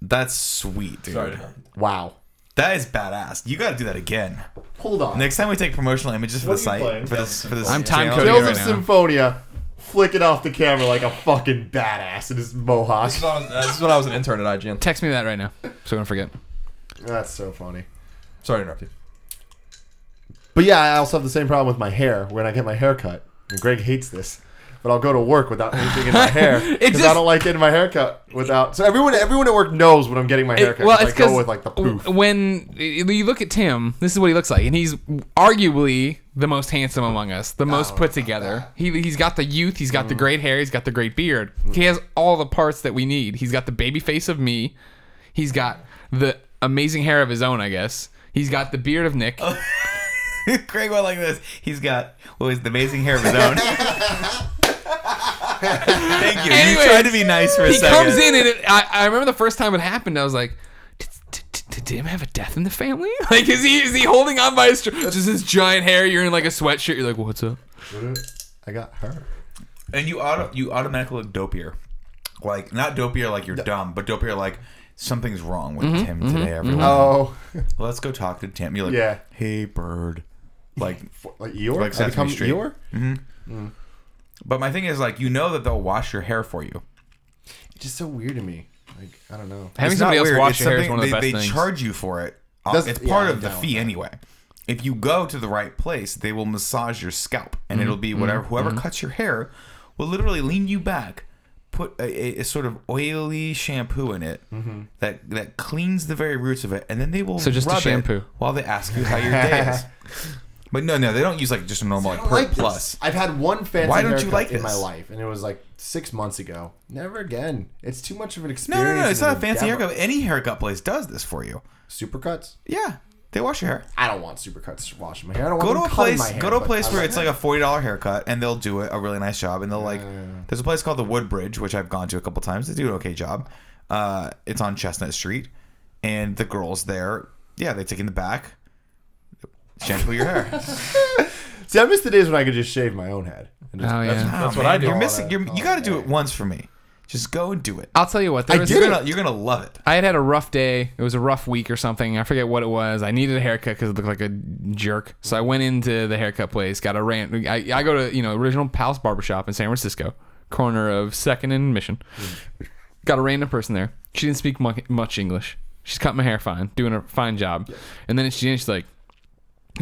Speaker 2: That's sweet, dude.
Speaker 4: sorry.
Speaker 3: wow.
Speaker 2: That is badass. You got to do that again.
Speaker 3: Hold on.
Speaker 2: Next time we take promotional images for
Speaker 3: What
Speaker 2: the
Speaker 3: are
Speaker 2: site
Speaker 3: you playing?
Speaker 2: for this for this.
Speaker 1: I'm time
Speaker 2: channel.
Speaker 1: coding
Speaker 3: Tales
Speaker 1: right
Speaker 3: of
Speaker 1: now.
Speaker 3: Symphonia, flicking off the camera like a fucking badass in his mohawk.
Speaker 4: This is, when I was, uh, this is when I was an intern at IGN.
Speaker 1: Text me that right now, so I don't forget.
Speaker 3: That's so funny.
Speaker 4: Sorry to interrupt you.
Speaker 3: But yeah, I also have the same problem with my hair when I get my hair cut. And Greg hates this. but I'll go to work without anything in my hair
Speaker 1: It
Speaker 3: because I
Speaker 1: just-
Speaker 3: don't like getting my haircut without. So everyone, everyone at work knows when I'm getting my haircut.
Speaker 1: It- well, it's
Speaker 3: I go
Speaker 1: because
Speaker 3: with like the poof.
Speaker 1: when you look at Tim, this is what he looks like, and he's arguably the most handsome among us, the
Speaker 3: Oh,
Speaker 1: most put together. He he's got the youth, he's
Speaker 3: Mm.
Speaker 1: got the great hair, he's got the great beard. He has all the parts that we need. He's got the baby face of me. He's got the amazing hair of his own, I guess. He's got the beard of
Speaker 3: Oh,
Speaker 1: Nick.
Speaker 2: Craig went like this. He's got well, he's the amazing hair of his own. Thank you.
Speaker 1: Anyways,
Speaker 2: you tried to be nice for a
Speaker 1: he
Speaker 2: second.
Speaker 1: comes in, and it, I, I remember the first time it happened, I was like, "Did- did did Tim have a death in the family? Like, is he is he holding on by his tr- just his giant hair? You're in like a sweatshirt. You're like, what's up?
Speaker 3: I got her.
Speaker 2: and you auto you automatically look dopier. Like not dopier like you're dumb, but dopier like something's wrong with
Speaker 1: Mm-hmm.
Speaker 2: Tim today. Everyone,
Speaker 3: Oh,
Speaker 2: let's go talk to Tim. You're like,
Speaker 3: Yeah.
Speaker 2: hey bird, like
Speaker 3: like Eeyore.
Speaker 2: Like
Speaker 3: I
Speaker 2: Sesame
Speaker 3: become
Speaker 2: Street.
Speaker 3: Eeyore.
Speaker 2: But my thing is, like, you know that they'll wash your hair for you.
Speaker 3: It's just so weird to me. Like I don't know.
Speaker 1: Having
Speaker 2: It's
Speaker 1: somebody
Speaker 2: not
Speaker 1: else
Speaker 2: weird.
Speaker 1: wash
Speaker 2: It's
Speaker 1: your hair is one
Speaker 2: something-
Speaker 1: of the
Speaker 2: they,
Speaker 1: best
Speaker 2: they
Speaker 1: things.
Speaker 2: charge you for it. Uh,
Speaker 3: That's-
Speaker 2: it's
Speaker 3: yeah,
Speaker 2: part
Speaker 3: I'm
Speaker 2: of the
Speaker 3: down with
Speaker 2: fee
Speaker 3: that.
Speaker 2: anyway. If you go to the right place, they will massage your scalp, and
Speaker 1: Mm-hmm.
Speaker 2: it'll be whatever whoever cuts your hair will literally lean you back, put a, a, a sort of oily shampoo in it that that cleans the very roots of it, and then they will
Speaker 1: Mm-hmm. So just a
Speaker 2: rub it
Speaker 1: shampoo.
Speaker 2: while they ask you how your day is. But no, no, they don't use like just a normal like,
Speaker 3: I don't
Speaker 2: Perk
Speaker 3: like this.
Speaker 2: Plus.
Speaker 3: I've had one fancy
Speaker 2: Why don't you
Speaker 3: haircut
Speaker 2: like
Speaker 3: in my
Speaker 2: this?
Speaker 3: life, and it was like six months ago. Never again. It's too much of an
Speaker 2: No,
Speaker 3: experience.
Speaker 2: no, no, it's
Speaker 3: and
Speaker 2: not a fancy
Speaker 3: endeavor.
Speaker 2: haircut. Any haircut place does this for you.
Speaker 3: Supercuts.
Speaker 2: Yeah, they wash your hair.
Speaker 3: I don't want supercuts washing my hair. I don't
Speaker 2: go
Speaker 3: want
Speaker 2: to a
Speaker 3: them cutting
Speaker 2: place
Speaker 3: my hair,
Speaker 2: go to a
Speaker 3: but
Speaker 2: place
Speaker 3: I
Speaker 2: where it's like a forty dollar haircut and they'll do it a really nice job and they'll like there's a place called the Woodbridge which I've gone to a couple times they do an okay job uh it's on Chestnut Street and the girls there yeah they take in the back shampoo your hair
Speaker 3: See, I miss the days when I could just shave my own head. And just,
Speaker 1: Oh yeah.
Speaker 4: That's what I do
Speaker 2: you're
Speaker 4: all
Speaker 2: missing
Speaker 4: day.
Speaker 2: you're, you got to do it once for me just go and do it
Speaker 1: I'll tell you what. There was,
Speaker 2: you're gonna you're gonna love it
Speaker 1: I had had a rough day. It was a rough week or something. I forget what it was. I needed a haircut because it looked like a jerk. So I went into the haircut place. Got a rant. I, I go to you know original Palace Barbershop in San Francisco, corner of Second and Mission. Got a random person there. She didn't speak mu- much English. She's cut my hair fine, doing a fine job. And then she she's like,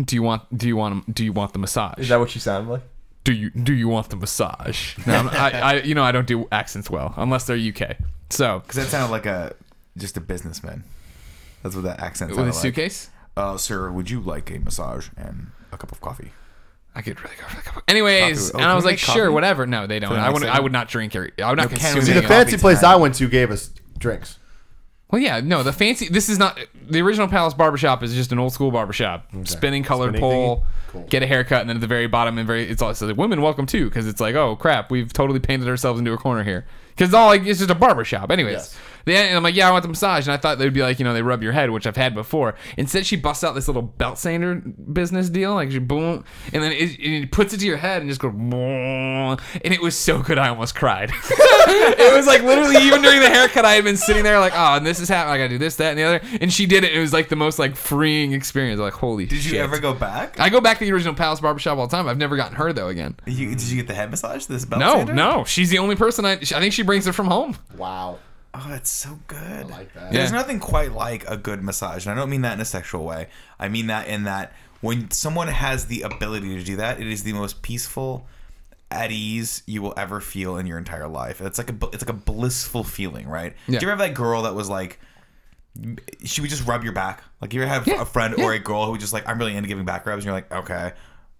Speaker 1: "Do you want? Do you want? Do you want the massage?"
Speaker 4: Is that what you sounded like?
Speaker 1: do you do you want the massage? No, I'm, I, I you know I don't do accents well unless they're UK. So
Speaker 2: because that sounded like a just a businessman that's what that accent
Speaker 1: with a
Speaker 2: sounded like
Speaker 1: suitcase,
Speaker 2: uh sir would you like a massage and a cup of coffee
Speaker 1: I could really go for the cup. Anyways,
Speaker 2: Coffee. Oh,
Speaker 1: and I
Speaker 2: can
Speaker 1: was
Speaker 2: we
Speaker 1: like,
Speaker 2: make
Speaker 1: sure,
Speaker 2: coffee?
Speaker 1: whatever. No, they don't.
Speaker 2: the
Speaker 1: I
Speaker 2: next
Speaker 1: would I
Speaker 2: segment?
Speaker 1: would not drink. Or, I would not
Speaker 2: No, can we
Speaker 1: consume.
Speaker 2: make
Speaker 3: See, the
Speaker 1: any
Speaker 2: a
Speaker 1: of it.
Speaker 3: fancy
Speaker 2: coffee
Speaker 3: place
Speaker 2: time.
Speaker 3: I went to gave us drinks.
Speaker 1: Well, yeah, no. The fancy. This is not the original Palace Barbershop. Is just an old school barbershop. Spinning colored
Speaker 3: Spinning
Speaker 1: pole.
Speaker 3: thingy? Cool.
Speaker 1: Get a haircut, and then at the very bottom, and very it's all it says like, "Women welcome too," because it's like, oh crap, we've totally painted ourselves into a corner here. Because all like it's just a barbershop. Anyways,
Speaker 3: Yes.
Speaker 1: Then and I'm like, yeah, I want the massage, and I thought they'd be like, you know, they rub your head, which I've had before. Instead, she busts out this little belt sander business deal, like she boom, and then it, it puts it to your head and just goes, boom, and it was so good, I almost cried. it was like literally even during the haircut, I had been sitting there like, oh, and this is happening, I gotta do this, that, and the other, and she did it. and It was like the most like freeing experience. Like, holy
Speaker 2: did you ever go back
Speaker 1: I go back to the original Palace Barbershop all the time. I've never gotten her though again.
Speaker 2: You, did you get the head massage? This belt
Speaker 1: No,
Speaker 2: sander?
Speaker 1: no, she's the only person I. I think she brings it from home.
Speaker 3: Wow.
Speaker 2: Oh, it's so good. I
Speaker 3: like that.
Speaker 2: There's
Speaker 1: Yeah.
Speaker 2: nothing quite like a good massage, and I don't mean that in a sexual way. I mean that in that when someone has the ability to do that, it is the most peaceful, at ease you will ever feel in your entire life. It's like a bl- it's like a blissful feeling, right?
Speaker 1: Yeah.
Speaker 2: Do you ever have that girl that was like? She would just rub your back. Like you ever have
Speaker 1: Yeah,
Speaker 2: a friend
Speaker 1: yeah.
Speaker 2: or a girl who just like, I'm really into giving back rubs, and you're like, okay.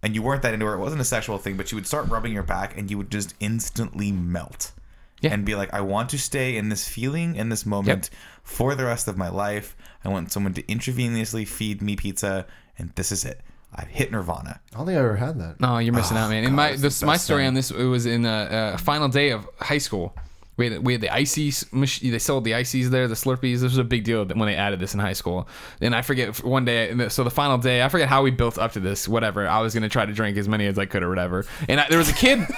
Speaker 2: And you weren't that into her. It wasn't a sexual thing, but she would start rubbing your back, and you would just instantly melt.
Speaker 1: Yeah.
Speaker 2: And be like, I want to stay in this feeling and this moment for the rest of my life. I want someone to intravenously feed me pizza, and this is it. I've hit nirvana.
Speaker 3: I don't think I ever had that.
Speaker 1: No, you're missing out, man. And my
Speaker 2: Oh, that's
Speaker 1: this,
Speaker 2: the
Speaker 1: my
Speaker 2: best
Speaker 1: story
Speaker 2: thing.
Speaker 1: on this it was in a, uh final day of high school. We had, we had the ices machine. They sold the ices there, the Slurpees. This was a big deal when they added this in high school. And I forget if one day. and the- So the final day, I forget how we built up to this. Whatever. I was gonna try to drink as many as I could or whatever. And I, there was a kid.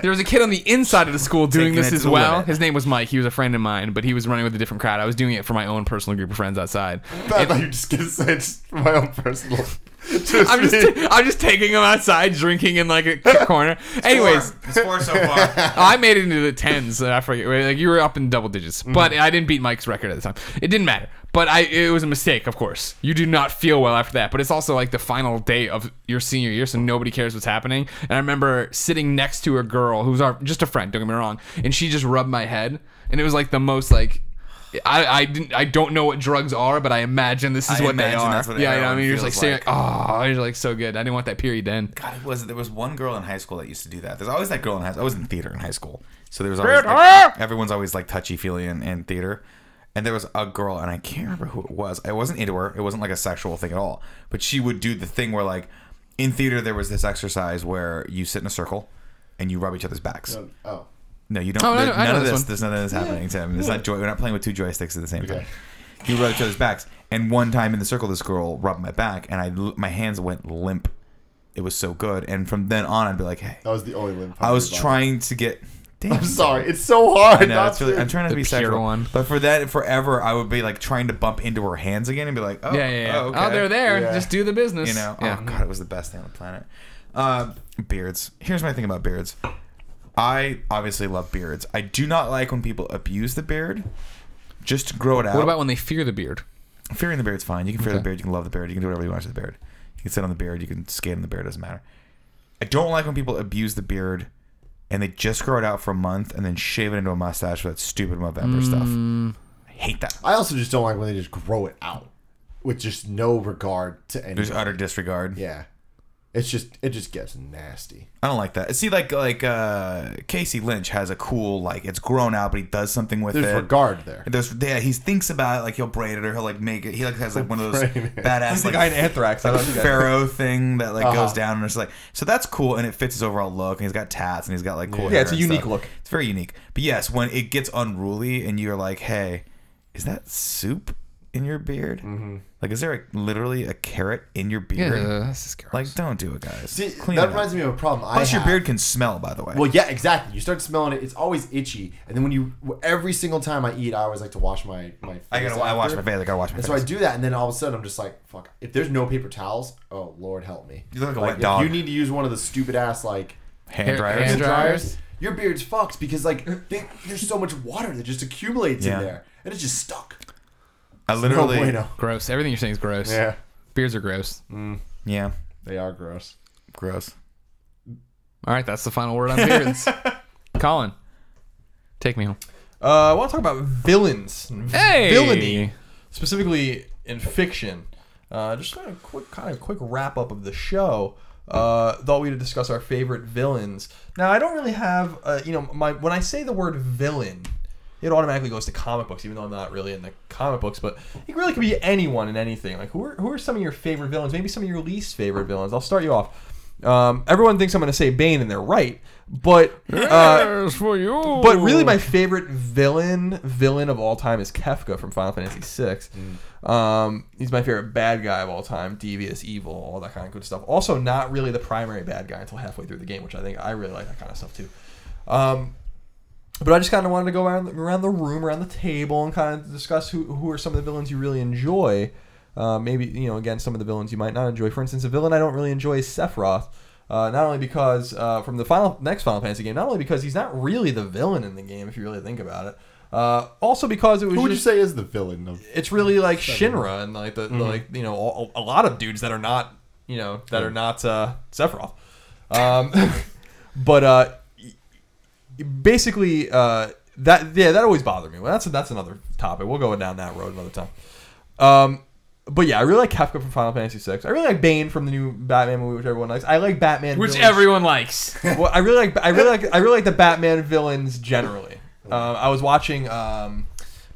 Speaker 1: there was a kid on the inside of the school doing
Speaker 2: Taking it
Speaker 1: this
Speaker 2: to
Speaker 1: as
Speaker 2: the
Speaker 1: well.
Speaker 2: limit.
Speaker 1: His name was Mike. He was a friend of mine, but he was running with a different crowd. I was doing it for my own personal group of friends outside.
Speaker 3: I thought you were just gonna say it's my own personal.
Speaker 1: I'm just, I'm just taking them outside, drinking in like a c- corner. Anyways,
Speaker 2: Four. It's four so far.
Speaker 1: Oh, I made it into the tens. uh, I forget. Like you were up in double digits,
Speaker 2: Mm-hmm.
Speaker 1: but I didn't beat Mike's record at the time. It didn't matter. But I, it was a mistake, of course. You do not feel well after that. But it's also like the final day of your senior year, so nobody cares what's happening. And I remember sitting next to a girl who was our just a friend. Don't get me wrong, and she just rubbed my head, and it was like the most like. I, I didn't I don't know what drugs are, but I imagine this is
Speaker 2: I
Speaker 1: what they
Speaker 2: imagine
Speaker 1: are.
Speaker 2: that's what
Speaker 1: yeah, you know, I
Speaker 2: heroin
Speaker 1: mean, you're just like
Speaker 2: feels
Speaker 1: staring, like, oh, you're like so good. I didn't want that period to end.
Speaker 2: God, it was there was one girl in high school that used to do that. There's always that girl in high school. I was in theater in high school, so there was always
Speaker 1: Theater!
Speaker 2: like, everyone's always like touchy feely in, in theater. And there was a girl, and I can't remember who it was. It wasn't into her. It wasn't like a sexual thing at all. But she would do the thing where like in theater there was this exercise where you sit in a circle and you rub each other's backs.
Speaker 3: oh.
Speaker 2: No, you don't.
Speaker 1: Oh, I
Speaker 2: there-
Speaker 1: know- I
Speaker 2: none
Speaker 1: know
Speaker 2: of
Speaker 1: this
Speaker 2: this.
Speaker 1: one.
Speaker 2: There's none of this happening, Tim. It's not joy. We're not playing with two joysticks at the same time. You rub each other's backs, and one time in the circle, this girl rubbed my back, and I l- my hands went limp. It was so good, and from then on, I'd be like, "Hey,
Speaker 3: That was the only limp.
Speaker 2: I was trying to get." Damn,
Speaker 3: Oh, I'm sorry. It's so hard.
Speaker 2: I know.
Speaker 3: not
Speaker 2: It's really,
Speaker 3: to-
Speaker 2: I'm trying not to
Speaker 1: The
Speaker 2: be
Speaker 1: pure
Speaker 2: sexual,
Speaker 1: one.
Speaker 2: but for that forever, I would be like trying to bump into her hands again and be like, "Oh,
Speaker 1: Yeah, yeah, yeah.
Speaker 2: oh,
Speaker 1: Oh,
Speaker 2: okay.
Speaker 1: they're there.
Speaker 3: Yeah.
Speaker 1: Just do the business.
Speaker 2: You know,
Speaker 1: yeah.
Speaker 2: oh god, it was the best thing on the planet. Um, beards. Here's my thing about beards. I obviously love beards. I do not like when people abuse the beard. Just to grow it out.
Speaker 1: What about when they fear the beard?
Speaker 2: fearing the beard's fine? You can fear the
Speaker 1: Okay.
Speaker 2: beard. You can love the beard. You can do whatever you want to the beard. You can sit on the beard. You can skate on the beard. Doesn't matter. I don't like when people abuse the beard and they just grow it out for a month and then shave it into a mustache for that stupid November
Speaker 1: Mm.
Speaker 2: stuff. I hate that.
Speaker 3: I also just don't like when they just grow it out with just no regard to
Speaker 2: There's
Speaker 3: anything.
Speaker 2: utter disregard.
Speaker 3: Yeah. It's just it just gets nasty.
Speaker 2: I don't like that. See, like like uh, Casey Lynch has a cool like it's grown out, but he does something with
Speaker 3: There's
Speaker 2: it.
Speaker 3: regard there.
Speaker 2: There's yeah, he thinks about it like he'll braid it or he'll like make it. He like has like one of those
Speaker 3: Braid it.
Speaker 2: badass
Speaker 4: the guy in
Speaker 2: like
Speaker 4: Anthrax. I don't know if you guys- Uh-huh.
Speaker 2: pharaoh thing that like goes down and it's like so that's cool and it fits his overall look and he's got tats and he's got like cool.
Speaker 4: Yeah, it's
Speaker 2: hair
Speaker 4: a
Speaker 2: and
Speaker 4: unique
Speaker 2: stuff.
Speaker 4: look.
Speaker 2: It's very unique. But yes, when it gets unruly and you're like, hey, is that soup in your beard?
Speaker 4: Mm-hmm.
Speaker 2: Like, is there a, literally a carrot in your beard?
Speaker 1: this is gross.
Speaker 2: Like, don't do it, guys.
Speaker 3: See,
Speaker 2: Clean
Speaker 3: that
Speaker 2: it up.
Speaker 3: reminds me of a problem I
Speaker 2: Plus, your
Speaker 3: have.
Speaker 2: beard can smell, by the way.
Speaker 3: Well, yeah, exactly. You start smelling it; it's always itchy. And then when you, every single time I eat, I always like to wash my my. Face
Speaker 2: I gotta. I wash
Speaker 3: after.
Speaker 2: my face. I gotta wash my
Speaker 3: And
Speaker 2: face.
Speaker 3: so I do that, and then all of a sudden I'm just like, "Fuck!" If there's no paper towels, oh Lord, help me.
Speaker 2: You look like a wet
Speaker 3: if
Speaker 2: dog.
Speaker 3: You need to use one of the stupid ass like
Speaker 2: hand
Speaker 1: Hair-
Speaker 2: dryers.
Speaker 1: hand
Speaker 3: hand
Speaker 1: dry- dryers?
Speaker 3: dryers. Your beard's fucked because like they, there's so much water that just accumulates
Speaker 2: Yeah.
Speaker 3: in there, and it's just stuck.
Speaker 2: I literally.
Speaker 3: no bueno.
Speaker 1: gross. Everything you're saying is gross. Beards are gross.
Speaker 2: Yeah.
Speaker 3: they are gross.
Speaker 2: Gross.
Speaker 1: All right, that's the final word on beards. Colin, take me home.
Speaker 4: Uh, I want to talk about villains. and
Speaker 1: Hey!
Speaker 4: Villainy, specifically in fiction. Uh, just kind of quick, kind of quick wrap up of the show. Uh, thought we'd discuss our favorite villains. Now, I don't really have, uh, you know, my when I say the word villain, it automatically goes to comic books, even though I'm not really into comic books. But it really could be anyone in anything. Like, who are, who are some of your favorite villains? Maybe some of your least favorite villains. I'll start you off. Um, everyone thinks I'm going to say Bane, and they're right. But uh,
Speaker 1: for you.
Speaker 4: but really,
Speaker 1: Oh.
Speaker 4: my favorite villain villain of all time is Kefka from Final Fantasy VI. Um, he's my favorite bad guy of all time, devious, evil, all that kind of good stuff. Also, not really the primary bad guy until halfway through the game, which I think I really like that kind of stuff too. Um, but I just kind of wanted to go around, around the room, around the table, and kind of discuss who, who are some of the villains you really enjoy. Uh, maybe, you know, again, some of the villains you might not enjoy. For instance, a villain I don't really enjoy is Sephiroth. Uh, not only because uh, from the final next Final Fantasy game, not only because he's not really the villain in the game, if you really think about it. Uh, also because it was
Speaker 3: Who would you
Speaker 4: just,
Speaker 3: say is the villain of?
Speaker 4: it's really like Shinra and like the
Speaker 1: Mm-hmm.
Speaker 4: like you know all, a lot of dudes that are not you know that
Speaker 1: Mm.
Speaker 4: are not uh, Sephiroth, um, but uh, y- basically uh, that yeah that always bothered me. Well, that's that's another topic. We'll go down that road another time. Um, but yeah, I really like Kafka from Final Fantasy VI. I really like Bane from the new Batman movie, which everyone likes. I like Batman,
Speaker 1: which
Speaker 4: villains-
Speaker 1: everyone likes.
Speaker 4: well, I really like I really like I really like the Batman villains generally. Um, I was watching um,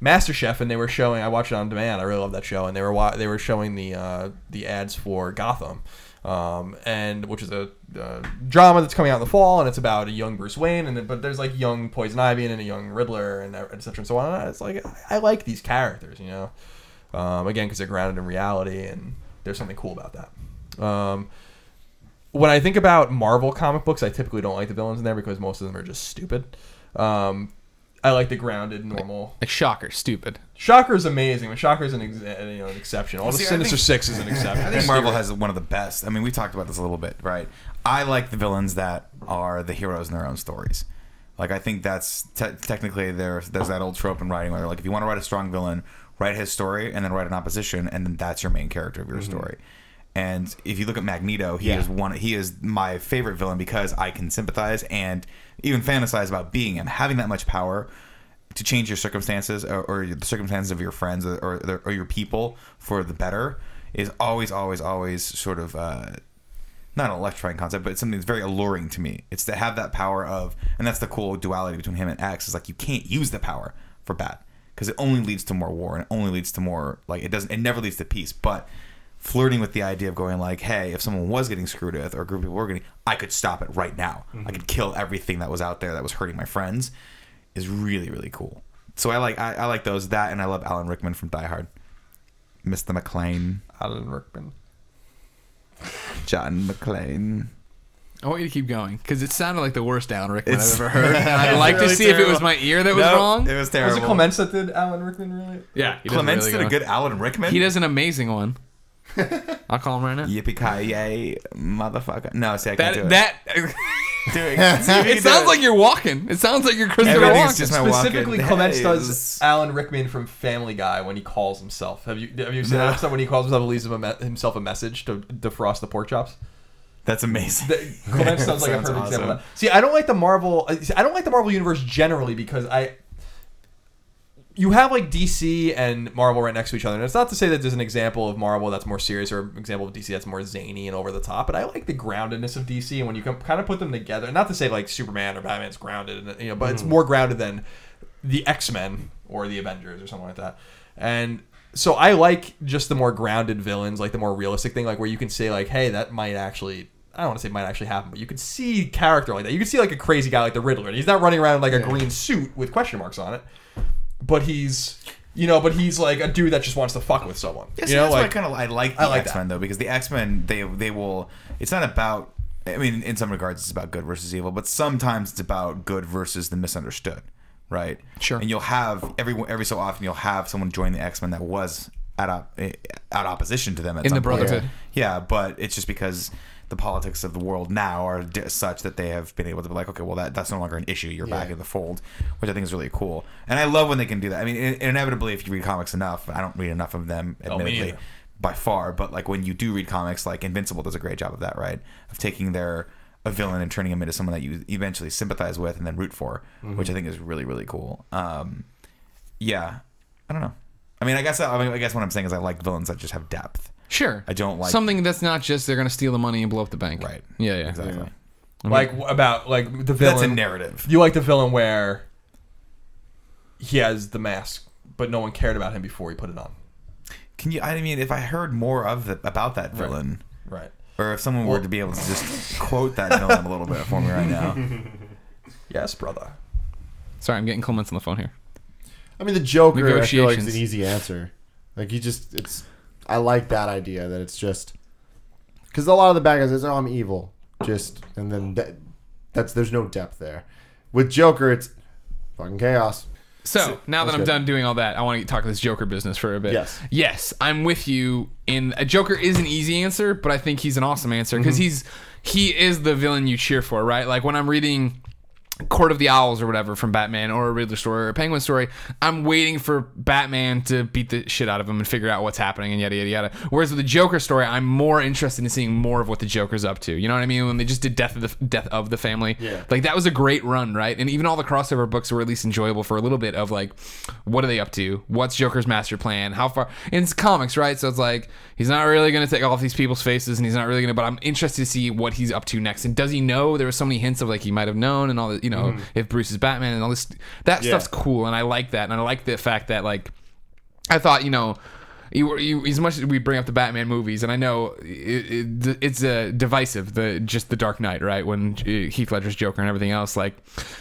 Speaker 4: MasterChef and they were showing. I watched it on demand. I really love that show, and they were wa- they were showing the uh, the ads for Gotham, um, and which is a uh, drama that's coming out in the fall, and it's about a young Bruce Wayne, and it- but there's like young Poison Ivy and a young Riddler and etc. and so on. And it's like I- I like these characters, you know, um, again because they're grounded in reality, and there's something cool about that. Um, when I think about Marvel comic books, I typically don't like the villains in there because most of them are just stupid. Um, I like the grounded, normal.
Speaker 1: Like shocker, stupid.
Speaker 4: Shocker's amazing, but Shocker's an, ex- uh, you know, an exception. All the
Speaker 2: See, I
Speaker 4: Sinister
Speaker 2: think-
Speaker 4: Six is an exception.
Speaker 2: I think Marvel has one of the best. I mean, we talked about this a little bit, right? I like the villains that are the heroes in their own stories. Like, I think that's te- technically there. There's that old trope in writing where, like, if you want to write a strong villain, write his story and then write an opposition, and then that's your main character of your story. And if you look at Magneto, he
Speaker 3: Yeah.
Speaker 2: is one. He is my favorite villain because I can sympathize and even fantasize about being him, having that much power to change your circumstances or, or the circumstances of your friends or, or, their- or your people for the better is always, always, always sort of uh, not an electrifying concept, but it's something that's very alluring to me. It's to have that power of, and that's the cool duality between him and X is like you can't use the power for bad because it only leads to more war and it only leads to more like it doesn't, it never leads to peace. But flirting with the idea of going like, hey, if someone was getting screwed with or a group of people were getting, I could stop it right now. I could kill everything that was out there that was hurting my friends is really really cool. So I like I, I like those that and I love Alan Rickman from Die Hard, Mr. McLean,
Speaker 4: Alan Rickman.
Speaker 2: John McClane.
Speaker 1: I want you to keep going because it sounded like the worst Alan Rickman
Speaker 2: It's-
Speaker 1: I've ever heard. And I'd like to
Speaker 2: really
Speaker 1: see if it was
Speaker 2: terrible.
Speaker 1: my ear that was wrong.
Speaker 2: It was terrible.
Speaker 4: Was it Clements that did Alan Rickman really?
Speaker 1: yeah, he does
Speaker 2: Clements
Speaker 1: really
Speaker 2: did a good Alan Rickman.
Speaker 1: He does an amazing one. I'll call him right now.
Speaker 2: Yippee ki yay, motherfucker! No, see, I can't do
Speaker 1: that
Speaker 2: it.
Speaker 1: that
Speaker 2: do it. See, you
Speaker 1: it
Speaker 2: do
Speaker 1: sounds like you're walking. It sounds like you're Christopher
Speaker 2: Everything's
Speaker 1: Walken.
Speaker 2: just my walking.
Speaker 4: Specifically, Clements does
Speaker 2: Yes.
Speaker 4: Alan Rickman from Family Guy when he calls himself. Have you have you seen
Speaker 2: No.
Speaker 4: that episode when he calls himself and leaves him a me- himself a message to defrost the pork chops?
Speaker 2: that's amazing.
Speaker 4: The, Clements sounds like a
Speaker 2: Sounds
Speaker 4: perfect example. Of
Speaker 2: awesome.
Speaker 4: that. See, I don't like the Marvel. uh, see, I don't like the Marvel universe generally because I. You have like DC and Marvel right next to each other, and it's not to say that there's an example of Marvel that's more serious or an example of DC that's more zany and over the top. But I like the groundedness of DC, and when you can kind of put them together, not to say like Superman or Batman's grounded, and you know, but it's more grounded than the X Men or the Avengers or something like that. And so I like just the more grounded villains, like the more realistic thing, like where you can say like, hey, that might actually. I don't want to say might actually happen, but you could see character like that. You could see like a crazy guy like the Riddler. He's not running around in, like a green suit with question marks on it, but he's, you know, but he's like a dude that just wants to fuck with someone.
Speaker 2: Yeah, see,
Speaker 4: you know,
Speaker 2: that's why I
Speaker 4: like
Speaker 2: kind of I like the
Speaker 4: I like that.
Speaker 2: X Men though because the X Men they they will. It's not about. I mean, in some regards, it's about good versus evil, but sometimes it's about good versus the misunderstood, right?
Speaker 1: Sure.
Speaker 2: And you'll have every every so often you'll have someone join the X Men that was at op- eh, at opposition to them at
Speaker 1: In
Speaker 2: some
Speaker 1: the
Speaker 2: point.
Speaker 1: Brotherhood.
Speaker 2: Yeah, but it's just because the politics of the world now are di- such that they have been able to be like, okay, well, that, that's no longer an issue. You're back in the fold, which I think is really cool. And I love when they can do that. I mean, in- inevitably, if you read comics enough, I don't read enough of them,
Speaker 4: me
Speaker 2: admittedly,
Speaker 4: neither.
Speaker 2: by far. But like when you do read comics, like Invincible does a great job of that, right? Of taking their a villain and turning him into someone that you eventually sympathize with and then root for,
Speaker 4: Mm-hmm.
Speaker 2: which I think is really really cool. Um, yeah, I don't know. I mean, I guess I, mean, I guess what I'm saying is I like villains that just have depth.
Speaker 1: Sure.
Speaker 2: I don't like-
Speaker 1: something that's not just they're gonna steal the money and blow up the bank.
Speaker 2: Right.
Speaker 1: Yeah. Yeah.
Speaker 2: Exactly.
Speaker 4: like wh- about like the villain.
Speaker 2: That's a narrative.
Speaker 4: You like the villain where he has the mask, but no one cared about him before he put it on.
Speaker 2: Can you? I mean, if I heard more of the, about that villain,
Speaker 4: Right.
Speaker 2: or if someone were to be able to just quote that villain a little bit for me right now,
Speaker 4: Yes, brother.
Speaker 1: Sorry, I'm getting Clements on the phone here.
Speaker 3: I mean, the Joker. I feel like
Speaker 1: Negotiations.
Speaker 3: is an easy answer. Like you just, it's. I like that idea that it's just because a lot of the bad guys is, oh, I'm evil, just and then that, that's there's no depth there. With Joker, it's fucking chaos.
Speaker 1: So, now that
Speaker 3: that's
Speaker 1: I'm
Speaker 3: good.
Speaker 1: done doing all that, I want to talk this Joker business for a bit.
Speaker 3: Yes.
Speaker 1: Yes, I'm with you. In a Joker is an easy answer, but I think he's an awesome answer
Speaker 3: Mm-hmm.
Speaker 1: because he's he is the villain you cheer for, right? Like when I'm reading Court of the Owls or whatever from Batman or a Riddler story or a Penguin story, I'm waiting for Batman to beat the shit out of him and figure out what's happening and yada yada yada. Whereas with the Joker story, I'm more interested in seeing more of what the Joker's up to. You know what I mean? When they just did Death of the Death of the Family,
Speaker 3: Yeah.
Speaker 1: like that was a great run, right? And even all the crossover books were at least enjoyable for a little bit of like, what are they up to? What's Joker's master plan? How far? And it's comics, right? So it's like he's not really going to take off these people's faces, and he's not really going to. But I'm interested to see what he's up to next. And does he know? There were so many hints of like he might have known, and all the you know, if Bruce is Batman, and all this. That stuff's cool, and I like that, and I like the fact that like I thought, you know, you, you, as much as we bring up the Batman movies, and I know it, it, it's uh, divisive, the just the Dark Knight, right? When uh, Heath Ledger's Joker and everything else, like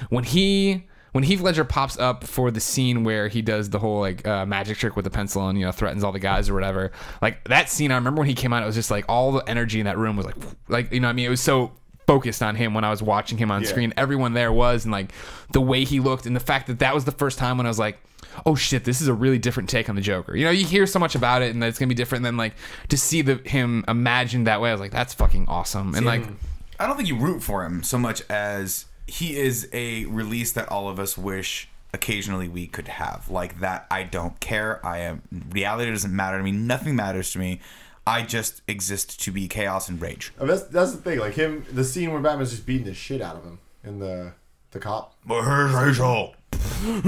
Speaker 1: when he when Heath Ledger pops up for the scene where he does the whole like uh, magic trick with the pencil and you know threatens all the guys or whatever, like that scene, I remember when he came out, it was just like all the energy in that room was like, like you know, what I mean, it was so focused on him when I was watching him on
Speaker 3: Yeah.
Speaker 1: screen. Everyone there was, and like the way he looked, and the fact that that was the first time when I was like, "Oh shit, this is a really different take on the Joker." You know, you hear so much about it, and that it's gonna be different. And then like to see the him imagined that way, I was like, "That's fucking awesome." And like,
Speaker 2: I don't think you root for him so much as he is a release that all of us wish occasionally we could have. Like that, I don't care. I am reality doesn't matter to me. Nothing matters to me. I just exist to be chaos and rage.
Speaker 3: I mean, Oh, that's that's the thing. Like him, the scene where Batman's just beating the shit out of him and the the cop.
Speaker 2: But here's Rachel.
Speaker 3: Yeah,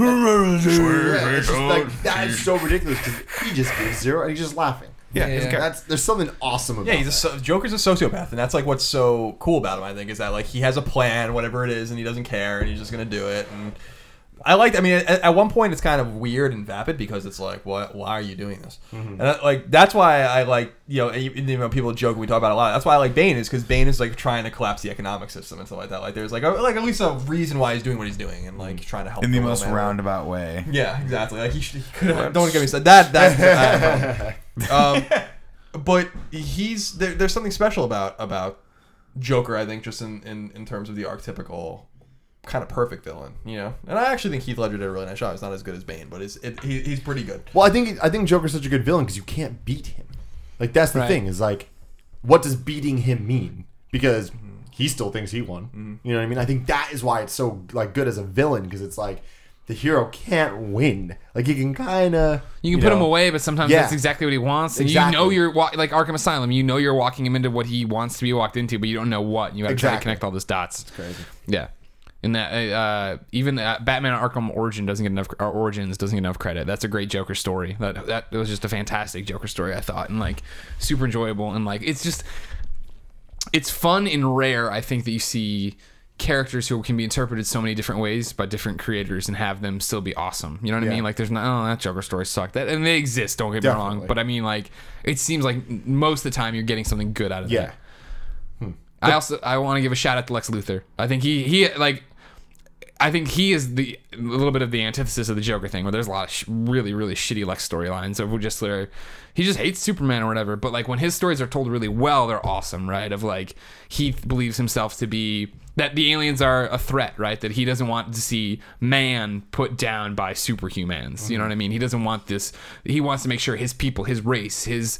Speaker 3: it's just like that is so ridiculous because he just gives zero and he's just laughing.
Speaker 2: Yeah,
Speaker 1: Yeah,
Speaker 2: he's
Speaker 1: yeah.
Speaker 2: got-
Speaker 3: That's there's something awesome about.
Speaker 4: Yeah, he's a
Speaker 3: that.
Speaker 4: so- Joker's a sociopath, and that's like what's so cool about him. I think is that like he has a plan, whatever it is, and he doesn't care, and he's just gonna do it. And I liked. I mean, at, at one point, it's kind of weird and vapid because it's like, what? Why are you doing this?
Speaker 2: Mm-hmm.
Speaker 4: And I, like that's why I like you know, and you, and, you know people joke and we talk about it a lot. That's why I like Bane is because Bane is like trying to collapse the economic system and stuff like that. Like there's like a, like at least a reason why he's doing what he's doing and like trying to help
Speaker 2: Mm-hmm. in
Speaker 3: Oh,
Speaker 2: the
Speaker 4: little
Speaker 2: most
Speaker 4: man.
Speaker 2: roundabout way.
Speaker 4: Yeah, exactly. Like he, should, he could have. Don't get me started. That that. um, but he's there, there's something special about about Joker. I think just in, in in terms of the archetypical kind of perfect villain, you know. And I actually think Heath Ledger did a really nice job. He's not as good as Bane, but it's it, he, he's pretty good.
Speaker 3: Well, I think I think Joker's such a good villain because you can't beat him. Like that's the
Speaker 1: Right.
Speaker 3: thing is like, what does beating him mean? Because he still thinks he won.
Speaker 4: Mm-hmm.
Speaker 3: You know what I mean? I think that is why it's so like good as a villain because it's like the hero can't win. Like he can kind of
Speaker 1: You can put him away, but sometimes
Speaker 3: Yeah.
Speaker 1: that's exactly what he wants, and
Speaker 3: Exactly.
Speaker 1: you know you're wa- like Arkham Asylum. You know you're walking him into what he wants to be walked into, but you don't know what. And you got to try to
Speaker 3: Exactly.
Speaker 1: connect all those dots.
Speaker 3: crazy.
Speaker 1: Yeah, and that uh, uh, even uh, Batman Arkham Origin doesn't get enough. Or Origins doesn't get enough credit. That's a great Joker story. That that was just a fantastic Joker story. I thought, and like super enjoyable, and like it's just it's fun and rare, I think, that you see characters who can be interpreted so many different ways by different creators and have them still be awesome. You know what I
Speaker 3: Yeah.
Speaker 1: mean? Like, there's not, oh, that Joker story sucked. That, and they exist, don't get me wrong.
Speaker 3: Definitely.
Speaker 1: But I mean, like, it seems like m- most of the time you're getting something good out of
Speaker 3: Yeah.
Speaker 1: that. I also, I want to give a shout out to Lex Luthor. I think he, he, like, I think he is the a little bit of the antithesis of the Joker thing, where there's a lot of sh- really, really shitty Lex storylines. Of just like, he just hates Superman or whatever. But like when his stories are told really well, they're awesome, right? Of like he th- believes himself to be that the aliens are a threat, right? That he doesn't want to see man put down by superhumans. You know what I mean? He doesn't want this. He wants to make sure his people, his race, his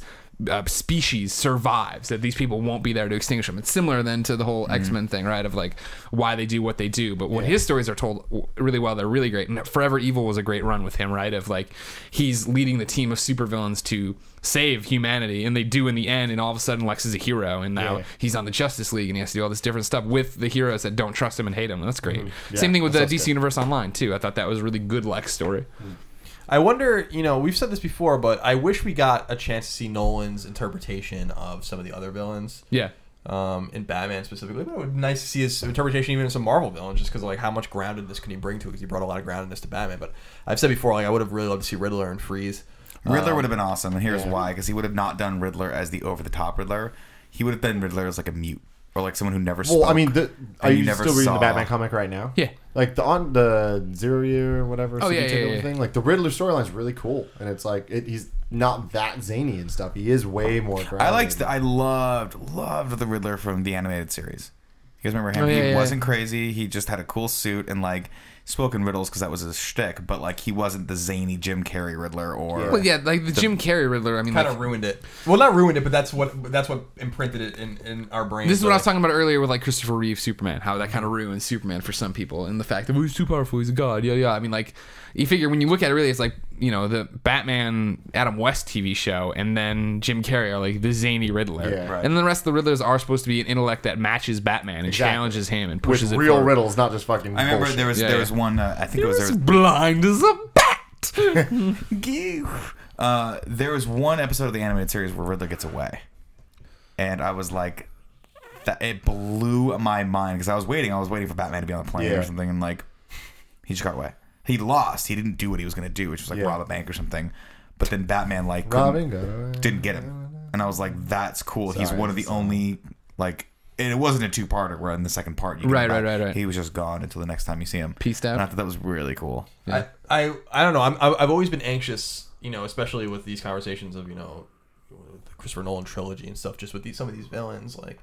Speaker 1: uh, species survives that these people won't be there to extinguish them it's similar then to the whole x-men thing right of like why they do what they do but when his stories are told w- really well they're really great and forever evil was a great run with him right of like he's leading the team of supervillains to save humanity and they do in the end and all of a sudden lex is a hero and now
Speaker 3: Yeah.
Speaker 1: he's on the justice league and he has to do all this different stuff with the heroes that don't trust him and hate him Mm-hmm. that's Mm-hmm. great same thing with the dc universe online too i thought that was a really good lex story
Speaker 4: I wonder, you know, we've said this before, but I wish we got a chance to see Nolan's interpretation of some of the other villains.
Speaker 1: yeah
Speaker 4: um, in Batman specifically. But it would be nice to see his interpretation even in some Marvel villains, just because like how much groundedness can he bring to it? Because he brought a lot of groundedness to Batman. But I've said before, like I would have really loved to see Riddler and Freeze.
Speaker 2: Riddler would have been awesome, and here's why: because he would have not done Riddler as the over-the-top Riddler. He would have been Riddler as like a mute or like someone who never.
Speaker 3: Well,
Speaker 2: spoke.
Speaker 3: I mean, the, are
Speaker 2: you
Speaker 3: you,
Speaker 2: never
Speaker 3: still reading
Speaker 2: saw-
Speaker 3: the Batman comic right now?
Speaker 1: Yeah.
Speaker 3: Like the on the zero year or whatever.
Speaker 1: Oh, yeah,
Speaker 3: City
Speaker 1: yeah,
Speaker 3: Takeover
Speaker 1: yeah.
Speaker 3: Thing. Like the Riddler storyline's really cool, and it's like it, he's not that zany and stuff. He is way more. Grounded.
Speaker 1: Um,
Speaker 2: I liked. The, I loved loved the Riddler from the animated series. You guys remember him?
Speaker 1: Oh, yeah,
Speaker 2: he
Speaker 1: yeah,
Speaker 2: wasn't crazy. He just had a cool suit and like spoke in riddles because that was his shtick. But like he wasn't the zany Jim Carrey Riddler or
Speaker 1: well yeah like the jim carrey riddler i mean
Speaker 4: Kind
Speaker 1: like,
Speaker 4: of ruined it. Well, not ruined it, but that's what that's what imprinted it in, in our brains.
Speaker 1: This is what I was
Speaker 4: Like,
Speaker 1: talking about earlier with like Christopher Reeve Superman, how that kind of ruins Superman for some people, and the fact that "Well, he's too powerful, he's a god, yeah, yeah. I mean, like you figure when you look at it, really, it's like you know the Batman Adam West TV show, and then Jim Carrey are like the zany Riddler,
Speaker 3: Yeah. Right.
Speaker 1: and then the rest of the Riddlers are supposed to be an intellect that matches Batman and
Speaker 3: Exactly.
Speaker 1: challenges him and
Speaker 3: with
Speaker 1: pushes it
Speaker 3: real
Speaker 1: forward.
Speaker 3: riddles, not just fucking.
Speaker 2: I remember
Speaker 3: bullshit.
Speaker 2: there was
Speaker 1: Yeah,
Speaker 2: there
Speaker 1: yeah.
Speaker 2: was one. Uh, I think it was there
Speaker 1: He's
Speaker 2: was
Speaker 1: blind as a bat.
Speaker 2: Uh, there was one episode of the animated series where Riddler gets away, and I was like, that it blew my mind because I was waiting. I was waiting for Batman to be on the plane
Speaker 3: Yeah.
Speaker 2: or something, and like, he just got away. He lost. He didn't do what he was gonna do, which was like
Speaker 3: Yeah.
Speaker 2: rob a bank or something. But then Batman like couldn't-
Speaker 3: Robin got away.
Speaker 2: didn't get him, and I was like, that's cool. He's
Speaker 3: Sorry,
Speaker 2: one of the
Speaker 3: sorry.
Speaker 2: only like. And it wasn't a two-parter. Where in the second part, you get
Speaker 1: Right,
Speaker 2: him back.
Speaker 1: right, right, right.
Speaker 2: He was just gone until the next time you see him.
Speaker 1: Peaced out.
Speaker 2: And I thought that was really cool.
Speaker 1: Yeah.
Speaker 4: I, I I don't know. I'm, I- I've always been anxious, you know, especially with these conversations of you know, the Christopher Nolan trilogy and stuff. Just with these some of these villains, like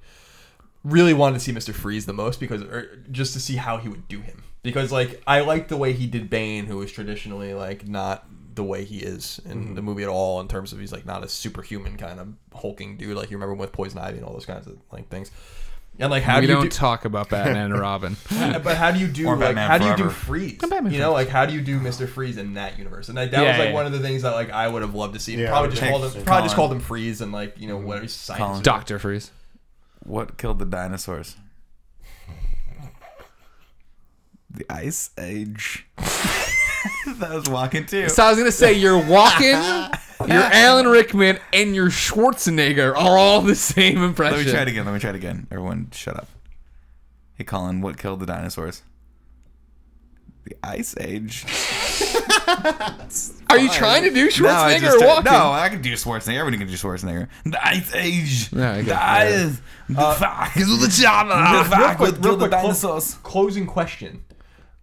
Speaker 4: really wanted to see Mister Freeze the most because or just to see how he would do him because like I liked the way he did Bane, who was traditionally like not the way he is in
Speaker 1: Mm-hmm.
Speaker 4: the movie at all in terms of he's like not a superhuman kind of hulking dude like you remember with Poison Ivy and all those kinds of like things. And like
Speaker 1: we
Speaker 4: how do you
Speaker 1: don't
Speaker 4: do-
Speaker 1: talk about Batman and Robin.
Speaker 4: but how do you do
Speaker 2: Or
Speaker 4: like
Speaker 2: Batman
Speaker 4: how do you do
Speaker 2: Forever.
Speaker 4: Freeze?
Speaker 1: Batman
Speaker 4: You know, like how do you do Mister Freeze in that universe? And like that
Speaker 1: Yeah,
Speaker 4: was like
Speaker 1: yeah.
Speaker 4: one of the things that like I would have loved to see.
Speaker 3: Yeah,
Speaker 4: probably
Speaker 3: I
Speaker 4: just
Speaker 2: would
Speaker 4: call
Speaker 2: think
Speaker 4: them
Speaker 2: so.
Speaker 4: probably just
Speaker 2: Colin.
Speaker 4: call them Freeze and like you know whatever he's science.
Speaker 2: Colin.
Speaker 1: Doctor Freeze.
Speaker 2: What killed the dinosaurs? The Ice Age. that was walking too.
Speaker 1: So I was gonna say you're walking, you're Alan Rickman, and your Schwarzenegger are all the same impression.
Speaker 2: Let me try it again. Let me try it again. Everyone, shut up. Hey, Colin, what killed the dinosaurs? The Ice Age.
Speaker 1: Are you trying to do
Speaker 2: No, I
Speaker 1: Schwarzenegger
Speaker 2: just-
Speaker 1: or walking?
Speaker 2: no, I can do Schwarzenegger. Everybody can do Schwarzenegger. The Ice Age.
Speaker 1: Yeah, I get it. Uh,
Speaker 2: the ice. The fuck is the Java. The fuck
Speaker 4: quick,
Speaker 2: what killed the
Speaker 4: quick, clo-
Speaker 2: dinosaurs.
Speaker 4: closing question: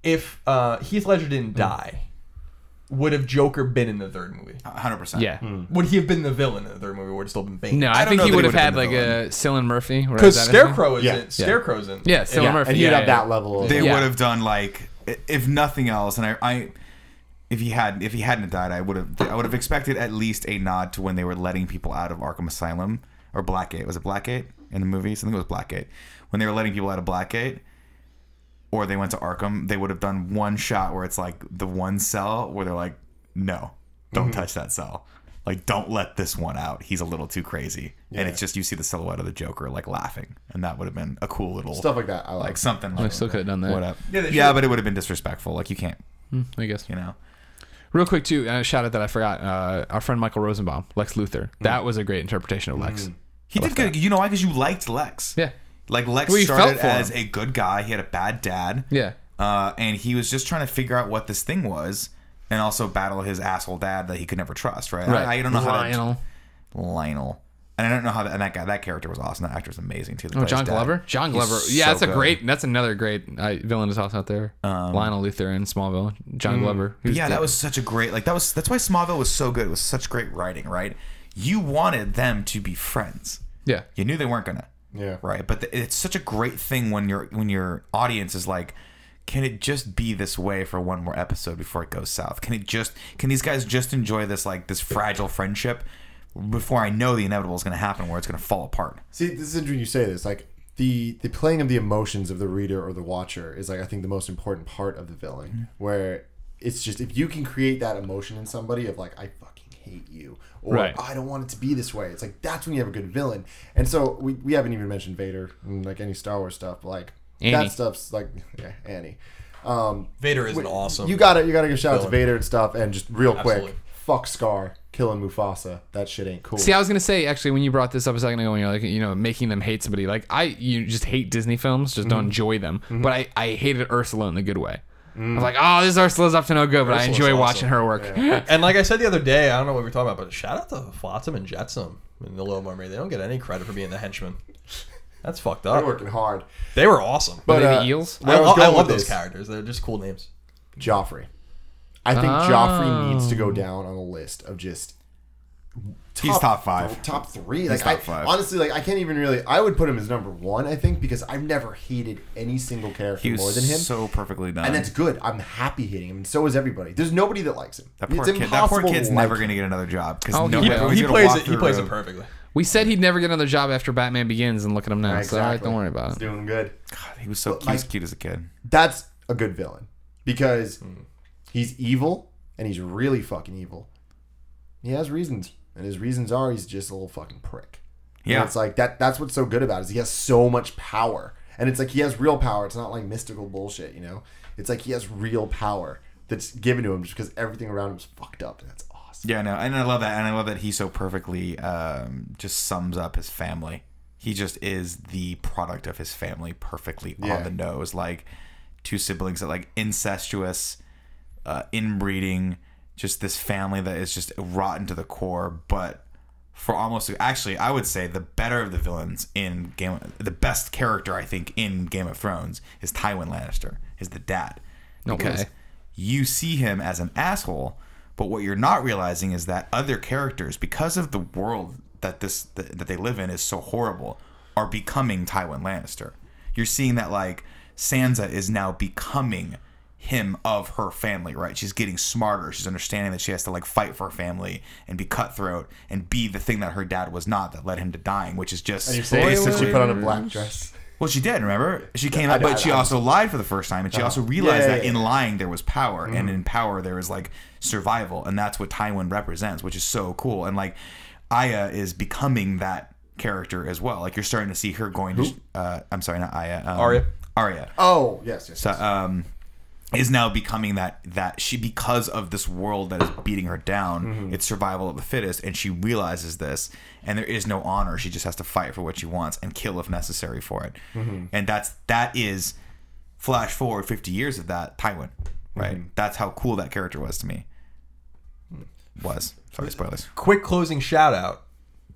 Speaker 4: If uh, Heath Ledger
Speaker 1: Mm.
Speaker 4: didn't die, would have Joker been in the third movie?
Speaker 2: Hundred percent.
Speaker 1: Yeah.
Speaker 4: Would he have been the villain in the third movie? Or would it still been Bane?
Speaker 1: No,
Speaker 2: Hmm.
Speaker 1: I,
Speaker 2: I don't
Speaker 1: think
Speaker 2: know
Speaker 1: he
Speaker 2: that
Speaker 1: would
Speaker 2: he
Speaker 1: have
Speaker 2: would've
Speaker 1: had
Speaker 2: been
Speaker 1: like
Speaker 2: the
Speaker 1: a Cillian Murphy. right?
Speaker 4: because
Speaker 1: Is that his name?
Speaker 4: Scarecrow is
Speaker 3: Yeah.
Speaker 4: in. Scarecrow's in.
Speaker 1: Yeah, Cillian Murphy.
Speaker 3: and you'd
Speaker 1: yeah,
Speaker 3: have
Speaker 1: yeah,
Speaker 3: that
Speaker 1: yeah.
Speaker 3: level of
Speaker 2: they
Speaker 1: Yeah.
Speaker 2: would have done like i- if nothing else and I, I if he had if he hadn't died i would have i would have expected at least a nod to when they were letting people out of arkham asylum or blackgate was it blackgate in the movies i think it was blackgate when they were letting people out of blackgate or they went to arkham they would have done one shot where it's like the one cell where they're like no don't
Speaker 3: Mm-hmm.
Speaker 2: touch that cell like don't let this one out he's a little too crazy and it's just you see the silhouette of the joker like laughing and that would have been a cool little
Speaker 3: stuff like that. I like.
Speaker 2: like something
Speaker 1: I
Speaker 2: like
Speaker 1: still could have done that.
Speaker 2: what up? Yeah,
Speaker 4: Yeah, they should've-
Speaker 2: but it would have been disrespectful. Like you can't,
Speaker 1: I guess.
Speaker 2: you know.
Speaker 1: Real quick, too, and a shout out that I forgot. Uh, our friend Michael Rosenbaum, Lex Luthor.
Speaker 2: Hmm.
Speaker 1: That was a great interpretation of Lex.
Speaker 2: He did good. You know why? Because you liked Lex.
Speaker 1: Yeah.
Speaker 2: Like Lex
Speaker 1: We felt
Speaker 2: started
Speaker 1: for
Speaker 2: as
Speaker 1: him.
Speaker 2: a good guy. He had a bad dad.
Speaker 1: Yeah.
Speaker 2: Uh, and he was just trying to figure out what this thing was, and also battle his asshole dad that he could never trust. Right.
Speaker 1: Right.
Speaker 2: I, I don't know how
Speaker 1: Lionel.
Speaker 2: to, Lionel. And I don't know how that, and that guy that character was awesome. That actor was amazing too. that
Speaker 1: Oh,
Speaker 2: played his
Speaker 1: John
Speaker 2: dad.
Speaker 1: Glover. John
Speaker 2: He's
Speaker 1: Glover. yeah,
Speaker 2: so
Speaker 1: that's a
Speaker 2: good.
Speaker 1: great. That's another great uh, villain to toss out there. Lionel Luthor in Smallville. John Glover.
Speaker 2: But mm, yeah, that was such a great like that was that's why Smallville was so good. It was such great writing, right? You wanted them to be friends.
Speaker 1: Yeah.
Speaker 2: You knew they weren't gonna.
Speaker 3: Yeah.
Speaker 2: right but the, it's such a great thing when your when your audience is like can it just be this way for one more episode before it goes south can it just can these guys just enjoy this like this fragile friendship before i know the inevitable is going to happen where it's going to fall apart
Speaker 3: See, this is interesting. You say this like the the playing of the emotions of the reader or the watcher is like I think the most important part of the
Speaker 1: Mm-hmm.
Speaker 3: villain. Where it's just if you can create that emotion in somebody of like I fucking hate you or
Speaker 1: Right.
Speaker 3: I don't want it to be this way. It's like that's when you have a good villain. And so we, we haven't even mentioned Vader and like any Star Wars stuff. But like
Speaker 1: Annie.
Speaker 3: that stuff's like yeah, Annie. Um,
Speaker 4: Vader is an awesome.
Speaker 3: you gotta you gotta give a shout out to
Speaker 4: Villain.
Speaker 3: Vader and stuff. And just real quick,
Speaker 4: Absolutely.
Speaker 3: fuck Scar killing Mufasa. That shit ain't cool.
Speaker 1: See, I was gonna say actually when you brought this up a second ago, when you're like, you know, making them hate somebody. Like I, you just hate Disney films, just
Speaker 2: Mm-hmm.
Speaker 1: don't enjoy them. But I, I hated Ursula in the good way. I
Speaker 2: Mm.
Speaker 1: was like, oh, this Ursula's up to no good, but I
Speaker 4: Ursula's
Speaker 1: enjoy
Speaker 4: awesome.
Speaker 1: watching her work.
Speaker 4: And like I said the other day, I don't know what we were talking about, but shout out to Flotsam and Jetsam in The Little Mermaid. They don't get any credit for being the henchmen. That's fucked
Speaker 3: They're
Speaker 4: up.
Speaker 3: working hard.
Speaker 4: They were awesome.
Speaker 1: Were
Speaker 3: But
Speaker 1: they the
Speaker 3: uh,
Speaker 1: eels?
Speaker 3: where
Speaker 4: I,
Speaker 3: was
Speaker 4: lo- I
Speaker 3: going with
Speaker 4: love those
Speaker 3: this-
Speaker 4: characters. They're just cool names.
Speaker 3: Joffrey. I think
Speaker 1: Oh.
Speaker 3: Joffrey needs to go down on the list of just
Speaker 2: he's top five
Speaker 3: top three. Like
Speaker 2: top
Speaker 3: I,
Speaker 2: five.
Speaker 3: honestly, like I can't even really. I would put him as number one. I think because I've never hated any single character
Speaker 2: he was
Speaker 3: more than him,
Speaker 2: so perfectly done
Speaker 3: and that's good. I'm happy hating him, and so is everybody. There's nobody that likes him.
Speaker 2: that poor
Speaker 3: it's
Speaker 2: kid that poor
Speaker 3: impossible
Speaker 2: kid's
Speaker 3: to
Speaker 2: never
Speaker 3: like
Speaker 2: going to get another job because
Speaker 1: Oh, he
Speaker 2: no
Speaker 1: will.
Speaker 2: everyone's
Speaker 4: he
Speaker 2: gonna
Speaker 4: plays
Speaker 2: walk
Speaker 4: it. He
Speaker 2: through a
Speaker 4: plays it
Speaker 2: room.
Speaker 4: perfectly.
Speaker 1: We said he'd never get another job after Batman Begins, and look at him now.
Speaker 3: him.
Speaker 1: So all right, don't worry about
Speaker 3: He's
Speaker 1: it.
Speaker 3: doing good.
Speaker 2: he was so
Speaker 3: But,
Speaker 2: cute, as
Speaker 3: like-
Speaker 2: cute as a kid
Speaker 3: That's a good villain because
Speaker 2: Hmm.
Speaker 3: he's evil and he's really fucking evil. He has reasons, and his reasons are he's just a little fucking prick. Yeah.
Speaker 2: yeah
Speaker 3: it's like that that's what's so good about it is he has so much power. And it's like he has real power. It's not like mystical bullshit, you know? It's like he has real power that's given to him just because everything around him is fucked up. And that's awesome.
Speaker 2: Yeah, I know, and I love that, and I love that he so perfectly um, just sums up his family. He just is the product of his family, perfectly
Speaker 3: Yeah.
Speaker 2: on the nose. Like two siblings that like incestuous, uh, inbreeding, just this family that is just rotten to the core. But for almost actually, I would say the better of the villains in Game, the best character I think in Game of Thrones is Tywin Lannister, is the dad because
Speaker 1: Okay.
Speaker 2: you see him as an asshole but what you're not realizing is that other characters because of the world that this that they live in is so horrible are becoming Tywin Lannister. You're seeing that like Sansa is now becoming him of her family, right? She's getting smarter. She's understanding that she has to like fight for her family and be cutthroat and be the thing that her dad was not that led him to dying, which is just
Speaker 3: Basically, put on a black dress.
Speaker 2: well, she did. Remember, she came
Speaker 3: I-
Speaker 2: out, but
Speaker 3: I-
Speaker 2: she
Speaker 3: I- Uh-huh.
Speaker 2: also lied for the first time, and she also realized
Speaker 3: Yeah, yeah,
Speaker 2: that
Speaker 3: yeah. Mm-hmm.
Speaker 2: in lying there was power, and in power there is like survival, and that's what Tywin represents, which is so cool. And like, Aya is becoming that character as well. Like, you're starting to see her going. To, uh, I'm sorry, not Aya. Um,
Speaker 4: Arya.
Speaker 2: Arya
Speaker 3: Oh yes, yes.
Speaker 2: so, um, is now becoming that that she because of this world that is beating her down. It's survival of the fittest, and she realizes this. And there is no honor; she just has to fight for what she wants and kill if necessary for it. And that's that is flash forward fifty years of that Tywin, right? That's how cool that character was to me. Was sorry spoilers.
Speaker 4: Quick closing shout out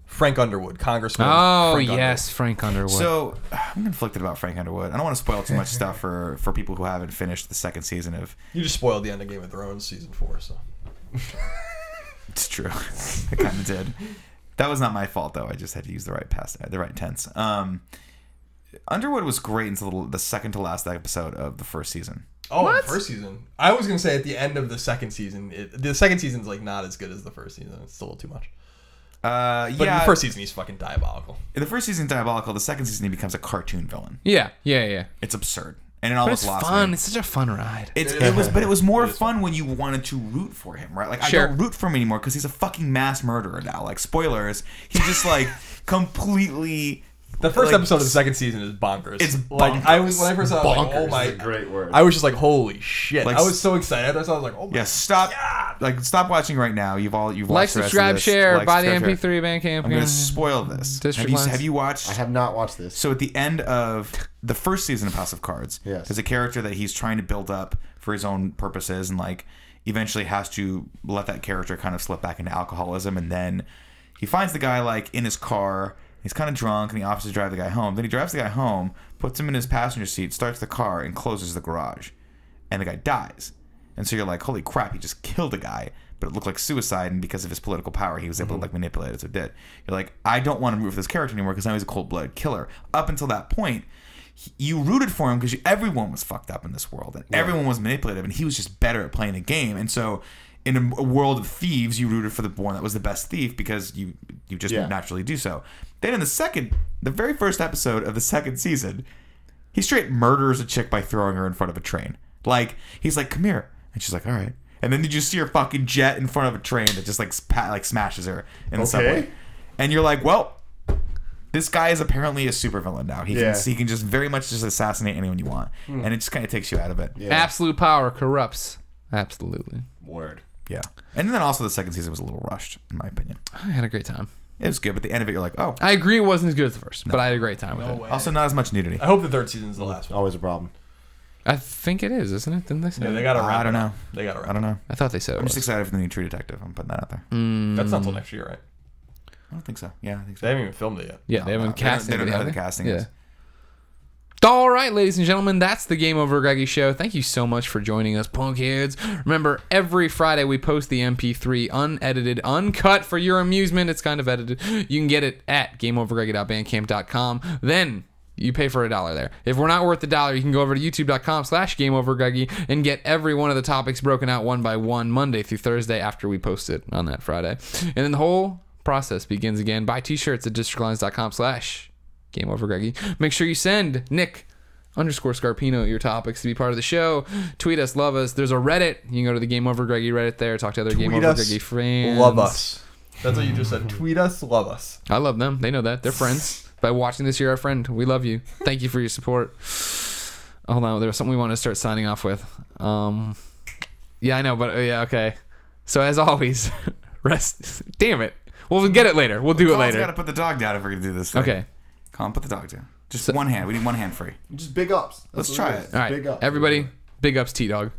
Speaker 4: Frank Underwood, Congressman.
Speaker 1: Oh
Speaker 4: Frank Underwood.
Speaker 1: yes, Frank Underwood.
Speaker 2: So I'm conflicted about Frank Underwood. I don't want to spoil too much stuff for for people who haven't finished the second season of
Speaker 4: You just spoiled the end of Game of Thrones season four, so.
Speaker 2: It's true. I kind of did. That was not my fault though. I just had to use the right past, the right tense. Um, Underwood was great until the second to last episode of the first season.
Speaker 4: Oh, the first season. I was gonna say at the end of the second season. It, the second season's like not as good as the first season. It's still a little too much.
Speaker 2: Uh,
Speaker 4: But in
Speaker 2: yeah,
Speaker 4: the first season, he's fucking diabolical.
Speaker 2: the first season's diabolical. The second season, he becomes a cartoon villain.
Speaker 1: yeah, yeah, yeah.
Speaker 2: It's absurd, and it
Speaker 1: But
Speaker 2: almost
Speaker 1: it's
Speaker 2: lost
Speaker 1: fun.
Speaker 2: me.
Speaker 1: It's such a fun ride.
Speaker 2: It's, it was, but it was more fun when you wanted to root for him, right? Like
Speaker 1: Sure.
Speaker 2: I don't root for him anymore because he's a fucking mass murderer now. Like spoilers, he's just like completely.
Speaker 4: The first
Speaker 2: like,
Speaker 4: episode of the second season is bonkers.
Speaker 2: It's
Speaker 4: like I was
Speaker 2: bonkers.
Speaker 4: when I first saw it, I was like, oh
Speaker 3: Bonkers
Speaker 4: my
Speaker 3: is a great word.
Speaker 4: I was just like, holy shit!
Speaker 2: Like,
Speaker 4: I was so excited. I was like, oh my.
Speaker 2: Yeah, stop. Like stop watching right now. You've all you've
Speaker 1: Like,
Speaker 2: watched the rest of
Speaker 1: subscribe,
Speaker 2: this.
Speaker 1: share,
Speaker 2: Like,
Speaker 1: buy the
Speaker 2: subscribe, share.
Speaker 1: MP3 Bandcamp.
Speaker 2: I'm gonna spoil this. Have
Speaker 1: District
Speaker 2: you,
Speaker 1: lines.
Speaker 2: have you watched?
Speaker 3: I have not watched this.
Speaker 2: so at the end of the first season of House of Cards,
Speaker 3: Yes.
Speaker 2: there's a character that he's trying to build up for his own purposes, and like eventually has to let that character kind of slip back into alcoholism, and then he finds the guy like in his car. He's kind of drunk, and he offers to drive the guy home. Then he drives the guy home, puts him in his passenger seat, starts the car, and closes the garage, and the guy dies. And so you're like, holy crap, he just killed a guy. But it looked like suicide, and because of his political power, he was able to like manipulate it. So it did. You're like, I don't want to root for this character anymore because now he's a cold blooded killer. Up until that point, he- you rooted for him because everyone was fucked up in this world, and everyone was manipulative, and he was just better at playing the game. And so, in a, a world of thieves, you rooted for the one that was the best thief because you you just
Speaker 3: Yeah.
Speaker 2: naturally do so. Then in the second, the very first episode of the second season, he straight murders a chick by throwing her in front of a train. Like he's like, "Come here," and she's like, "All right." And then you just see her fucking jet in front of a train that just like spa- like smashes her in the subway. And you're like, "Well, this guy is apparently a supervillain now. He
Speaker 3: Yeah.
Speaker 2: can he can just very much just assassinate anyone you want, and it just kind of takes you out of it. Yeah.
Speaker 1: Absolute power corrupts. Absolutely.
Speaker 3: Word.
Speaker 2: And then also the second season was a little rushed, in my opinion.
Speaker 1: I had a great time.
Speaker 2: It was good, but the end of it, you're like, "Oh."
Speaker 1: I agree it wasn't as good as the first, but I had a great time with it.
Speaker 4: way.
Speaker 2: Also, not as much nudity.
Speaker 4: I hope the third season's the last one.
Speaker 3: Always a problem.
Speaker 1: I think it is, isn't it? Didn't they say?
Speaker 4: Yeah,
Speaker 1: that?
Speaker 4: they got to wrap.
Speaker 2: I don't
Speaker 4: it up.
Speaker 2: know.
Speaker 4: They got to wrap.
Speaker 2: I don't know.
Speaker 1: I thought they said it
Speaker 2: I'm just
Speaker 1: was.
Speaker 2: excited for the new True Detective. I'm putting that out there.
Speaker 4: it. That's
Speaker 2: Mm.
Speaker 4: not until next year, right?
Speaker 2: I don't think so. Yeah, I think so.
Speaker 4: They haven't even filmed it yet.
Speaker 1: Yeah, they haven't
Speaker 2: no, they don't-
Speaker 1: cast
Speaker 2: they don't
Speaker 1: anybody,
Speaker 2: know
Speaker 1: have
Speaker 2: who the casting
Speaker 1: yeah.
Speaker 2: is.
Speaker 1: All right, ladies and gentlemen, that's the Game Over Greggy show. Thank you so much for joining us, punkheads. Remember, every Friday we post the MP3 unedited, uncut for your amusement. It's kind of edited. You can get it at gameovergreggy.bandcamp.com. Then you pay for a dollar there. If we're not worth the dollar, you can go over to youtube.com slash gameovergreggy and get every one of the topics broken out one by one Monday through Thursday after we post it on that Friday. And then the whole process begins again. Buy t-shirts at districtlines.com slash Game over, Greggy. Make sure you send Nick underscore Scarpino your topics to be part of the show. Tweet us, love us. There's a Reddit. You can go to the Game Over Greggy Reddit there. Talk to other Game
Speaker 4: Tweet
Speaker 1: Over
Speaker 4: us,
Speaker 1: Greggy friends.
Speaker 4: Love us. That's what you just said. Tweet us, love us.
Speaker 1: I love them. They know that. They're friends. By watching this, you're our friend. We love you. Thank you for your support. Hold on. There was something we wanted to start signing off with. Um, yeah, I know, but uh, yeah, okay. So as always, rest. Damn it. We'll get it later. We'll do it
Speaker 2: Colin's
Speaker 1: later.
Speaker 2: gotta put the dog down if we're gonna do this. Thing.
Speaker 1: Okay.
Speaker 2: Colin, put the dog down. Just one hand. We need one hand free.
Speaker 3: Just big ups.
Speaker 2: Let's
Speaker 3: That's what
Speaker 2: try
Speaker 3: is.
Speaker 2: it.
Speaker 1: All right.
Speaker 3: Big ups.
Speaker 1: Everybody, big ups, T Dog.